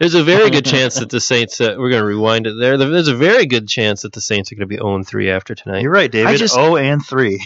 S4: There's a very good chance that the Saints. Uh, we're going to rewind it there. There's a very good chance that the Saints are going to be owned three after tonight.
S3: You're right, David.
S4: just-
S3: oh, and three.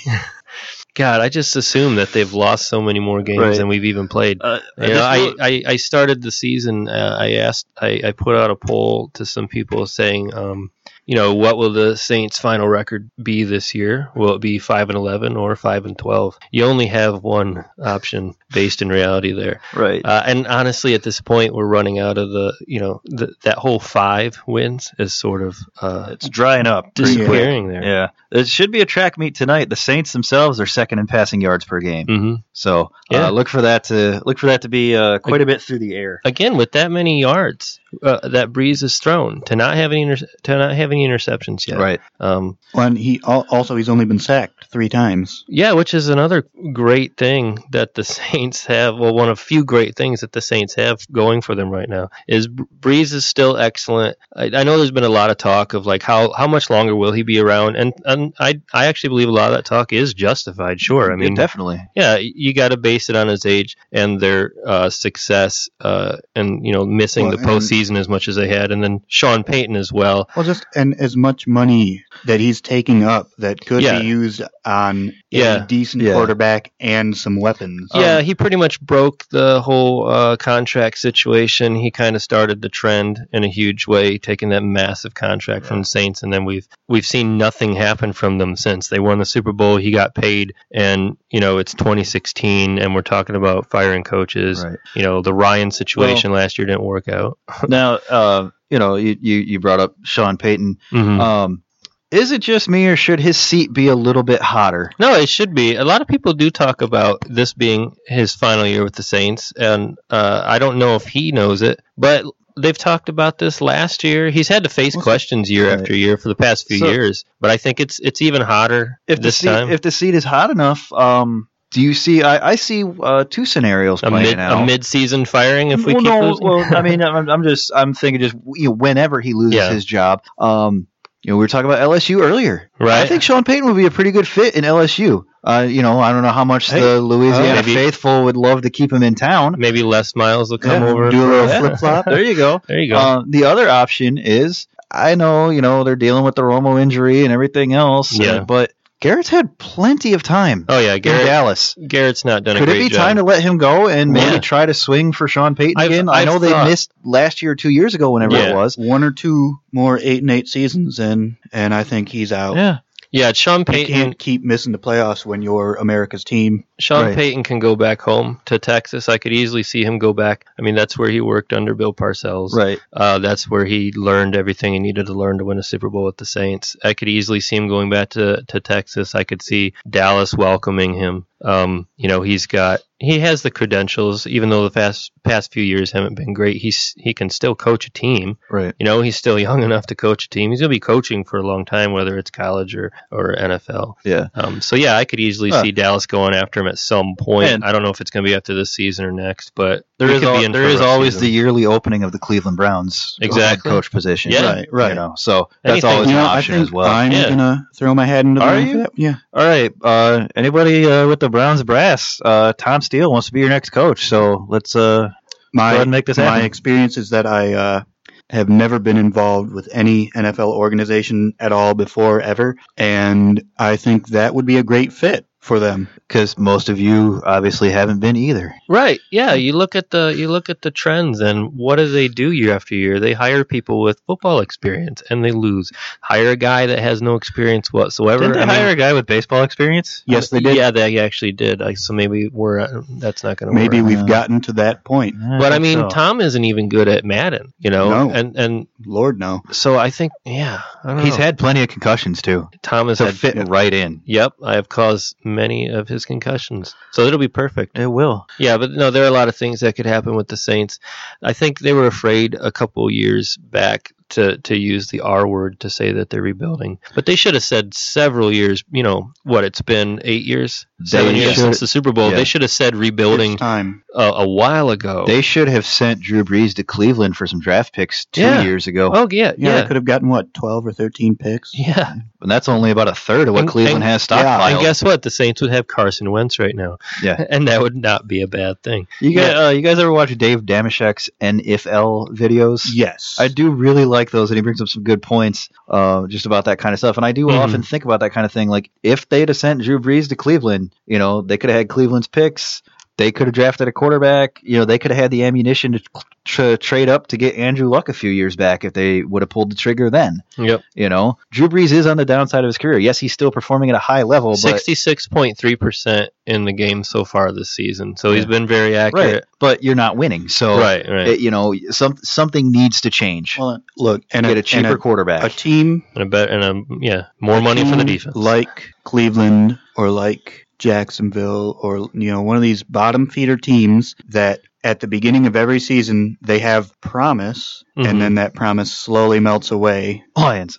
S4: God, I just assume that they've lost so many more games
S3: Right.
S4: than we've even played.
S3: Uh,
S4: You know, I, I, I started the season. Uh, I asked, I, I put out a poll to some people saying, um, you know, what will the Saints' final record be this year? Will it be five and eleven or five and twelve? You only have one option based in reality there.
S3: right.
S4: Uh, and honestly, at this point, we're running out of the, you know, the, that whole five wins is sort of uh,
S3: it's drying up. pretty quick.
S4: disappearing there.
S3: Yeah. It should be a track meet tonight. The Saints themselves are second in passing yards per game.
S4: hmm
S3: So
S4: Yeah.
S3: uh, look for that to look for that to be uh, quite a bit through the air.
S4: again with that many yards uh, that Breeze is thrown to not have any inter- to not have any interceptions yet.
S3: Right.
S4: Um,
S2: Well, and he al- also he's only been sacked three times.
S4: yeah, which is another great thing that the *laughs* Saints have. Well, one of few great things that the Saints have going for them right now is Br- Breeze is still excellent. I, I know there's been a lot of talk of like how, how much longer will he be around, and and I I actually believe a lot of that talk is justified. Sure, I mean
S3: yeah, definitely.
S4: yeah, you got to base it on his age and their uh, success, uh, and you know, missing
S2: Well,
S4: the
S2: and-
S4: postseason as much as they had, and then Sean Payton as well.
S2: Well, just and as much money that he's taking up that could
S4: Yeah.
S2: be used on
S4: Yeah.
S2: a decent
S3: Yeah.
S2: quarterback and some weapons.
S4: yeah, he pretty much broke the whole uh, contract situation. He kind of started the trend in a huge way, taking that massive contract from the Saints, and then we've we've seen nothing happen from them since they won the Super Bowl. He got paid, and you know it's 2016, and we're talking about firing coaches.
S3: Right.
S4: You know the Ryan situation last year didn't work out.
S3: now, uh, you know, you, you you brought up Sean Payton.
S4: Mhm.
S3: Um, is it just me, or should his seat be a little bit hotter?
S4: No, it should be. A lot of people do talk about this being his final year with the Saints, and uh, I don't know if he knows it, but they've talked about this last year. He's had to face
S2: Well, so-
S4: questions year
S3: Right.
S4: after year for the past few
S3: So-
S4: years, but I think it's it's even hotter
S3: If
S4: this
S3: the seat,
S4: time.
S3: if the seat is hot enough, um, do you see? I, I see uh, two scenarios
S4: a
S3: playing
S4: mid
S3: out.
S4: a mid season firing if we
S3: well,
S4: keep
S3: no,
S4: *laughs* losing.
S3: well, I mean, I'm, I'm just I'm thinking just you know, whenever he loses
S4: Yeah.
S3: his job, um, You know, we were talking about LSU earlier. I
S4: Right.
S3: think Sean Payton would be a pretty good fit in LSU. Uh, you know, I don't know how much
S4: Hey,
S3: the Louisiana
S4: maybe.
S3: faithful would love to keep him in town.
S4: Maybe Les Miles will come
S3: Yeah,
S4: over.
S3: do a little
S4: Yeah.
S3: flip flop. There you go.
S4: *laughs* There you go.
S3: Uh, the other option is I know, you know, they're dealing with the Romo injury and everything else. uh,
S4: Yeah.
S3: but Garrett's had plenty of time
S4: oh yeah,
S3: in
S4: Garrett.
S3: Dallas.
S4: Garrett's not done
S3: Could
S4: a
S3: it be
S4: great job.
S3: time to let him go and maybe
S4: Yeah.
S3: try to swing for Sean Payton
S4: I've-
S3: again? i
S4: I've
S3: know they
S4: thought-
S3: missed last year, or two years ago, whenever it
S4: Yeah.
S3: was.
S2: One or two more eight and eight seasons in, and I think he's out.
S3: Yeah.
S4: yeah, Sean
S2: You
S4: Payton.
S2: can't keep missing the playoffs when you're America's team.
S4: Sean
S3: Right.
S4: Payton can go back home to Texas. I could easily see him go back. I mean, that's where he worked under Bill Parcells.
S3: Right.
S4: Uh, that's where he learned everything he needed to learn to win a Super Bowl with the Saints. I could easily see him going back to, to Texas. I could see Dallas welcoming him. Um, you know, he's got he has the credentials, even though the past past few years haven't been great. He's he can still coach a team.
S3: Right.
S4: You know, he's still young *laughs* enough to coach a team. He's gonna be coaching for a long time, whether it's college or or NFL.
S3: Yeah.
S4: Um, so yeah, I could easily
S3: Huh.
S4: see Dallas going after him at some point.
S3: And-
S4: I don't know if it's going to be after this season or next, but
S3: There
S4: he
S3: is,
S4: could
S3: al-
S4: be in
S3: there
S4: for a
S3: is
S4: rough
S3: always
S4: season.
S3: the yearly opening of the Cleveland Browns head
S4: Exactly.
S3: coach position.
S4: Yeah.
S2: Right, right.
S3: You know, so that's
S4: Anything-
S3: always
S2: You
S3: an
S2: know, I
S3: option
S2: think
S3: as well.
S2: I'm
S4: Yeah.
S2: gonna throw my hat into the
S3: Are
S2: ring
S3: you?
S2: for that. Yeah.
S3: All right. Uh, anybody uh, with the Browns brass? Uh, Tom Steele wants to be your next coach. So let's. Uh,
S2: My
S3: Go ahead and make this
S2: my
S3: happen.
S2: experience is that I uh, have never been involved with any NFL organization at all before ever, and I think that would be a great fit for them.
S3: because most of you obviously haven't been either.
S4: Right. Yeah. You look at the you look at the trends and what do they do year after year? They hire people with football experience and they lose. Hire a guy that has no experience whatsoever.
S3: Didn't they
S4: I mean-
S3: hire a guy with baseball experience?
S2: Yes, they did.
S4: Yeah, they actually did. Like, so maybe we're uh, that's not going to
S2: Maybe
S4: work.
S2: we've gotten to that point.
S4: But I
S3: think
S4: mean,
S3: so.
S4: Tom isn't even good at Madden, you know.
S2: No.
S4: And and
S2: Lord, no.
S4: so I think, yeah, I don't
S3: he's
S4: know.
S3: had plenty of concussions too.
S4: Tom has
S3: So
S4: had
S3: fitting right in.
S4: Yep, I have caused many of his concussions, so it'll be perfect.
S3: It will.
S4: Yeah, but no, there are a lot of things that could happen with the Saints. I think they were afraid a couple years back to to use the R word to say that they're rebuilding, but they should have said several years. You know what? It's been eight years, seven years
S3: should-
S4: since the Super Bowl.
S3: yeah.
S4: They should have said
S2: It's
S4: rebuilding
S2: time.
S4: a, a while ago.
S3: They should have sent Drew Brees to Cleveland for some draft picks two
S4: Yeah.
S3: years ago,
S4: oh yeah,
S2: Yeah,
S4: yeah,
S2: they could have gotten what twelve or thirteen picks.
S4: yeah.
S3: and that's only about a third of what
S4: And-
S3: Cleveland
S4: and-
S3: has
S2: yeah,
S3: stockpiled.
S4: And guess what? The Saints would have Carson Wentz right now.
S3: Yeah.
S4: *laughs* and that would not be a bad thing.
S3: you guys, uh, you guys ever watch Dave Damashek's NFL videos?
S2: Yes,
S3: I do really like those, and he brings up some good points uh, just about that kind of stuff. And I do
S4: Mhm.
S3: often think about that kind of thing. Like, if they'd have sent Drew Brees to Cleveland, you know, they could have had Cleveland's picks. They could have drafted a quarterback. You know, they could have had the ammunition to tr- trade up to get Andrew Luck a few years back if they would have pulled the trigger then.
S4: Yep.
S3: You know, Drew Brees is on the downside of his career. Yes, he's still performing at a high level, but
S4: Sixty-six point three percent in the game so far this season, so he's
S3: Yeah.
S4: been very
S3: right,
S4: accurate.
S3: but you're not winning. So,
S4: Right, right.
S3: it- you know, some something needs to change.
S2: Well, look, and
S3: get
S2: a,
S3: a cheaper
S2: and
S3: quarterback.
S2: a, a team
S4: and a bet, and a, yeah, more money for the defense.
S2: like Cleveland or like Jacksonville or you know one of these bottom feeder teams that at the beginning of every season they have promise
S4: Mhm.
S2: and then that promise slowly melts away.
S3: Lions,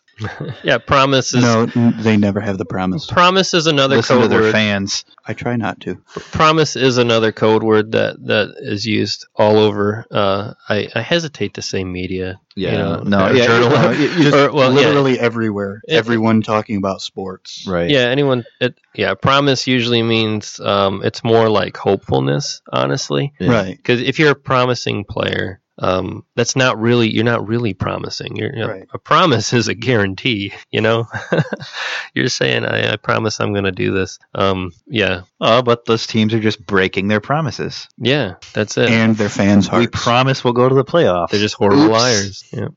S4: yeah, promise is
S2: No, n- they never have the promise.
S4: promise is another
S3: listen to
S4: code
S3: their
S4: word.
S3: fans.
S2: I try not to.
S4: promise is another code word that that is used all over. Uh, I, I hesitate to say media. you
S3: Yeah,
S4: know,
S3: no,
S4: or
S3: yeah,
S4: journal-
S3: no,
S2: *laughs*
S3: *laughs*
S2: Just
S4: or, well, yeah,
S2: literally everywhere,
S4: It-
S2: everyone talking about sports.
S3: Right.
S4: Yeah, anyone. It, yeah, promise usually means um, it's more like hopefulness, honestly.
S3: Yeah.
S2: Right.
S4: Because if you're a promising player, um, that's not really you're not really promising. You're, you know,
S2: Right.
S4: A promise *laughs* is a guarantee. You know, *laughs* you're saying I, I promise I'm going to do this. Um, yeah,
S3: Oh, but those teams are just breaking their promises.
S4: yeah, that's it.
S2: And their fans hearts.
S3: We promise we'll go to the playoffs.
S4: They're just horrible
S3: Oops.
S4: liars. Yeah.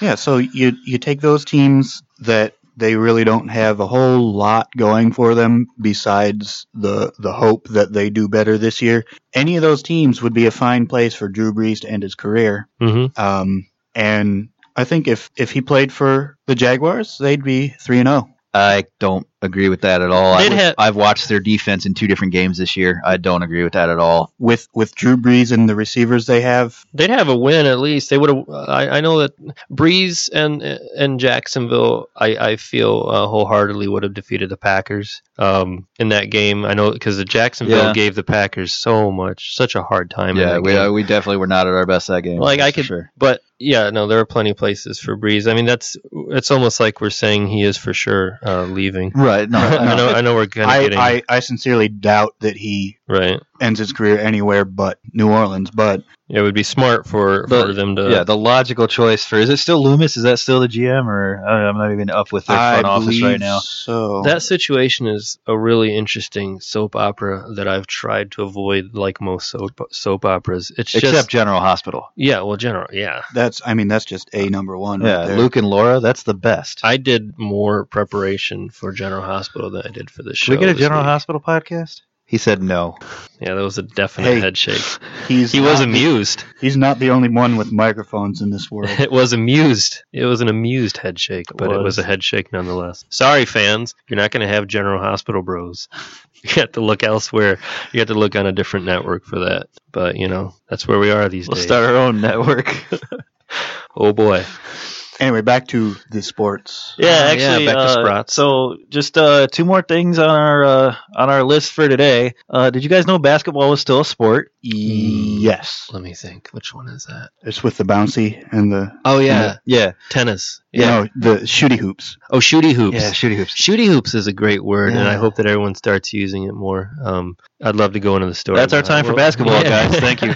S2: Yeah, so you you take those teams that they really don't have a whole lot going for them besides the the hope that they do better this year. Any of those teams would be a fine place for Drew Brees to end his career.
S4: hmm
S2: Um, and I think if if he played for the Jaguars, they'd be three and oh zero.
S3: I don't agree with that at all. I,
S4: They'd have-
S3: I've watched their defense in two different games this year. I don't agree with that at all.
S2: With with Drew Brees and the receivers they have,
S4: They'd have a win at least. They would have. I, I know that Breeze and and Jacksonville. I I feel uh, wholeheartedly would have defeated the Packers um, in that game. I know because the Jacksonville
S3: Yeah.
S4: gave the Packers so much, such a hard time. in
S3: yeah,
S4: that
S3: we,
S4: game.
S3: uh, we definitely were not at our best that game.
S4: Like
S3: that's
S4: I
S3: for
S4: could,
S3: sure.
S4: but yeah, no, there are plenty of places for Breeze. I mean, that's it's almost like we're saying he is for sure uh, leaving.
S3: Right. No,
S4: *laughs* I
S3: no.
S4: know, I know, we're kind of
S2: I,
S4: getting
S2: I, I sincerely doubt that he
S4: right.
S2: ends his career anywhere but New Orleans. But
S4: It would be smart for
S3: But,
S4: for them to
S3: yeah, the logical choice for is it still Loomis? Is that still the GM, or I don't know, I'm not even up with their
S2: I
S3: front office
S2: believe
S3: right now.
S2: so.
S4: That situation is a really interesting soap opera that I've tried to avoid, like most soap soap operas. It's
S3: Except
S4: just
S3: General Hospital.
S4: yeah, well, general, yeah.
S2: that's I mean that's just a number one. right
S3: Yeah,
S2: there.
S3: Luke and Laura. That's the best.
S4: I did more preparation for General Hospital than I did for this show.
S3: Should we get a
S4: this
S3: General
S4: week.
S3: Hospital podcast? He said no.
S4: Yeah, that was a definite
S2: Hey,
S4: head shake.
S3: *laughs*
S2: He's
S4: He
S2: not
S4: was
S2: the-
S4: amused. *laughs*
S2: He's not the only one with microphones in this world.
S4: It was amused. It was an amused head shake, but it
S3: was.
S4: was a head shake nonetheless. Sorry, fans, you're not going to have General Hospital Bros. *laughs* You have to look elsewhere. You have to look on a different network for that. But you know, that's where we are these
S3: We'll
S4: days.
S3: start our own *laughs* network.
S4: Oh boy.
S2: anyway, back to the sports.
S3: Yeah,
S4: Uh,
S3: actually,
S4: yeah, back to
S3: uh,
S4: Sprots.
S3: so just uh, two more things on our uh, on our list for today. Uh, did you guys know basketball was still a sport?
S2: Yes,
S4: Mm. Let me think. Which one is that?
S2: it's with the bouncy and the
S4: Oh
S3: yeah,
S4: tennis.
S2: yeah. no the shooty hoops.
S4: Oh, shooty hoops.
S3: yeah. Shooty hoops.
S4: Shooty hoops is a great word, and I
S3: Yeah.
S4: hope that everyone starts using it more. Um, I'd love to go into the story.
S3: That's our
S4: about
S3: time
S4: it.
S3: for
S4: Well,
S3: basketball,
S4: yeah.
S3: guys. Thank *laughs* you.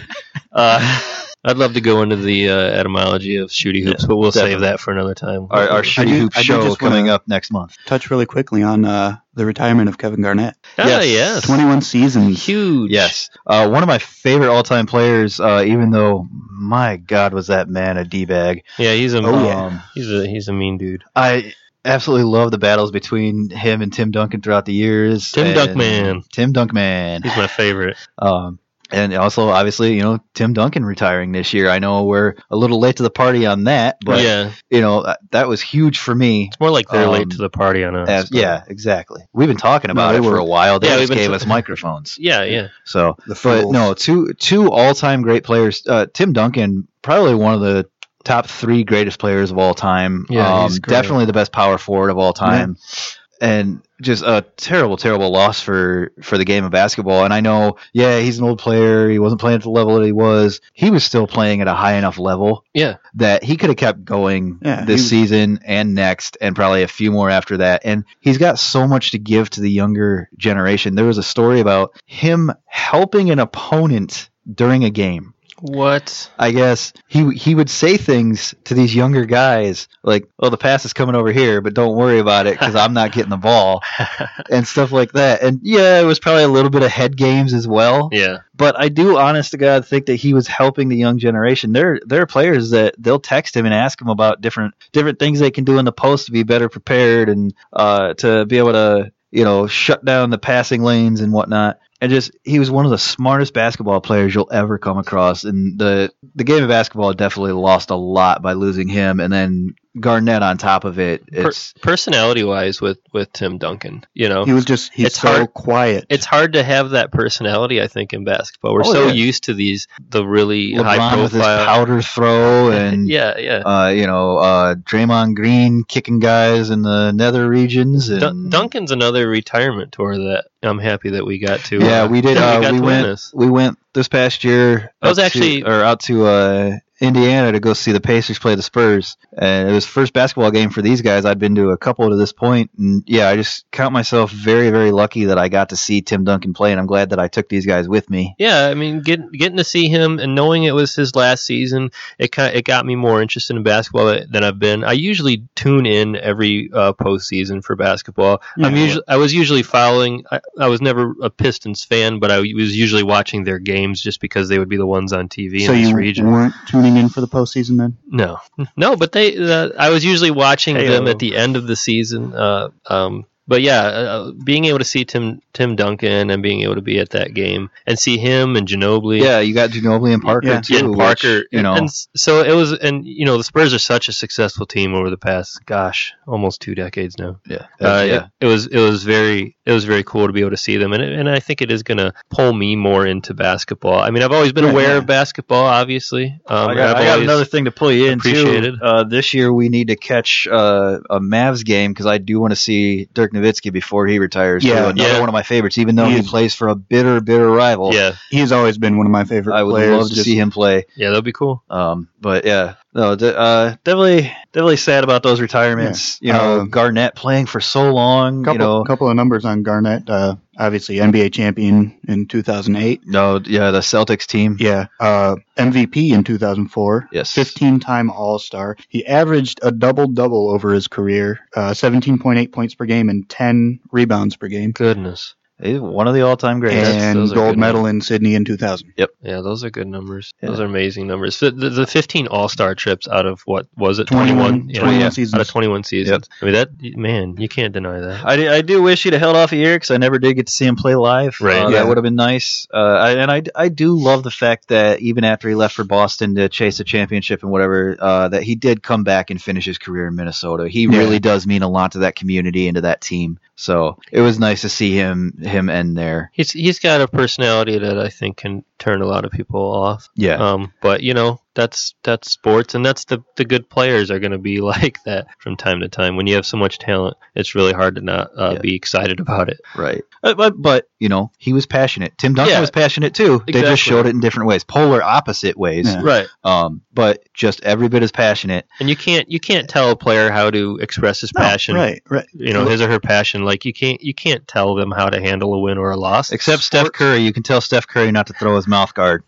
S3: Uh,
S4: *laughs* I'd love to go into the uh, etymology of shooty hoops, but we'll save that for another time.
S3: our our
S2: I
S3: shooty
S2: do-
S3: hoops
S2: I do
S3: show
S2: just wanna-
S3: coming up next month.
S2: Touch really quickly on uh, the retirement of Kevin Garnett.
S4: Ah,
S3: yes.
S4: yes.
S2: Twenty-one seasons.
S4: Huge.
S3: Yes, uh, one of my favorite all time players. Uh, even though my God, was that man a d bag?
S4: Yeah, he's a
S2: Oh, yeah.
S3: Um,
S4: he's a he's a mean dude.
S3: I absolutely love the battles between him and Tim Duncan throughout the years.
S4: Tim
S3: and
S4: Dunkman.
S3: Tim Dunkman.
S4: He's my favorite.
S3: Um, and also, obviously, you know, Tim Duncan retiring this year. I know we're a little late to the party on that, but
S4: yeah,
S3: you know that, that was huge for me.
S4: it's more like they're
S3: um,
S4: late to the party on us.
S3: As,
S4: but-
S3: yeah, exactly. We've been talking
S2: No,
S3: about
S2: they
S3: it for
S2: were-
S3: a while. They
S4: Yeah, we've
S3: just
S4: been
S3: gave
S4: t-
S3: us microphones.
S4: yeah, yeah.
S3: So,
S2: The
S3: but
S2: fools.
S3: no, two two all time great players. Uh, Tim Duncan, probably one of the top three greatest players of all time. Um,
S4: Yeah, he's great.
S3: definitely the best power forward of all time. And just a terrible, terrible loss for for the game of basketball. And I know, yeah, he's an old player. He wasn't playing at the level that he was. He was still playing at a high enough level
S4: Yeah.
S3: that he could have kept going
S2: Yeah,
S3: this
S2: he-
S3: season and next, and probably a few more after that. And he's got so much to give to the younger generation. There was a story about him helping an opponent during a game.
S4: What?
S3: I guess he he would say things to these younger guys like, "Oh, the pass is coming over here, but don't worry about it because I'm not getting
S2: *laughs*
S3: the ball," and stuff like that. And yeah, it was probably a little bit of head games as well.
S4: Yeah.
S3: But I do, honest to God, think that he was helping the young generation. There there are players that they'll text him and ask him about different different things they can do in the post to be better prepared and uh, to be able to you know shut down the passing lanes and whatnot. And just he was one of the smartest basketball players you'll ever come across. And the the game of basketball definitely lost a lot by losing him, and then Garnett on top of it. It's
S4: Personality wise, with with Tim Duncan, you know,
S2: He was just he's
S4: It's
S2: so
S4: hard-
S2: quiet.
S4: it's hard to have that personality. I think in basketball, we're
S3: Oh,
S4: so
S3: yeah.
S4: used to these the really high
S3: LeBron with his
S4: profile.
S3: powder
S4: *laughs*
S3: throw and
S4: yeah, yeah.
S3: uh, you know, uh, Draymond Green kicking guys in the nether regions. And
S4: Dun- Duncan's another retirement tour that I'm happy that *laughs* we got to.
S3: Yeah,
S4: uh,
S3: we did.
S4: that
S3: Uh,
S4: got
S3: we
S4: to
S3: went.
S4: witness.
S3: We went this past year.
S4: I was
S3: up to-
S4: actually-
S3: or out to uh, Indiana to go see the Pacers play the Spurs, and it was the first basketball game for these guys. I'd been to a couple to this point, and yeah, I just count myself very, very lucky that I got to see Tim Duncan play, and I'm glad that I took these guys with me.
S4: Yeah, I mean, get, getting to see him and knowing it was his last season, it kind it got me more interested in basketball tha- than I've been. I usually tune in every uh, postseason for basketball. I'm
S2: Yeah.
S4: usually I was usually following. I, I was never a Pistons fan, but I was usually watching their games just because they would be the ones on TV
S2: so
S4: in this
S2: you
S4: region.
S2: weren't tuning in for the postseason then?
S4: No, *laughs* no, but they. Uh, I was usually watching
S3: Hey-o.
S4: them at the end of the season. Uh, um, but yeah, uh, being able to see Tim Tim Duncan and being able to be at that game and see him and Ginobili.
S3: Yeah, you got Ginobili and Parker
S2: Yeah.
S3: too.
S4: and
S3: which,
S4: Parker,
S3: you know,
S4: and s- so it was, and you know, the Spurs are such a successful team over the past, gosh, almost two decades now.
S3: yeah, yeah.
S4: Uh, it, it was it was very it was very cool to be able to see them, and it, and I think it is going to pull me more into basketball. I mean, I've always been
S2: Yeah,
S4: aware
S2: yeah.
S4: of basketball, obviously. Um,
S3: I got,
S4: I've
S3: I got
S4: always-
S3: another thing to pull you in
S4: appreciated.
S3: too. Uh, this year we need to catch uh, a Mavs game because I do want to see Dirk Nowitzki before he retires.
S2: Yeah.
S3: too. another
S4: Yeah.
S3: one of my favorites, even though he,
S2: He's-
S3: plays for a bitter, bitter rival.
S4: Yeah,
S2: He's always been one of my favorite
S3: I would
S2: players.
S3: love to
S2: just-
S3: see him play.
S4: yeah, that'd be cool.
S3: Um, but yeah, No, de- uh, definitely, definitely sad about those retirements.
S2: Yeah.
S3: You know,
S2: Uh,
S3: Garnett playing for so long.
S2: Couple,
S3: you know,
S2: couple of numbers on Garnett. Uh, obviously, NBA champion in 2008.
S3: no, yeah, the Celtics team.
S2: Yeah. Uh, MVP in 2004.
S3: Yes.
S2: 15 time All Star. He averaged a double double over his career uh, 17.8 points per game and 10 rebounds per game.
S4: Goodness.
S3: He's one of the all-time greats.
S4: that's-
S2: and
S4: those are
S2: gold
S4: good
S2: medal in Sydney in 2000.
S4: Yeah, those are good numbers.
S3: Yeah.
S4: Those are amazing numbers. The, the, the 15 All Star trips out of what was it?
S2: 21,
S4: 21,
S2: 21
S4: yeah,
S2: seasons.
S4: Out of 21 seasons. I mean, that, man, you can't deny that.
S3: I, do- I do wish he'd have held off a year because I never did get to see him play live.
S4: Right.
S3: Uh,
S2: Yeah.
S3: That would have been nice. Uh, I, and I, I do love the fact that even after he left for Boston to chase a championship and whatever, uh, that he did come back and finish his career in Minnesota. He
S2: Yeah.
S3: really does mean a lot to that community and to that team. So it was nice to see him him end there.
S4: He's, he's got a personality that I think can turn a lot of people off.
S3: Yeah.
S4: Um, but you know that's that's sports, and that's the the good players are going to be *laughs* like that from time to time. When you have so much talent, it's really hard to not uh,
S3: Yeah.
S4: be excited about it.
S3: right. Uh, but but you know he was passionate. Tim Duncan
S4: Yeah.
S3: was passionate too. They
S4: Exactly.
S3: just showed it in different ways, polar opposite ways.
S2: Yeah.
S4: Right.
S3: Um, but just every bit as passionate.
S4: And you can't you can't tell a player how to express his passion.
S2: Oh, Right, right.
S4: You know his or her passion. Like you can't you can't tell them how to handle a win or a loss.
S3: Except Steph Curry, you can tell Steph Curry not to throw his mouth guard.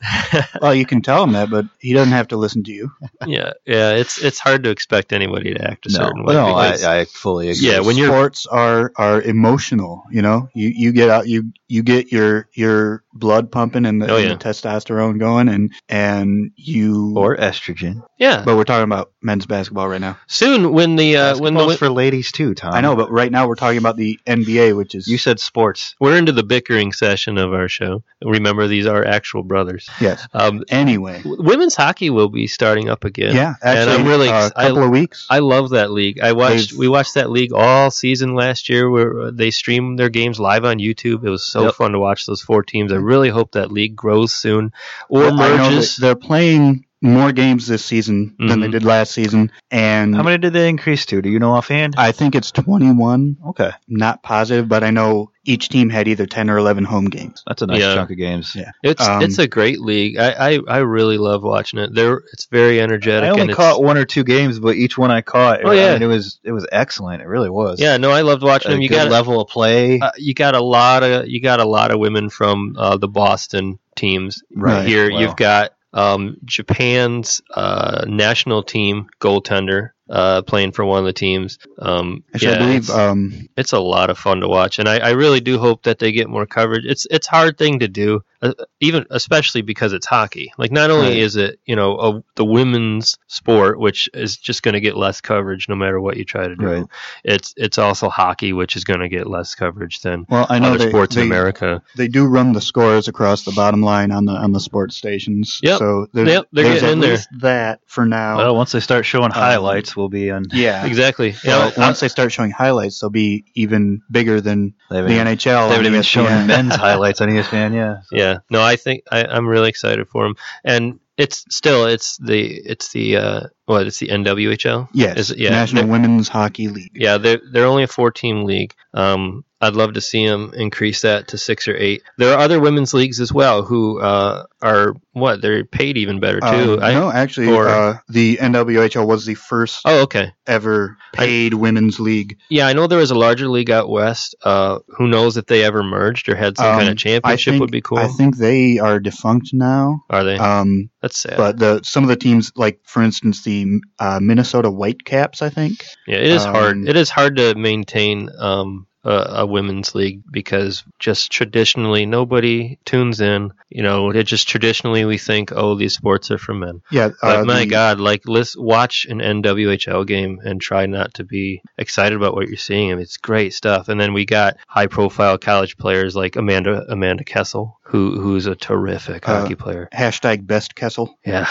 S2: Well, you can tell him that, but he doesn't have to listen to you.
S4: *laughs* yeah, yeah. It's it's hard to expect anybody to act a certain way.
S3: no, I,
S4: because-
S3: I fully agree.
S4: yeah, when you're
S2: sports are are emotional you know you you get out you you get your your blood pumping and the,
S4: Oh,
S2: and
S4: yeah.
S2: the testosterone going and and you
S3: or estrogen.
S4: yeah.
S2: but we're talking about men's basketball right now
S4: Soon when the uh, when the
S3: Basketball's for ladies too, Tom.
S2: i know but right now we're talking about the nba which is
S3: you said sports.
S4: we're into the bickering session of our show. Remember, these are actual brothers.
S2: yes
S4: Um,
S2: anyway
S4: W- women's hockey will be starting up
S2: yeah,
S4: again.
S2: actually
S4: And I'm really
S2: uh,
S4: ex-
S2: a couple of weeks
S4: I love that league. I watched
S2: They've-
S4: we watched that league all season last year where uh, they streamed their games live on YouTube. It was so
S3: Yep.
S4: fun to watch those four teams. I really hope that league grows soon or
S2: I know
S4: merges.
S2: that they're playing more games this season than they
S4: Mhm.
S2: did last season and
S3: How many did they increase to? Do you know offhand?
S2: i think it's 21
S3: okay,
S2: not positive but i know each team had either 10 or 11 home games
S3: that's a nice
S4: Yeah.
S3: chunk of games.
S2: Yeah.
S4: It's
S2: um,
S4: it's a great league. I, I, I really love watching it. They're it's very energetic
S3: I only
S4: and it's-
S3: caught one or two games, but each one I caught,
S4: Oh,
S3: I
S4: yeah.
S3: mean, it was it was excellent. It really was.
S4: yeah, no, I loved watching
S3: a
S4: them. You
S3: good
S4: got
S3: level of play.
S4: uh, you got a lot of you got a lot of women from uh, the Boston teams right,
S2: Right.
S4: here.
S3: Wow.
S4: You've got um, Japan's uh, national team goaltender uh, playing for one of the teams. Um,
S2: Actually,
S4: yeah,
S2: I believe
S4: it's,
S2: um,
S4: it's a lot of fun to watch, and I, I really do hope that they get more coverage. It's it's hard thing to do, uh, even especially because it's hockey. Like not only
S2: Right.
S4: is it you know a, the women's sport, which is just going to get less coverage no matter what you try to do.
S3: Right.
S4: It's it's also hockey, which is going to get less coverage than
S2: Well, I know
S4: other
S2: they,
S4: sports
S2: they,
S4: in America.
S2: they do run the scores across the bottom line on the on the sports stations.
S4: Yep.
S2: So there's,
S4: Yep, they're
S2: there's
S4: getting
S2: at
S4: in there.
S2: least that for now.
S3: Well, Uh, once they start showing
S4: Uh,
S3: highlights, we'll be on.
S2: yeah.
S4: Exactly.
S2: So once they start showing highlights, they'll be even bigger than
S3: They
S2: the
S3: haven't, even-
S2: NHL.
S3: they haven't
S2: on
S3: even
S2: ESPN.
S3: shown men's highlights on E ESPN. Yeah,
S4: *laughs* yeah. No, I think I, I'm really excited for him, and it's still it's the it's the uh, what it's the NWHL.
S2: Yes,
S4: Is- yeah,
S2: National
S4: they're-
S2: Women's Hockey League.
S4: Yeah, they're they're only a four team league. Um, I'd love to see them increase that to six or eight. There are other women's leagues as well who uh, are what they're paid even better too.
S2: Uh,
S4: I,
S2: no, actually,
S4: or-
S2: uh, the NWHL was the first
S4: Oh, okay.
S2: ever paid women's league.
S4: Yeah, I know there was a larger league out west. Uh, who knows if they ever merged or had some
S2: Um,
S4: kind of
S2: I
S4: championship
S2: think,
S4: would be cool.
S2: I think they are defunct now.
S4: are they?
S2: Um,
S4: That's sad.
S2: but the some of the teams, like for instance, the uh, Minnesota Whitecaps, I think.
S4: Yeah, it is
S2: Um,
S4: hard. It is hard to maintain um, a, a women's league because just traditionally nobody tunes in. You know, it just traditionally we think, oh, these sports are for men.
S2: Yeah,
S4: But my
S2: Uh, the-
S4: God, like let's watch an NWHL game and try not to be excited about what you're seeing. I mean, it's great stuff. And then we got high-profile college players like Amanda Amanda Kessel, who who's a terrific
S2: Uh,
S4: hockey player.
S2: hashtag best Kessel. *laughs*
S4: Yeah,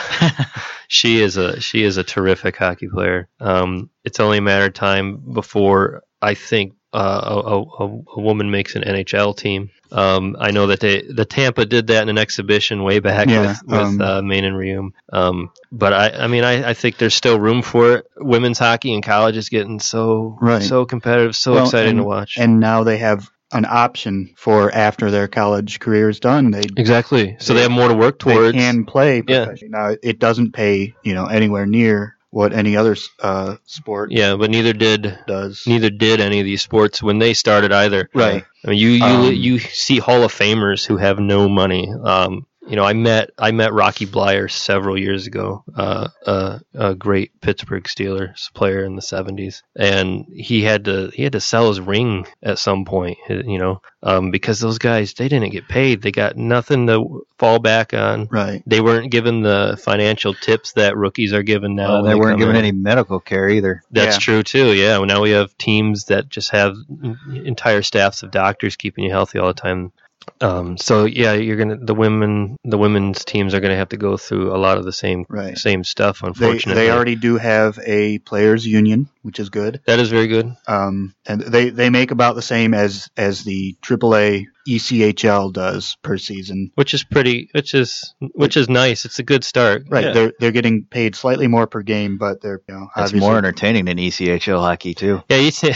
S4: she is a she is a terrific hockey player. Um, it's only a matter of time before I think uh, a, a, a- a woman makes an NHL team. Um, I know that they the Tampa did that in an exhibition way back
S2: Yeah,
S4: with, with
S2: um,
S4: uh, Maine and Rium. Um, but I I mean I, I think there's still room for it. Women's hockey in college is getting so
S2: Right.
S4: so competitive, so
S2: Well,
S4: exciting
S2: and-
S4: to watch.
S2: And now they have an option for after their college career is done. They
S4: Exactly. So they have more to work
S2: they
S4: towards.
S2: can play
S4: Yeah.
S2: professionally. Now it doesn't pay you know anywhere near what any other uh, sport
S4: yeah, but neither did
S2: does.
S4: neither did any of these sports when they started either.
S2: Right.
S4: I mean, you you
S2: Um,
S4: you see Hall of Famers who have no money. Um, you know, I met I met Rocky Blyer several years ago, uh, uh, a great Pittsburgh Steelers player in the '70s, and he had to he had to sell his ring at some point. You know, um, because those guys they didn't get paid. They got nothing to fall back on.
S2: Right.
S4: They weren't given the financial tips that rookies are given now.
S3: Uh,
S4: when
S3: they weren't
S4: come
S3: given
S4: in.
S3: any medical care either.
S4: That's
S2: Yeah.
S4: true too. Yeah. Well, now we have teams that just have en- entire staffs of doctors keeping you healthy all the time. Um, so yeah, you're gonna the women the women's teams are gonna have to go through a lot of the same
S2: Right.
S4: same stuff.
S2: They,
S4: Unfortunately,
S2: they already do have a players union, which is good.
S4: that is very good.
S2: um, and they they make about the same as as the E AAA ECHL does per season.
S4: Which is pretty. Which is which is nice. It's a good start.
S2: Right,
S4: Yeah.
S2: they're they're getting paid slightly more per game, but they're you know
S3: That's
S2: obviously
S3: more entertaining than E ECHL hockey too.
S4: Yeah, you *laughs* see,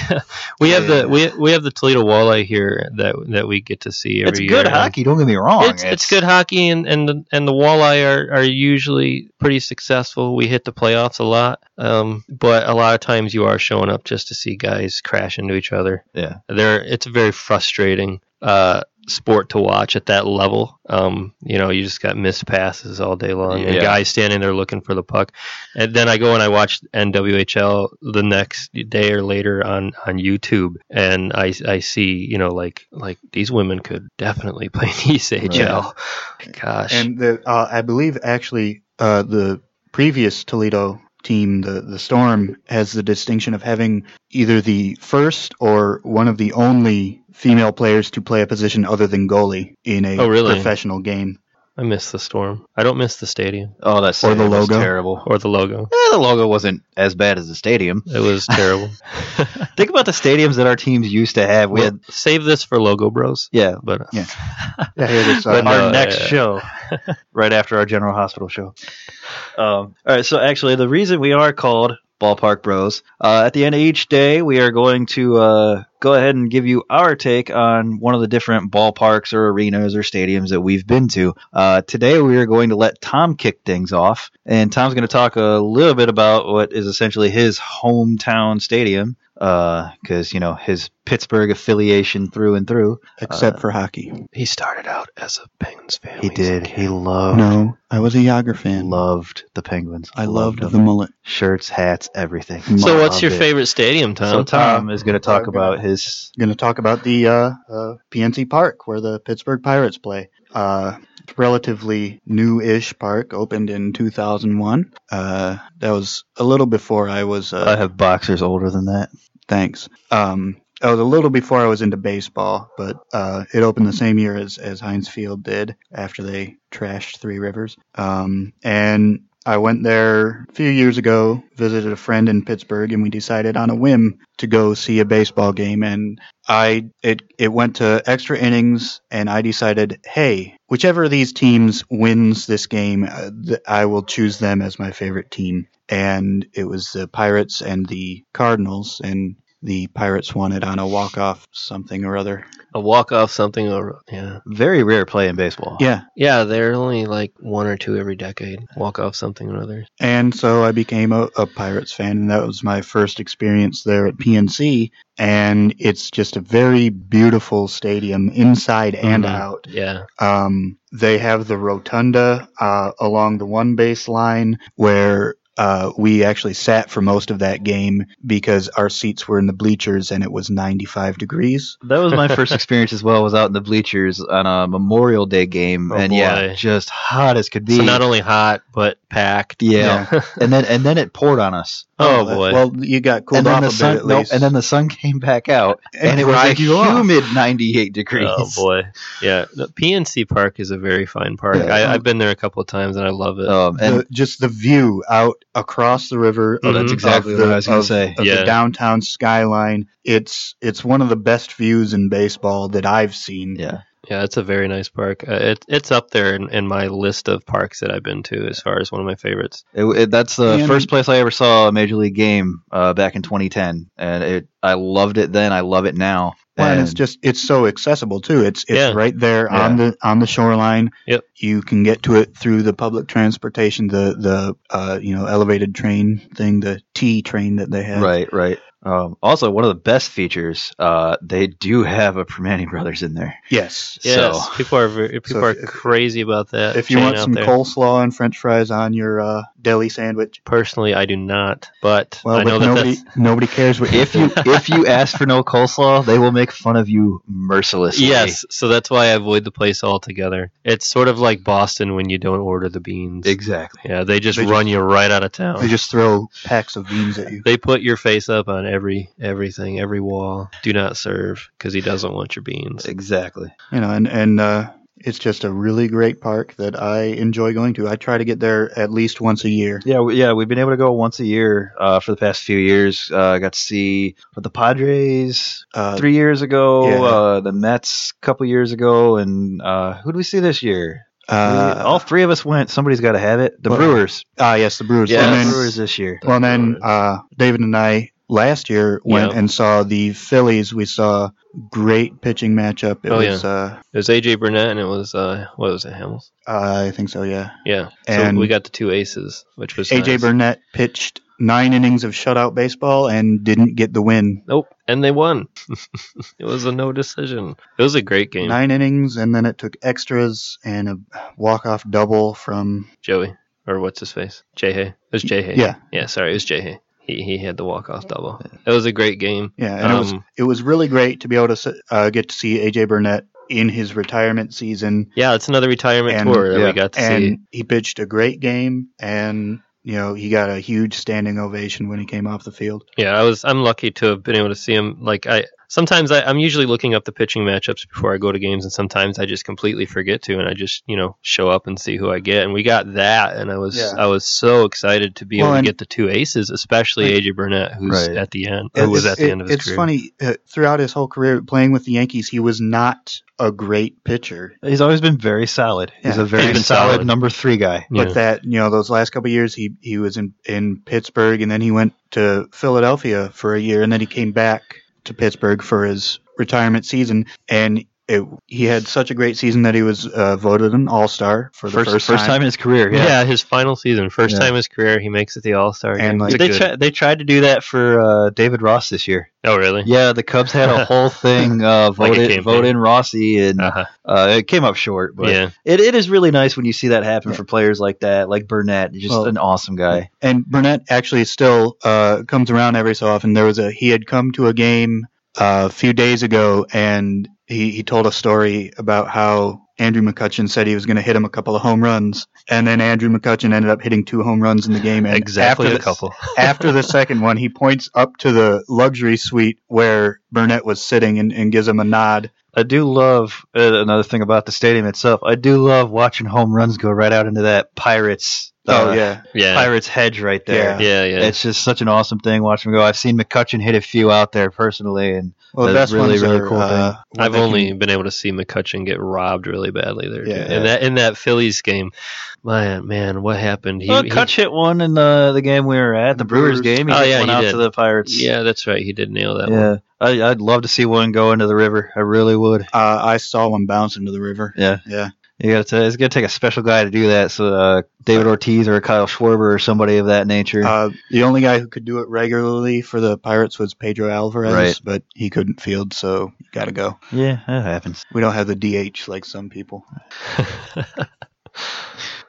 S4: we have
S2: Yeah.
S4: the we, we have the Toledo Walleye here that that we get to see every
S3: It's
S4: year.
S3: good
S4: and-
S3: hockey. Don't get me wrong.
S4: It's, it's good hockey, and, and the and the walleye are, are usually pretty successful. We hit the playoffs a lot, um, but a lot of times you are showing up just to see guys crash into each other.
S3: Yeah.
S4: they're it's a very frustrating uh, sport to watch at that level. Um, you know, you just got missed passes all day long, and
S3: Yeah.
S4: guys standing there looking for the puck. And then I go and I watch NWHL the next day or later on, on YouTube, and I, I see you know like like these women could definitely *laughs* play in ECHL. Gosh,
S2: And the, uh, I believe actually uh, the previous Toledo team, the the Storm, has the distinction of having either the first or one of the only female players to play a position other than goalie in a
S4: Oh, really?
S2: professional
S4: *laughs*
S2: game.
S4: I miss the storm. I don't miss the stadium
S3: Oh, that's
S2: Or the
S3: was
S2: logo.
S3: terrible.
S4: or the logo.
S3: Eh, the logo wasn't as bad as the *laughs* stadium.
S4: It was terrible.
S3: Think about the stadiums that our teams used to have. We
S4: we
S3: had,
S4: save this for logo bros,
S3: yeah,
S4: but uh,
S2: Yeah. Yeah, here it is, uh,
S4: But
S3: our
S4: no,
S3: next
S4: yeah.
S3: show, *laughs* right after our General Hospital show. Um, all right, so actually, the reason we are called Ballpark Bros, uh, at the end of each day, we are going to uh, go ahead and give you our take on one of the different ballparks or arenas or stadiums that we've been to. Uh, today, we are going to let Tom kick things off, and Tom's going to talk a little bit about what is essentially his hometown stadium. Because you know his Pittsburgh affiliation through and through.
S4: uh,
S2: except for hockey.
S4: he started out as a Penguins fan.
S3: He
S4: when was a
S3: did.
S4: kid.
S3: He loved
S2: No, I was a Yager fan.
S3: loved the Penguins.
S2: I loved
S3: them.
S2: the mullet.
S3: shirts, hats, everything.
S4: So, what's
S3: Loved
S4: your
S3: it.
S4: favorite stadium, Tom?
S3: So Tom is going to talk
S2: Okay.
S3: about his.
S2: going to talk about the uh, uh, PNC Park where the Pittsburgh Pirates play. Uh, it's a relatively new-ish park, opened in 2001. Uh, that was a little before I was. Uh,
S3: I have boxers older than that.
S2: thanks. Um, I was a little before I was into baseball, but uh, it opened the same year as as Heinz Field did after they trashed Three Rivers. Um, and I went there a few years ago, visited a friend in Pittsburgh, and we decided on a whim to go see a baseball game. And I it it went to extra innings, and I decided, hey, whichever of these teams wins this game, uh, th- I will choose them as my favorite team. And it was the Pirates and the Cardinals, and the Pirates won it on a walk off something or other.
S4: a walk off something or yeah.
S3: Very rare play in baseball.
S2: Yeah,
S4: Yeah, they're only like one or two every decade. Walk off something or other.
S2: And so I became a, a Pirates fan, and that was my first experience there at PNC. And it's just a very beautiful stadium, inside and
S3: Mm-hmm.
S4: Mhm.
S2: out.
S4: Yeah.
S2: Um, they have the rotunda uh, along the one base line where uh, we actually sat for most of that game because our seats were in the bleachers and it was 95 degrees.
S3: That was
S2: *laughs*
S3: my first experience as well. Was out in the bleachers on a Memorial Day game,
S4: Oh,
S3: and yeah,
S4: boy.
S3: just hot as could be.
S4: so not only hot but packed.
S3: yeah.
S2: *laughs*
S3: and then and then it poured on us.
S4: Oh,
S2: Uh,
S4: boy.
S2: Well, you got *laughs* cooled
S3: and
S2: off a
S3: then the
S2: bit
S3: sun,
S2: at
S3: no,
S2: least.
S3: and then the sun *laughs* came back out, and, it was a
S2: dried you off.
S3: humid 98 degrees.
S4: *laughs* Oh boy, yeah. The PNC Park is a very fine park.
S2: Yeah. Oh.
S4: I, I've been there a couple of times and I love
S3: *laughs*
S4: it.
S3: Um, and
S2: the, just the view out across the river.
S4: Oh, that's
S2: of-
S3: exactly
S2: of
S3: what I was gonna
S2: of-
S3: say.
S2: Of
S4: Yeah.
S2: the downtown skyline. It's it's one of the best views in baseball that I've seen.
S3: yeah,
S4: Yeah, it's a very nice park. Uh, it, it's up there in, in my list of parks that I've been to as far as one of my favorites.
S3: It, it, that's the
S2: And-
S3: first place I ever saw a major league game uh, back in 2010, and it I loved it then. I love it now.
S2: Well, and it's just it's so accessible too. It's it's
S4: Yeah.
S2: right there on the on the shoreline.
S4: Yep.
S2: You can get to it through the public transportation, the the uh, you know elevated train thing, the T train that they have.
S3: right, right. Um, also, one of the best features uh, they do have a Permane Brothers in there.
S2: Yes.
S4: Yes,
S3: So-
S4: people are very, people
S2: So
S4: are
S2: if- if-
S4: crazy about that.
S2: If you
S4: chain
S2: want
S4: out
S2: some
S4: there.
S2: coleslaw and French fries on your uh, deli sandwich,
S4: personally, I do not, but
S2: well,
S4: I
S2: but
S4: know that
S2: nobody
S4: that's.
S2: nobody cares what
S3: If *laughs* you if you ask for no coleslaw, they will make fun of you mercilessly.
S4: Yes, so that's why I avoid the place altogether. It's sort of like Boston when you don't order the beans.
S3: exactly.
S4: Yeah, they just
S2: They
S4: run you right out of town.
S2: they just throw packs of beans at you.
S4: They put your face up on every everything, every wall. Do not serve because he doesn't want your beans.
S3: Exactly.
S2: you know, and and uh, it's just a really great park that I enjoy going to. I try to get there at least once a year.
S3: Yeah, we, yeah, we've been able to go once a year uh, for the past few years. Uh, I got to see but the Padres
S2: Uh,
S3: three years ago,
S2: Yeah.
S3: uh, the Mets a couple years ago, and uh, who do we see this year? We- all
S2: uh,
S3: three of us went. Somebody's got to have it. The
S2: Well,
S3: Brewers.
S2: ah, yes, the Brewers.
S3: Yeah,
S2: and
S3: the
S2: then,
S3: Brewers this year.
S2: well, then uh, David and I last year went
S4: Yeah.
S2: and saw the Phillies. We saw great pitching matchup. It
S4: Oh,
S2: was, uh,
S4: It was AJ Burnett and it was uh, what was it, Hamels?
S2: uh, I think so, yeah.
S4: Yeah,
S2: And-
S4: so we got the two aces, which was
S2: AJ
S4: nice.
S2: Burnett pitched nine innings of shutout baseball and didn't get the win.
S4: Nope, and they won. *laughs* it was a no decision. It was a great game,
S2: Nine innings, and then it took extras and a walk-off double from
S4: Joey or what's his face, Jay Hay. It was Jay Hay.
S2: Yeah.
S4: yeah. Sorry, it was Jay Hay. He he had the walk off double. It was a great game.
S2: Yeah, and it was
S4: Um,
S2: it was really great to be able to se- uh, get to see AJ Burnett in his retirement season,
S4: Yeah, it's another retirement
S2: And-
S4: tour that
S3: yeah,
S4: we got to
S2: and
S4: see.
S2: he pitched a great game, and you know he got a huge standing ovation when he came off the field.
S4: Yeah, I was. I'm lucky to have been able to see him. Like I sometimes I, I'm usually looking up the pitching matchups before I go to games, and sometimes I just completely forget to, and I just you know show up and see who I get. And we got that, and I was
S2: Yeah.
S4: I was so excited to be
S2: Well,
S4: able to
S2: and-
S4: get the two aces, especially AJ Burnett, who's
S3: Right.
S4: at the end, who was
S2: It's-
S4: at the
S2: it-
S4: end of his
S2: it's
S4: career.
S2: funny uh, throughout his whole career playing with the Yankees, he was not a great pitcher,
S3: He's always been very solid. He's
S2: Yeah.
S3: a very
S4: He's been
S3: solid,
S4: solid.
S3: number three guy.
S4: Yeah.
S2: but that you know those last couple of years he he was in in Pittsburgh, and then he went to Philadelphia for a year, and then he came back to Pittsburgh for his retirement season, and it, he had such a great season that he was uh, voted an All Star for the
S3: First,
S2: first,
S3: first, time. in his career.
S4: yeah.
S3: Yeah.
S4: his final season, first
S3: Yeah.
S4: time in his career, he makes it the All Star.
S2: And, like-
S4: It's a
S3: they,
S4: good-
S3: tri- they tried to do that for uh, David Ross this year.
S4: oh really?
S3: Yeah, the Cubs had a whole thing uh,
S4: Like
S3: vote, in,
S4: a campaign.
S3: vote in Rossi, and
S4: Uh-huh.
S3: uh, it came up short. But
S4: yeah,
S3: it, it is really nice when you see that happen for players like that, like Burnett, just
S2: Well-
S3: an awesome guy.
S2: And Burnett actually still uh, comes around every so often. There was a he had come to a game uh, a few days ago, and he he told a story about how Andrew McCutcheon said he was going to hit him a couple of home runs, and then Andrew McCutcheon ended up hitting two home runs in the game. And
S4: exactly
S2: after
S4: a
S2: the-
S4: couple.
S2: *laughs* after the second one, he points up to the luxury suite where Burnett was sitting and, and gives him a nod.
S3: I do love uh, another thing about the stadium itself. I do love watching home runs go right out into that Pirates.
S2: Oh
S3: uh,
S2: yeah,
S4: Yeah,
S3: Pirates hedge right there.
S2: Yeah.
S4: yeah, yeah.
S3: It's just such an awesome thing. Watch them go. I've seen McCutcheon hit a few out there personally, and
S2: well, the
S3: That's
S2: best
S3: really,
S2: ones
S3: really
S2: are,
S3: cool
S2: uh, when
S4: I've
S2: they can-
S4: only been able to see McCutcheon get robbed really badly there.
S2: Yeah.
S4: Yeah. And that in that Phillies game, man, man, what happened? He,
S3: well,
S4: he-
S3: Cutch hit one in the the game we were at, the Brewers,
S2: Brewers.
S3: game. He
S4: Oh,
S3: hit
S4: yeah,
S3: one
S4: he
S3: out
S4: did.
S3: to the Pirates.
S4: yeah, that's right. He did nail that one.
S3: yeah. I, I'd love to see one go into the river. I really would.
S2: uh, I saw one bounce into the river.
S3: Yeah,
S2: Yeah.
S3: you got to. It's gonna take a special guy to do that. So uh, David Ortiz or a Kyle Schwarber or somebody of that nature.
S2: Uh, the only guy who could do it regularly for the Pirates was Pedro Alvarez,
S3: Right.
S2: but he couldn't field, so you got to go.
S3: yeah, that happens.
S2: We don't have the DH like some people.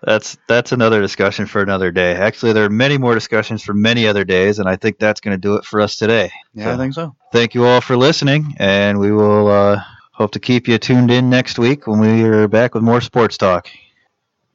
S3: That's that's another discussion for another day. Actually, there are many more discussions for many other days, and I think that's gonna do it for us today.
S2: Yeah,
S3: So-
S2: I think so.
S3: thank you all for listening, and we will uh, hope to keep you tuned in next week when we are back with more sports talk.